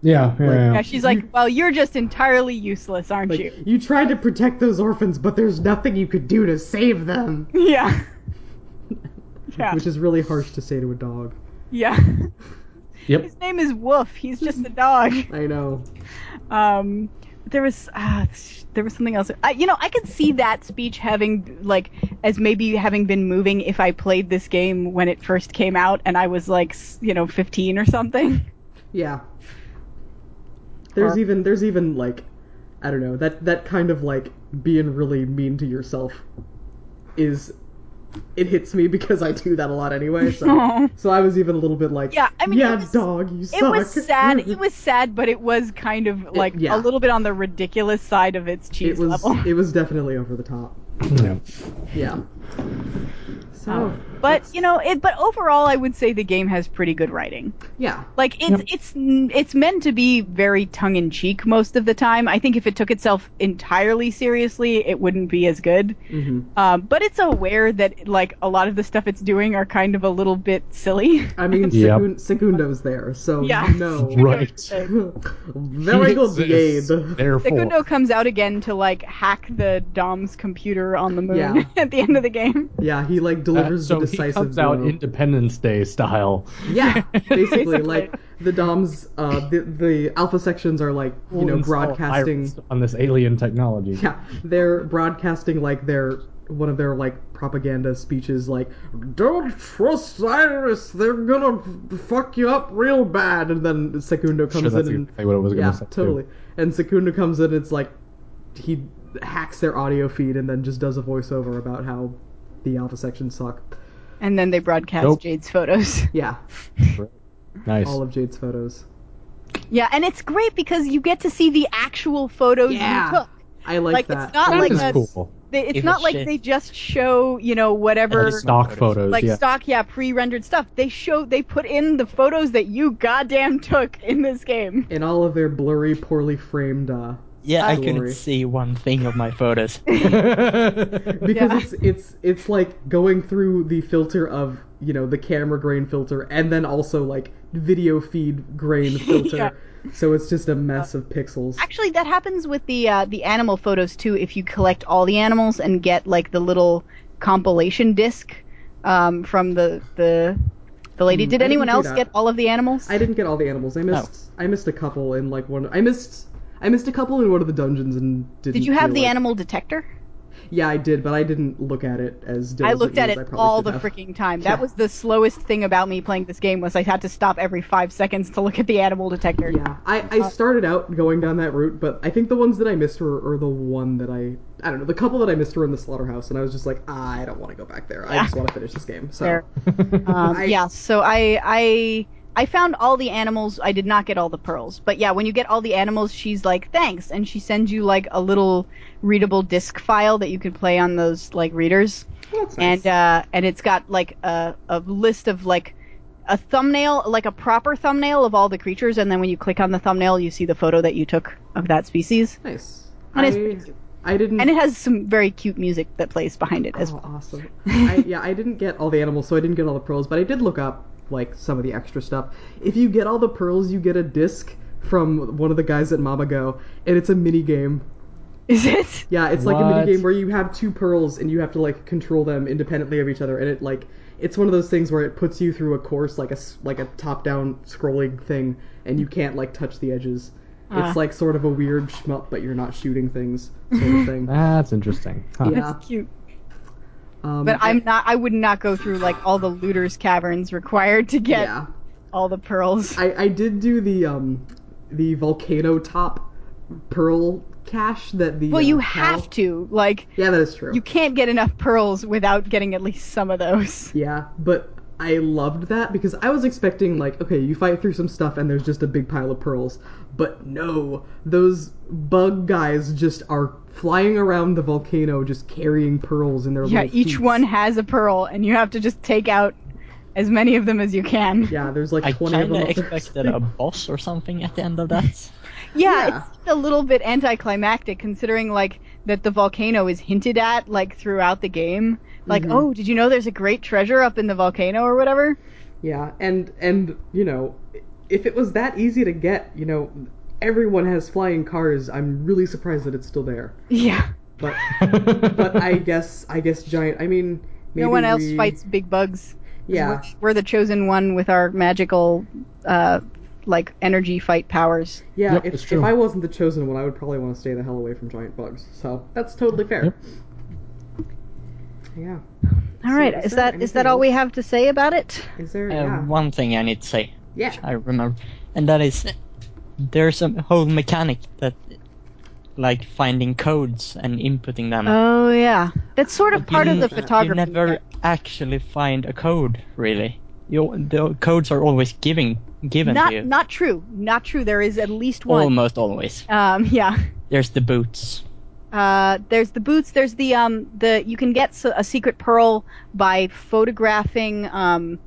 S4: yeah, yeah.
S2: yeah she's like well you're just entirely useless aren't
S1: like
S2: you
S1: you tried to protect those orphans but there's nothing you could do to save them
S2: yeah yeah
S1: which is really harsh to say to a dog
S2: yeah
S4: Yep.
S2: his name is woof he's just a dog
S1: i know
S2: um there was uh, there was something else I, you know i could see that speech having like as maybe having been moving if i played this game when it first came out and i was like s- you know 15 or something
S1: Yeah. There's
S2: Or-
S1: even there's even like I don't know, that that kind of like being really mean to yourself is it hits me because I do that a lot anyway, so
S2: Aw.
S1: so I was even a little bit like
S2: Yeah, I mean, it
S1: Yeah,
S2: was-
S1: dog, you suck.
S2: it was sad it was sad but it was kind of like
S1: yeah.
S2: a little bit on the ridiculous side of its cheese
S1: it was
S2: level
S1: it was definitely over the top.
S4: Yeah.
S1: Yeah. So
S2: Um, but you know it but overall i would say the game has pretty good writing
S1: yeah.
S2: Like it's it's it's meant to be very tongue in cheek most of the time. I think if it took itself entirely seriously, it wouldn't be as good.
S4: Mm-hmm.
S1: hmm
S2: Um, but it's aware that like a lot of the stuff it's doing are kind of a little bit silly.
S1: I mean
S4: Yep.
S1: Secun- Secundo's there, so
S2: Yeah.
S1: you know.
S4: Right.
S1: Very good
S4: Jesus,
S1: Jade.
S4: Therefore.
S2: Sekundo comes out again to like hack the Dom's computer on the moon
S1: Yeah.
S2: at the end of the game.
S1: Yeah, he like delivers
S4: Uh, so
S1: the
S4: he
S1: decisive
S4: comes out
S1: blow.
S4: Independence Day style.
S1: Yeah, basically,
S2: Basically.
S1: like the DOMs, uh, the the alpha sections are like you
S4: We'll
S1: know
S4: install
S1: broadcasting.
S4: virus on this alien technology.
S1: Yeah, they're broadcasting like their one of their like propaganda speeches, like "Don't trust Cyrus, they're gonna fuck you up real bad." And then Secundo
S4: Sure,
S1: comes
S4: that's
S1: in, and,
S4: exactly what I was
S1: yeah,
S4: going to say. too.
S1: totally. And Secundo comes in, it's like he hacks their audio feed and then just does a voiceover about how the alpha sections suck.
S2: And then they broadcast
S4: Nope.
S2: Jade's photos.
S1: Yeah,
S4: Nice.
S1: all of Jade's photos.
S2: yeah, and it's great because you get to see the actual photos
S1: Yeah.
S2: you took.
S1: I like,
S2: Like,
S1: that.
S2: it's not
S4: That
S2: like
S4: is
S2: a-
S4: cool.
S2: They, it's
S3: If
S2: not
S3: it's
S2: like
S3: shit.
S2: they just show you know whatever
S3: It's
S4: Stock photos.
S2: like
S4: yeah.
S2: stock yeah pre-rendered stuff they show they put in the photos that you goddamn took in this game
S1: in all of their blurry, poorly framed. Uh,
S3: Yeah, I
S1: Glory.
S3: couldn't see one thing of my photos.
S1: because
S2: Yeah.
S1: it's it's it's like going through the filter of you know the camera grain filter and then also like video feed grain filter. So it's just a mess of pixels.
S2: actually that happens with the uh, the animal photos too if you collect all the animals and get like the little compilation disc um, from the the the lady.
S1: Hmm,
S2: Did
S1: I
S2: anyone
S1: didn't do
S2: else
S1: that.
S2: get all of the animals?
S1: I didn't get all the animals. I missed.
S2: Oh.
S1: I missed a couple in like one. I missed. I missed a couple in one of the dungeons and didn't.
S2: Did you have
S1: feel
S2: the
S1: like-
S2: animal detector?
S1: Yeah, I did, but I didn't look at it as.
S2: I
S1: diligently
S2: looked at
S1: as
S2: it
S1: probably
S2: all
S1: should
S2: the
S1: have.
S2: freaking time.
S1: Yeah.
S2: That was the slowest thing about me playing this game was I had to stop every five seconds to look at the animal detector.
S1: Yeah, I,
S2: Uh,
S1: I started out going down that route, but I think the ones that I missed were, are the one that I I don't know the couple that I missed were in the slaughterhouse, and I was just like, "Ah, I don't want to go back there. I
S2: Yeah.
S1: just want to finish this game. So
S2: Fair. Um,
S1: I-
S2: yeah, so I I I found all the animals. I did not get all the pearls, but yeah, when you get all the animals, she's like thanks, and she sends you like a little readable disc file that you can play on those like readers,
S1: Well, Oh, that's nice.
S2: and uh, and it's got like a a list of like a thumbnail, like a proper thumbnail of all the creatures, and then when you click on the thumbnail, you see the photo that you took of that species,
S1: nice.
S2: and it's
S1: I,
S2: pretty
S1: I didn't.
S2: and it has some very cute music that plays behind it as
S1: oh,
S2: well.
S1: awesome. I, yeah, I didn't get all the animals, so I didn't get all the pearls, but I did look up like some of the extra stuff. If you get all the pearls, you get a disc from one of the guys at Mama Go, and it's a mini game.
S2: Is it?
S1: Yeah, it's like a
S4: What?
S1: mini game where you have two pearls and you have to like control them independently of each other, and it like it's one of those things where it puts you through a course like a s- like a top-down scrolling thing, and you can't like touch the edges.
S2: Ah.
S1: It's like sort of a weird shmup, but you're not shooting things sort of thing.
S4: That's interesting. Huh.
S1: Yeah.
S2: That's cute.
S1: Um,
S2: But I'm not. I would not go through like all the looters' caverns required to get
S1: yeah.
S2: all the pearls.
S1: I, I did do the um the volcano top pearl cache that the
S2: well,
S1: uh,
S2: you
S1: cow-
S2: have to. Like,
S1: yeah that is true
S2: you can't get enough pearls without getting at least some of those.
S1: yeah but I loved that because I was expecting like okay you fight through some stuff and there's just a big pile of pearls but no those bug guys just are flying around the volcano just carrying pearls in their
S2: Yeah,
S1: little
S2: each
S1: feet.
S2: one has a pearl, and you have to just take out as many of them as you can. Yeah,
S1: yeah there's like
S3: I
S1: twenty of them
S3: kinda
S1: up there.
S3: expected a boss or something at the end of that.
S1: Yeah.
S2: it's a little bit anticlimactic considering like that the volcano is hinted at like throughout the game. Like,
S1: Mhm.
S2: oh, did you know there's a great treasure up in the volcano or whatever?
S1: Yeah, and and you know, if it was that easy to get, you know, everyone has flying cars. I'm really surprised that it's still there.
S2: Yeah.
S1: But but I guess I guess giant. I mean, maybe
S2: no one else
S1: we-
S2: fights big bugs.
S1: Yeah,
S2: We're the chosen one with our magical, uh, like energy fight powers.
S1: yeah.
S4: Yep,
S1: if,
S4: it's true.
S1: if I wasn't the chosen one, I would probably want to stay the hell away from giant bugs. So that's totally fair.
S4: Yep.
S1: Yeah.
S2: All
S1: So
S2: right,
S1: is
S2: is
S1: there
S2: that is
S1: anything
S2: that all
S1: else?
S2: we have to say about it?
S1: Is there?
S3: Uh,
S1: yeah.
S3: One thing I need to say,
S1: yeah.
S3: I remember, and that is there's a whole mechanic that, like finding codes and inputting them.
S2: Oh yeah, that's sort of part of
S3: You-
S2: the photography.
S3: You never actually find a code, really. You, the codes are always giving, given to you.
S2: not not true, not true. There is at least one.
S3: Almost always.
S2: Um, yeah.
S3: There's the boots.
S2: Uh, there's the boots. There's the um the you can get s- a secret pearl by photographing. Um,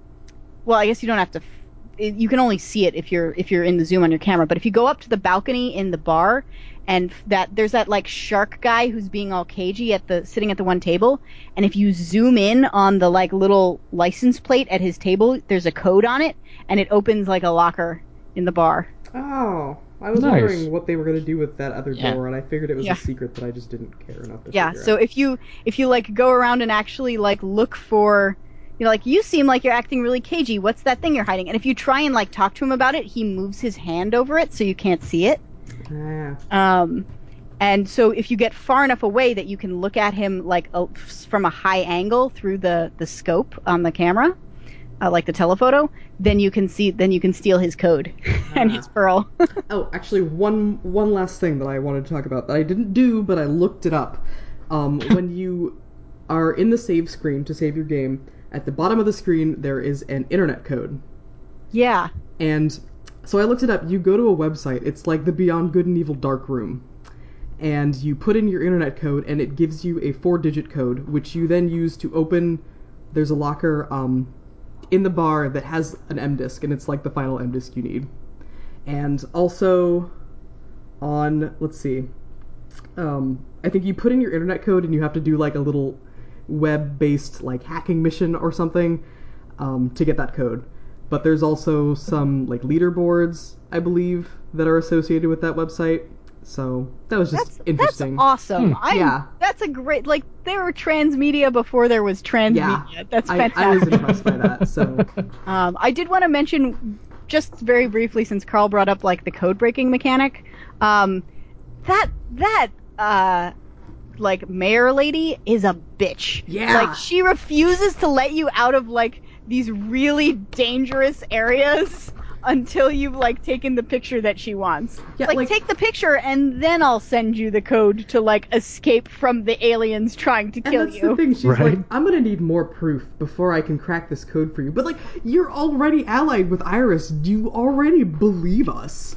S2: well, I guess you don't have to. F- it- you can only see it if you're if you're in the zoom on your camera. But if you go up to the balcony in the bar, and f- that there's that like shark guy who's being all cagey at the sitting at the one table, and if you zoom in on the like little license plate at his table, there's a code on it, and it opens like a locker in the bar.
S1: Oh, I was
S4: Nice.
S1: wondering what they were gonna do with that other
S3: Yeah.
S1: door, and I figured it was
S2: Yeah.
S1: a secret that I just didn't care enough to.
S2: yeah
S1: figure
S2: so
S1: out.
S2: if you if you like go around and actually like look for you know like you seem like you're acting really cagey what's that thing you're hiding and if you try and like talk to him about it he moves his hand over it so you can't see it
S1: Ah.
S2: um and so if you get far enough away that you can look at him like a, from a high angle through the the scope on the camera uh, like the telephoto then you can see then you can steal his code and his pearl
S1: Oh, actually, one one last thing that I wanted to talk about that I didn't do, but I looked it up. Um, when you are in the save screen to save your game, at the bottom of the screen there is an internet code,
S2: yeah
S1: and so I looked it up. You go to a website. It's like the Beyond Good and Evil Dark Room, and you put in your internet code, and it gives you a four-digit code, which you then use to open. There's a locker um, in the bar that has an M disc, and it's like the final M disc you need. And also, on let's see, um, I think you put in your internet code, and you have to do like a little web-based like hacking mission or something um, to get that code. But there's also some like leaderboards, I believe, that are associated with that website, So that was just
S2: That's, that's
S1: interesting.
S2: awesome. I'm,
S1: Yeah.
S2: That's a great, like, there were transmedia before there was transmedia. That's
S1: I, I was
S2: fantastic.
S1: impressed by that. So
S2: Um, I did want to mention just very briefly, since Carl brought up like the code breaking mechanic. Um, that that uh, like mayor lady is a bitch.
S1: Yeah.
S2: like she refuses to let you out of like these really dangerous areas until you've like taken the picture that she wants.
S1: Yeah,
S2: like,
S1: like-
S2: take the picture and then I'll send you the code to like escape from the aliens trying to
S1: and
S2: kill
S1: that's
S2: you.
S1: the thing. She's
S4: Right.
S1: like, I'm gonna need more proof before I can crack this code for you. But like, you're already allied with Iris. You already believe us.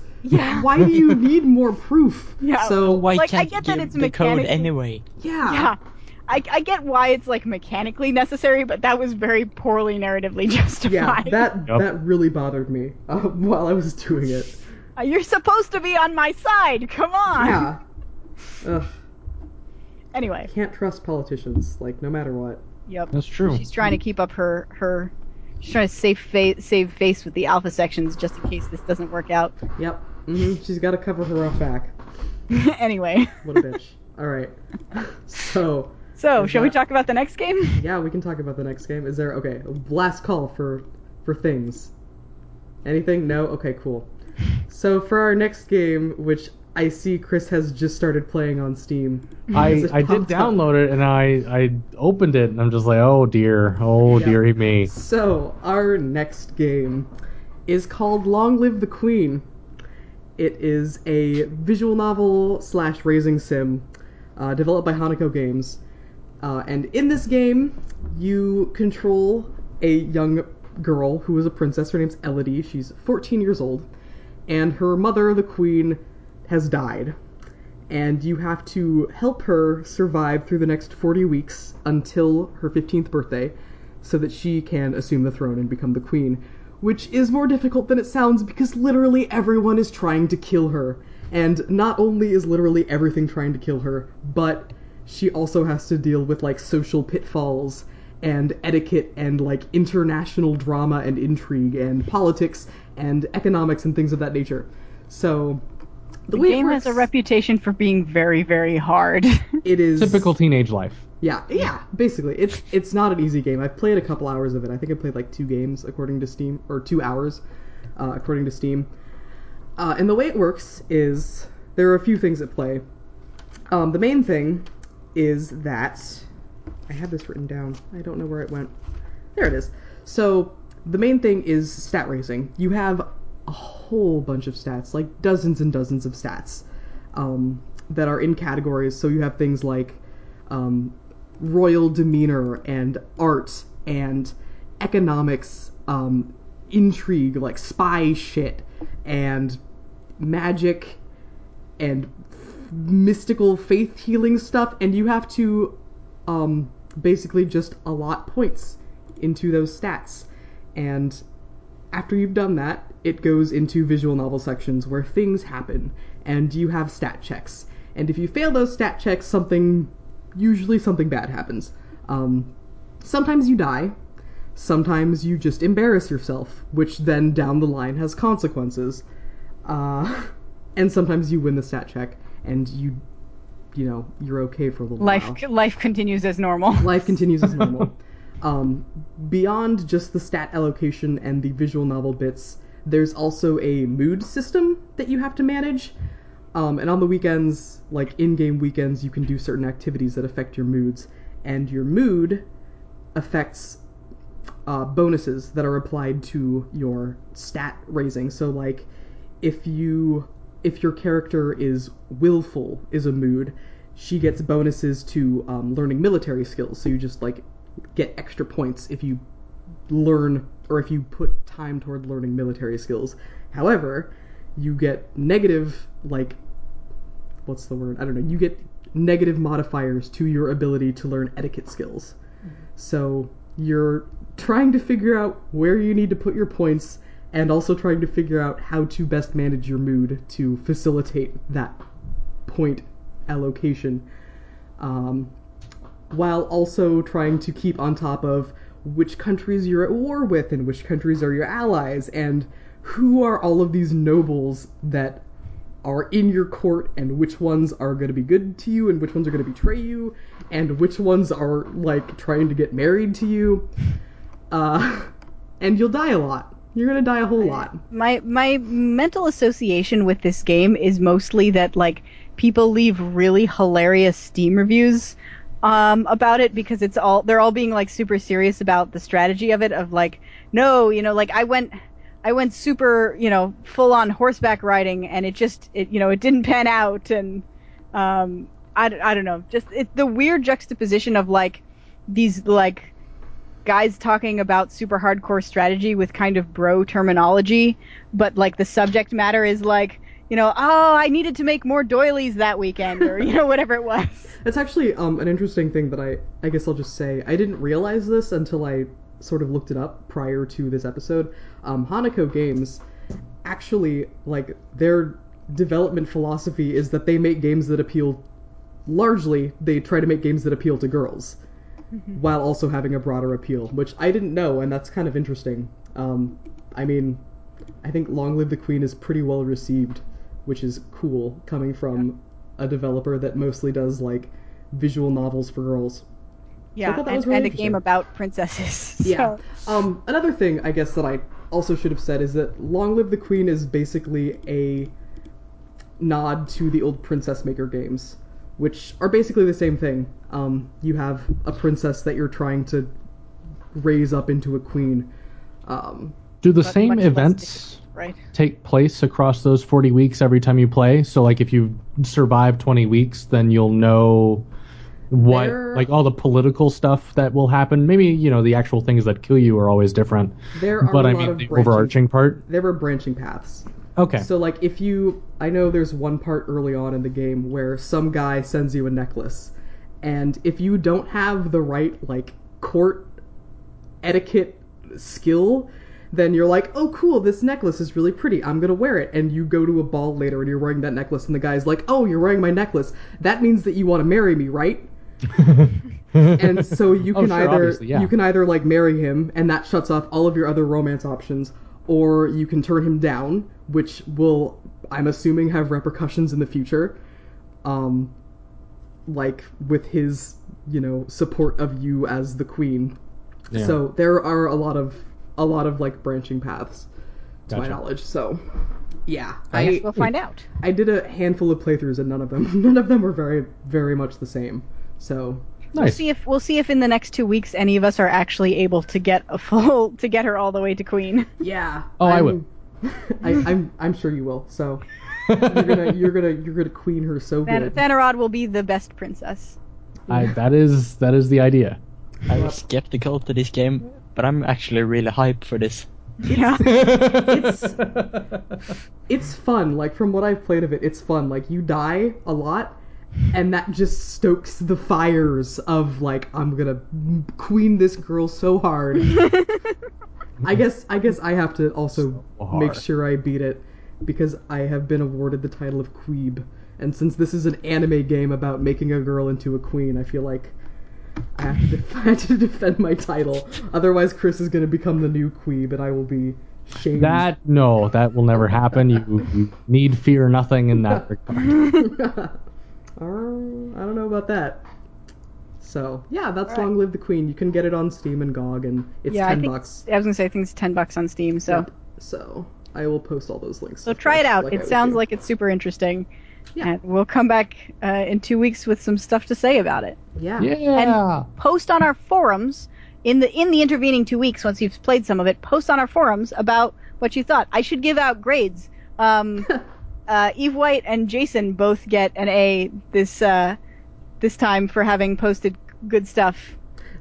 S2: Yeah.
S1: Why do you need more proof?
S2: Yeah.
S1: So
S3: Why
S2: Like, I
S3: can't
S2: get
S3: you
S2: that
S3: give
S2: it's
S3: the code
S2: mechanically-
S3: anyway?
S1: yeah.
S2: Yeah. I, I get why it's like mechanically necessary, but that was very poorly narratively justified.
S1: Yeah, that
S4: Yep.
S1: that really bothered me uh, while I was doing it.
S2: Uh, You're supposed to be on my side. Come on.
S1: Yeah. Ugh,
S2: Anyway,
S1: can't trust politicians, like no matter what.
S2: yep.
S4: That's true.
S2: She's trying to keep up her her. She's trying to save fa- save face with the alpha sections just in case this doesn't work out.
S1: Yep. hmm She's got to cover her off back.
S2: anyway,
S1: What a bitch. All right. So
S2: so
S1: Is
S2: shall we
S1: that-
S2: talk about the next game?
S1: yeah, we can talk about the next game. Is there okay? Last call for for things. Anything? No. Okay. Cool. So for our next game, which I see Chris has just started playing on Steam.
S4: I,
S1: Because it
S4: I did
S1: popped up.
S4: download it and I, I opened it and I'm just like, oh dear, oh
S1: Yeah.
S4: dearie me.
S1: So, our next game is called Long Live the Queen. It is a visual novel slash raising sim uh, developed by Hanako Games. Uh, and in this game, you control a young girl who is a princess. Her name's Elodie. She's 14 years old. And her mother, the queen, has died. And you have to help her survive through the next 40 weeks until her 15th birthday so that she can assume the throne and become the queen, which is more difficult than it sounds because literally everyone is trying to kill her. And not only is literally everything trying to kill her, but she also has to deal with like social pitfalls and etiquette and like international drama and intrigue and politics and economics and things of that nature. So the,
S2: The
S1: way it
S2: game has a
S1: works,
S2: reputation for being very very hard.
S1: It is
S4: Typical teenage life.
S1: yeah, yeah. Basically, it's it's not an easy game. I've played a couple hours of it. I think I played like two games according to Steam, or two hours uh, according to Steam. Uh, and the way it works is there are a few things at play. Um, the main thing is that I had this written down. I don't know where it went. There it is. So the main thing is stat raising. You have a whole bunch of stats, like dozens and dozens of stats, um, that are in categories. So you have things like um, royal demeanor and art and economics, um, intrigue, like spy shit, and magic and f- mystical faith healing stuff, and you have to um, basically just allot points into those stats. And after you've done that, it goes into visual novel sections where things happen, and you have stat checks. And if you fail those stat checks, something usually something bad happens. Um, sometimes you die, sometimes you just embarrass yourself, which then down the line has consequences. Uh, and sometimes you win the stat check, and you, you know, you're okay for a little
S2: life
S1: while
S2: life continues as normal.
S1: life continues as normal. um, beyond just the stat allocation and the visual novel bits, there's also a mood system that you have to manage. Um, and on the weekends, like in game weekends, you can do certain activities that affect your moods. And your mood affects uh, bonuses that are applied to your stat raising. So like if you if your character is willful is a mood, she gets bonuses to um, learning military skills. So you just like get extra points if you learn or if you put time toward learning military skills. However, you get negative like what's the word? I don't know. You get negative modifiers to your ability to learn etiquette skills. So you're trying to figure out where you need to put your points and also trying to figure out how to best manage your mood to facilitate that point allocation. Um, while also trying to keep on top of which countries you're at war with and which countries are your allies and who are all of these nobles that are in your court and which ones are going to be good to you and which ones are going to betray you and which ones are like trying to get married to you. Uh, and you'll die a lot. You're going to die a whole lot.
S2: My my mental association with this game is mostly that like people leave really hilarious Steam reviews um, about it because it's all they're all being like super serious about the strategy of it of like no you know like I went I went super you know full on horseback riding and it just it you know it didn't pan out and um, I, d- I don't know just it, the weird juxtaposition of like these like guys talking about super hardcore strategy with kind of bro terminology, but like the subject matter is like, you know, oh, I needed to make more doilies that weekend, or you know, whatever it was.
S1: That's actually um, an interesting thing that I I guess I'll just say I didn't realize this until I sort of looked it up prior to this episode. Um, Hanako Games actually like their development philosophy is that they make games that appeal largely they try to make games that appeal to girls while also having a broader appeal which i didn't know and that's kind of interesting um, i mean i think long live the queen is pretty well received which is cool coming from a developer that mostly does like visual novels for girls I
S2: Yeah,
S1: thought that
S2: and,
S1: was really
S2: and a
S1: interesting.
S2: game about princesses.
S1: Yeah.
S2: So,
S1: Um, another thing I guess that I also should have said is that Long Live the Queen is basically a nod to the old Princess Maker games, which are basically the same thing. Um, you have a princess that you're trying to raise up into a queen. Um,
S4: Do the
S2: but
S4: same
S2: much less
S4: events
S2: difficult, right?
S4: take place across those 40 weeks every time you play? So, like, if you survive 20 weeks, then you'll know what,
S1: There-
S4: like, all the political stuff that will happen. Maybe, you know, the actual things that kill you are always different.
S1: there are
S4: but
S1: a
S4: I
S1: lot
S4: mean,
S1: of
S4: the
S1: branching,
S4: overarching part.
S1: There were branching paths.
S4: Okay.
S1: So like if you I know there's one part early on in the game where some guy sends you a necklace and if you don't have the right like court etiquette skill then you're like, "Oh cool, this necklace is really pretty. I'm going to wear it." And you go to a ball later and you're wearing that necklace and the guy's like, "Oh, you're wearing my necklace. That means that you want to marry me, right?" and so you
S4: Oh,
S1: can
S4: sure,
S1: either
S4: obviously, yeah.
S1: you can either like marry him and that shuts off all of your other romance options or you can turn him down which will i'm assuming have repercussions in the future um like with his you know support of you as the queen
S4: Yeah.
S1: so there are a lot of a lot of like branching paths to my
S4: Gotcha.
S1: knowledge so yeah
S2: I
S1: i
S2: guess we'll find out.
S1: i did a handful of playthroughs and none of them none of them were very very much the same so
S2: We'll
S4: nice.
S2: see if we'll see if in the next two weeks any of us are actually able to get a full to get her all the way to queen.
S1: Yeah.
S4: Oh, I
S1: I'm-
S4: will.
S1: I, I'm I'm sure you will. So you're gonna you're gonna you're gonna queen her so
S2: Than-
S1: good.
S2: Thanarod will be the best princess.
S4: I, that is that is the idea.
S3: I was skeptical to this game, but I'm actually really hyped for this.
S2: Yeah.
S1: It's fun. Like from what I've played of it, it's fun. Like you die a lot, and that just stokes the fires of like I'm gonna queen this girl so hard. I guess I guess I have to also
S4: So hard.
S1: make sure I beat it because I have been awarded the title of queeb, and since this is an anime game about making a girl into a queen, I feel like I have to, def- I have to defend my title. Otherwise, Chris is going to become the new queeb, and I will be shamed.
S4: That no, that will never happen. You, you need fear nothing in that regard.
S1: Uh, I don't know about that. So yeah, that's Long Live the Queen. You can get it on Steam and GOG, and it's
S2: yeah, I
S1: ten
S2: think
S1: bucks.
S2: I was gonna say I think it's ten bucks on Steam, so
S1: Yep. So I will post all those links.
S2: So try it out. it sounds
S1: like. I would do.
S2: like it's super interesting.
S1: Yeah.
S2: And we'll come back uh, in two weeks with some stuff to say about it.
S1: Yeah.
S4: Yeah.
S2: Post on our forums in the in the intervening two weeks once you've played some of it. Post on our forums about what you thought. I should give out grades. Um, uh, Eve White and Jason both get an A this uh, this time for having posted good stuff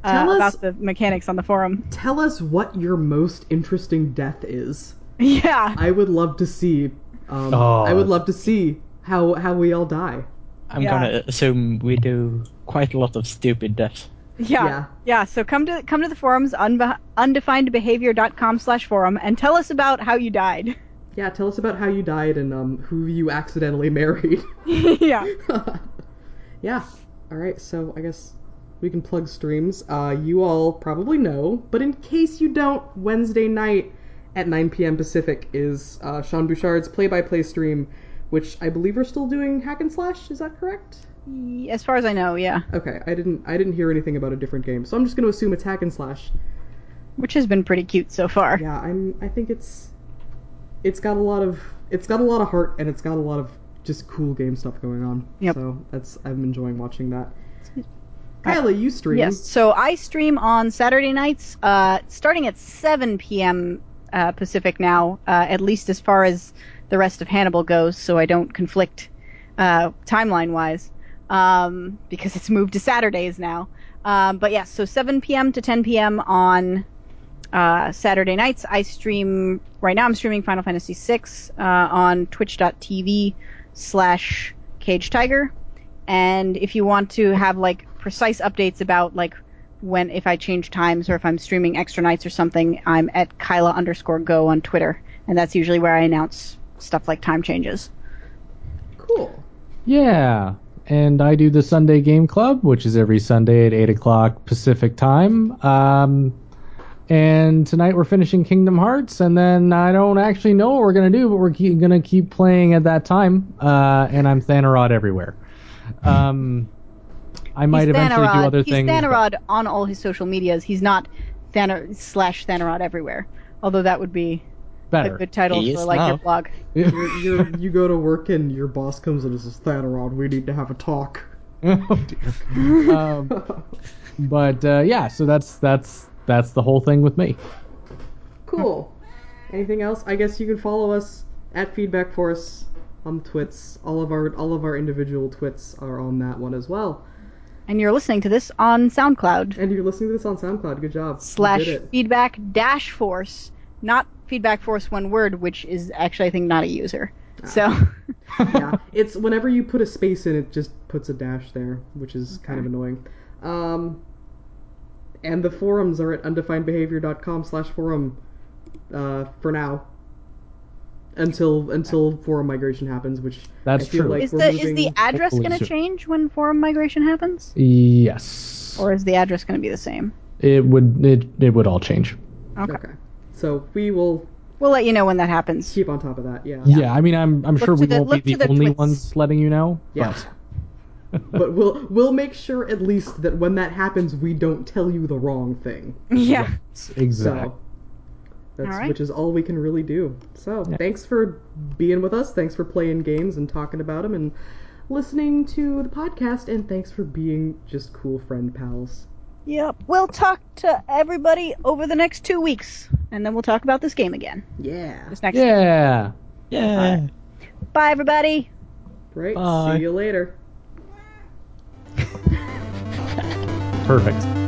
S2: uh,
S1: Tell us-
S2: about the mechanics on the forum.
S1: Tell us what your most interesting death is.
S2: yeah.
S1: I would love to see. Um,
S4: Oh.
S1: I would love to see how how we all die.
S3: I'm
S2: Yeah.
S3: gonna assume we do quite a lot of stupid deaths.
S2: Yeah.
S1: Yeah.
S2: yeah. So come to come to the forums unbe- undefinedbehavior.com slash forum and tell us about how you died.
S1: Yeah, tell us about how you died and um, who you accidentally married.
S2: yeah.
S1: yeah. All right. So I guess we can plug streams. Uh, you all probably know, but in case you don't, Wednesday night at 9 p.m. Pacific is uh, Sean Bouchard's play-by-play stream which I believe are still doing hack and slash. Is that correct?
S2: Y- As far as I know, yeah.
S1: Okay, I didn't I didn't hear anything about a different game, so I'm just going to assume it's hack and slash.
S2: Which has been pretty cute so far.
S1: Yeah, I'm I think it's it's got a lot of it's got a lot of heart and it's got a lot of just cool game stuff going on.
S2: Yep.
S1: So that's I'm enjoying watching that. Kylie, you stream.
S2: Uh, Yes. So I stream on Saturday nights, uh, starting at 7 p.m. Uh, Pacific now, uh, at least as far as the rest of Hannibal goes, so I don't conflict uh, timeline wise, um, because it's moved to Saturdays now. Um, but yes, so 7 p.m. to 10 p.m. on uh, Saturday nights. I stream right now. I'm streaming Final Fantasy VI uh, on Twitch.tv slash Cage Tiger. And if you want to have like precise updates about like when if I change times or if I'm streaming extra nights or something, I'm at Kyla underscore Go on Twitter, and that's usually where I announce stuff like time changes.
S1: Cool.
S4: Yeah. And I do the Sunday Game Club, which is every Sunday at 8 o'clock Pacific time. Um, and tonight we're finishing Kingdom Hearts, and then I don't actually know what we're going to do, but we're ke- going to keep playing at that time. Uh, and I'm Thanarod everywhere. Um, I might
S2: He's
S4: eventually
S2: Thanarod.
S4: do other
S2: He's
S4: things. but-
S2: Thanarod on all his social medias. He's not Thanor slash Thanarod everywhere, although that would be a
S4: better.
S2: good title
S3: He
S2: for
S3: is
S2: like your
S3: now.
S2: blog.
S1: You're, you're, you go to work and your boss comes in and says, "Thanarod, we need to have a talk."
S4: oh dear. um, but uh, yeah, so that's that's that's the whole thing with me.
S1: Cool. Anything else? I guess you can follow us at Feedback Force on Twits. All of our all of our individual twits are on that one as well.
S2: And you're listening to this on SoundCloud
S1: And you're listening to this on SoundCloud. Good job. You
S2: slash
S1: did it.
S2: feedback dash force, not feedback force one word, which is actually I think not a user.
S1: Ah.
S2: So
S1: yeah. It's whenever you put a space in, it just puts a dash there, which is kind of annoying. Um, and the forums are at undefinedbehavior.com slash forum uh, for now. Until until forum migration happens, which
S4: That's
S1: I feel
S4: true.
S1: like
S2: is
S1: we're
S2: the is
S1: moving-
S2: the address
S4: hopefully
S2: going to
S4: soon.
S2: change when forum migration happens,
S4: Yes.
S2: or is the address going to be the same?
S4: It would it it would all change.
S2: Okay.
S1: Okay. So we will
S2: We'll let you know when that happens.
S1: keep on top of that, yeah.
S4: Yeah, I mean I'm I'm
S2: to
S4: sure we
S2: the-
S4: won't
S2: look
S4: be
S2: to
S4: the
S2: the
S4: only
S2: twits.
S4: ones letting you know.
S1: Yeah.
S4: but-
S1: but we'll we'll make sure at least that when that happens we don't tell you the wrong thing.
S2: Yeah.
S4: exactly.
S1: So that's
S2: All right.
S1: which is all we can really do. So thanks for being with us. Thanks for playing games and talking about them and listening to the podcast. And thanks for being just cool friend pals.
S2: Yep. We'll talk to everybody over the next two weeks, and then we'll talk about this game again.
S1: Yeah.
S2: This next.
S4: Yeah.
S3: Yeah.
S2: Bye, everybody.
S1: Right.
S3: Bye.
S1: See you later.
S4: Perfect.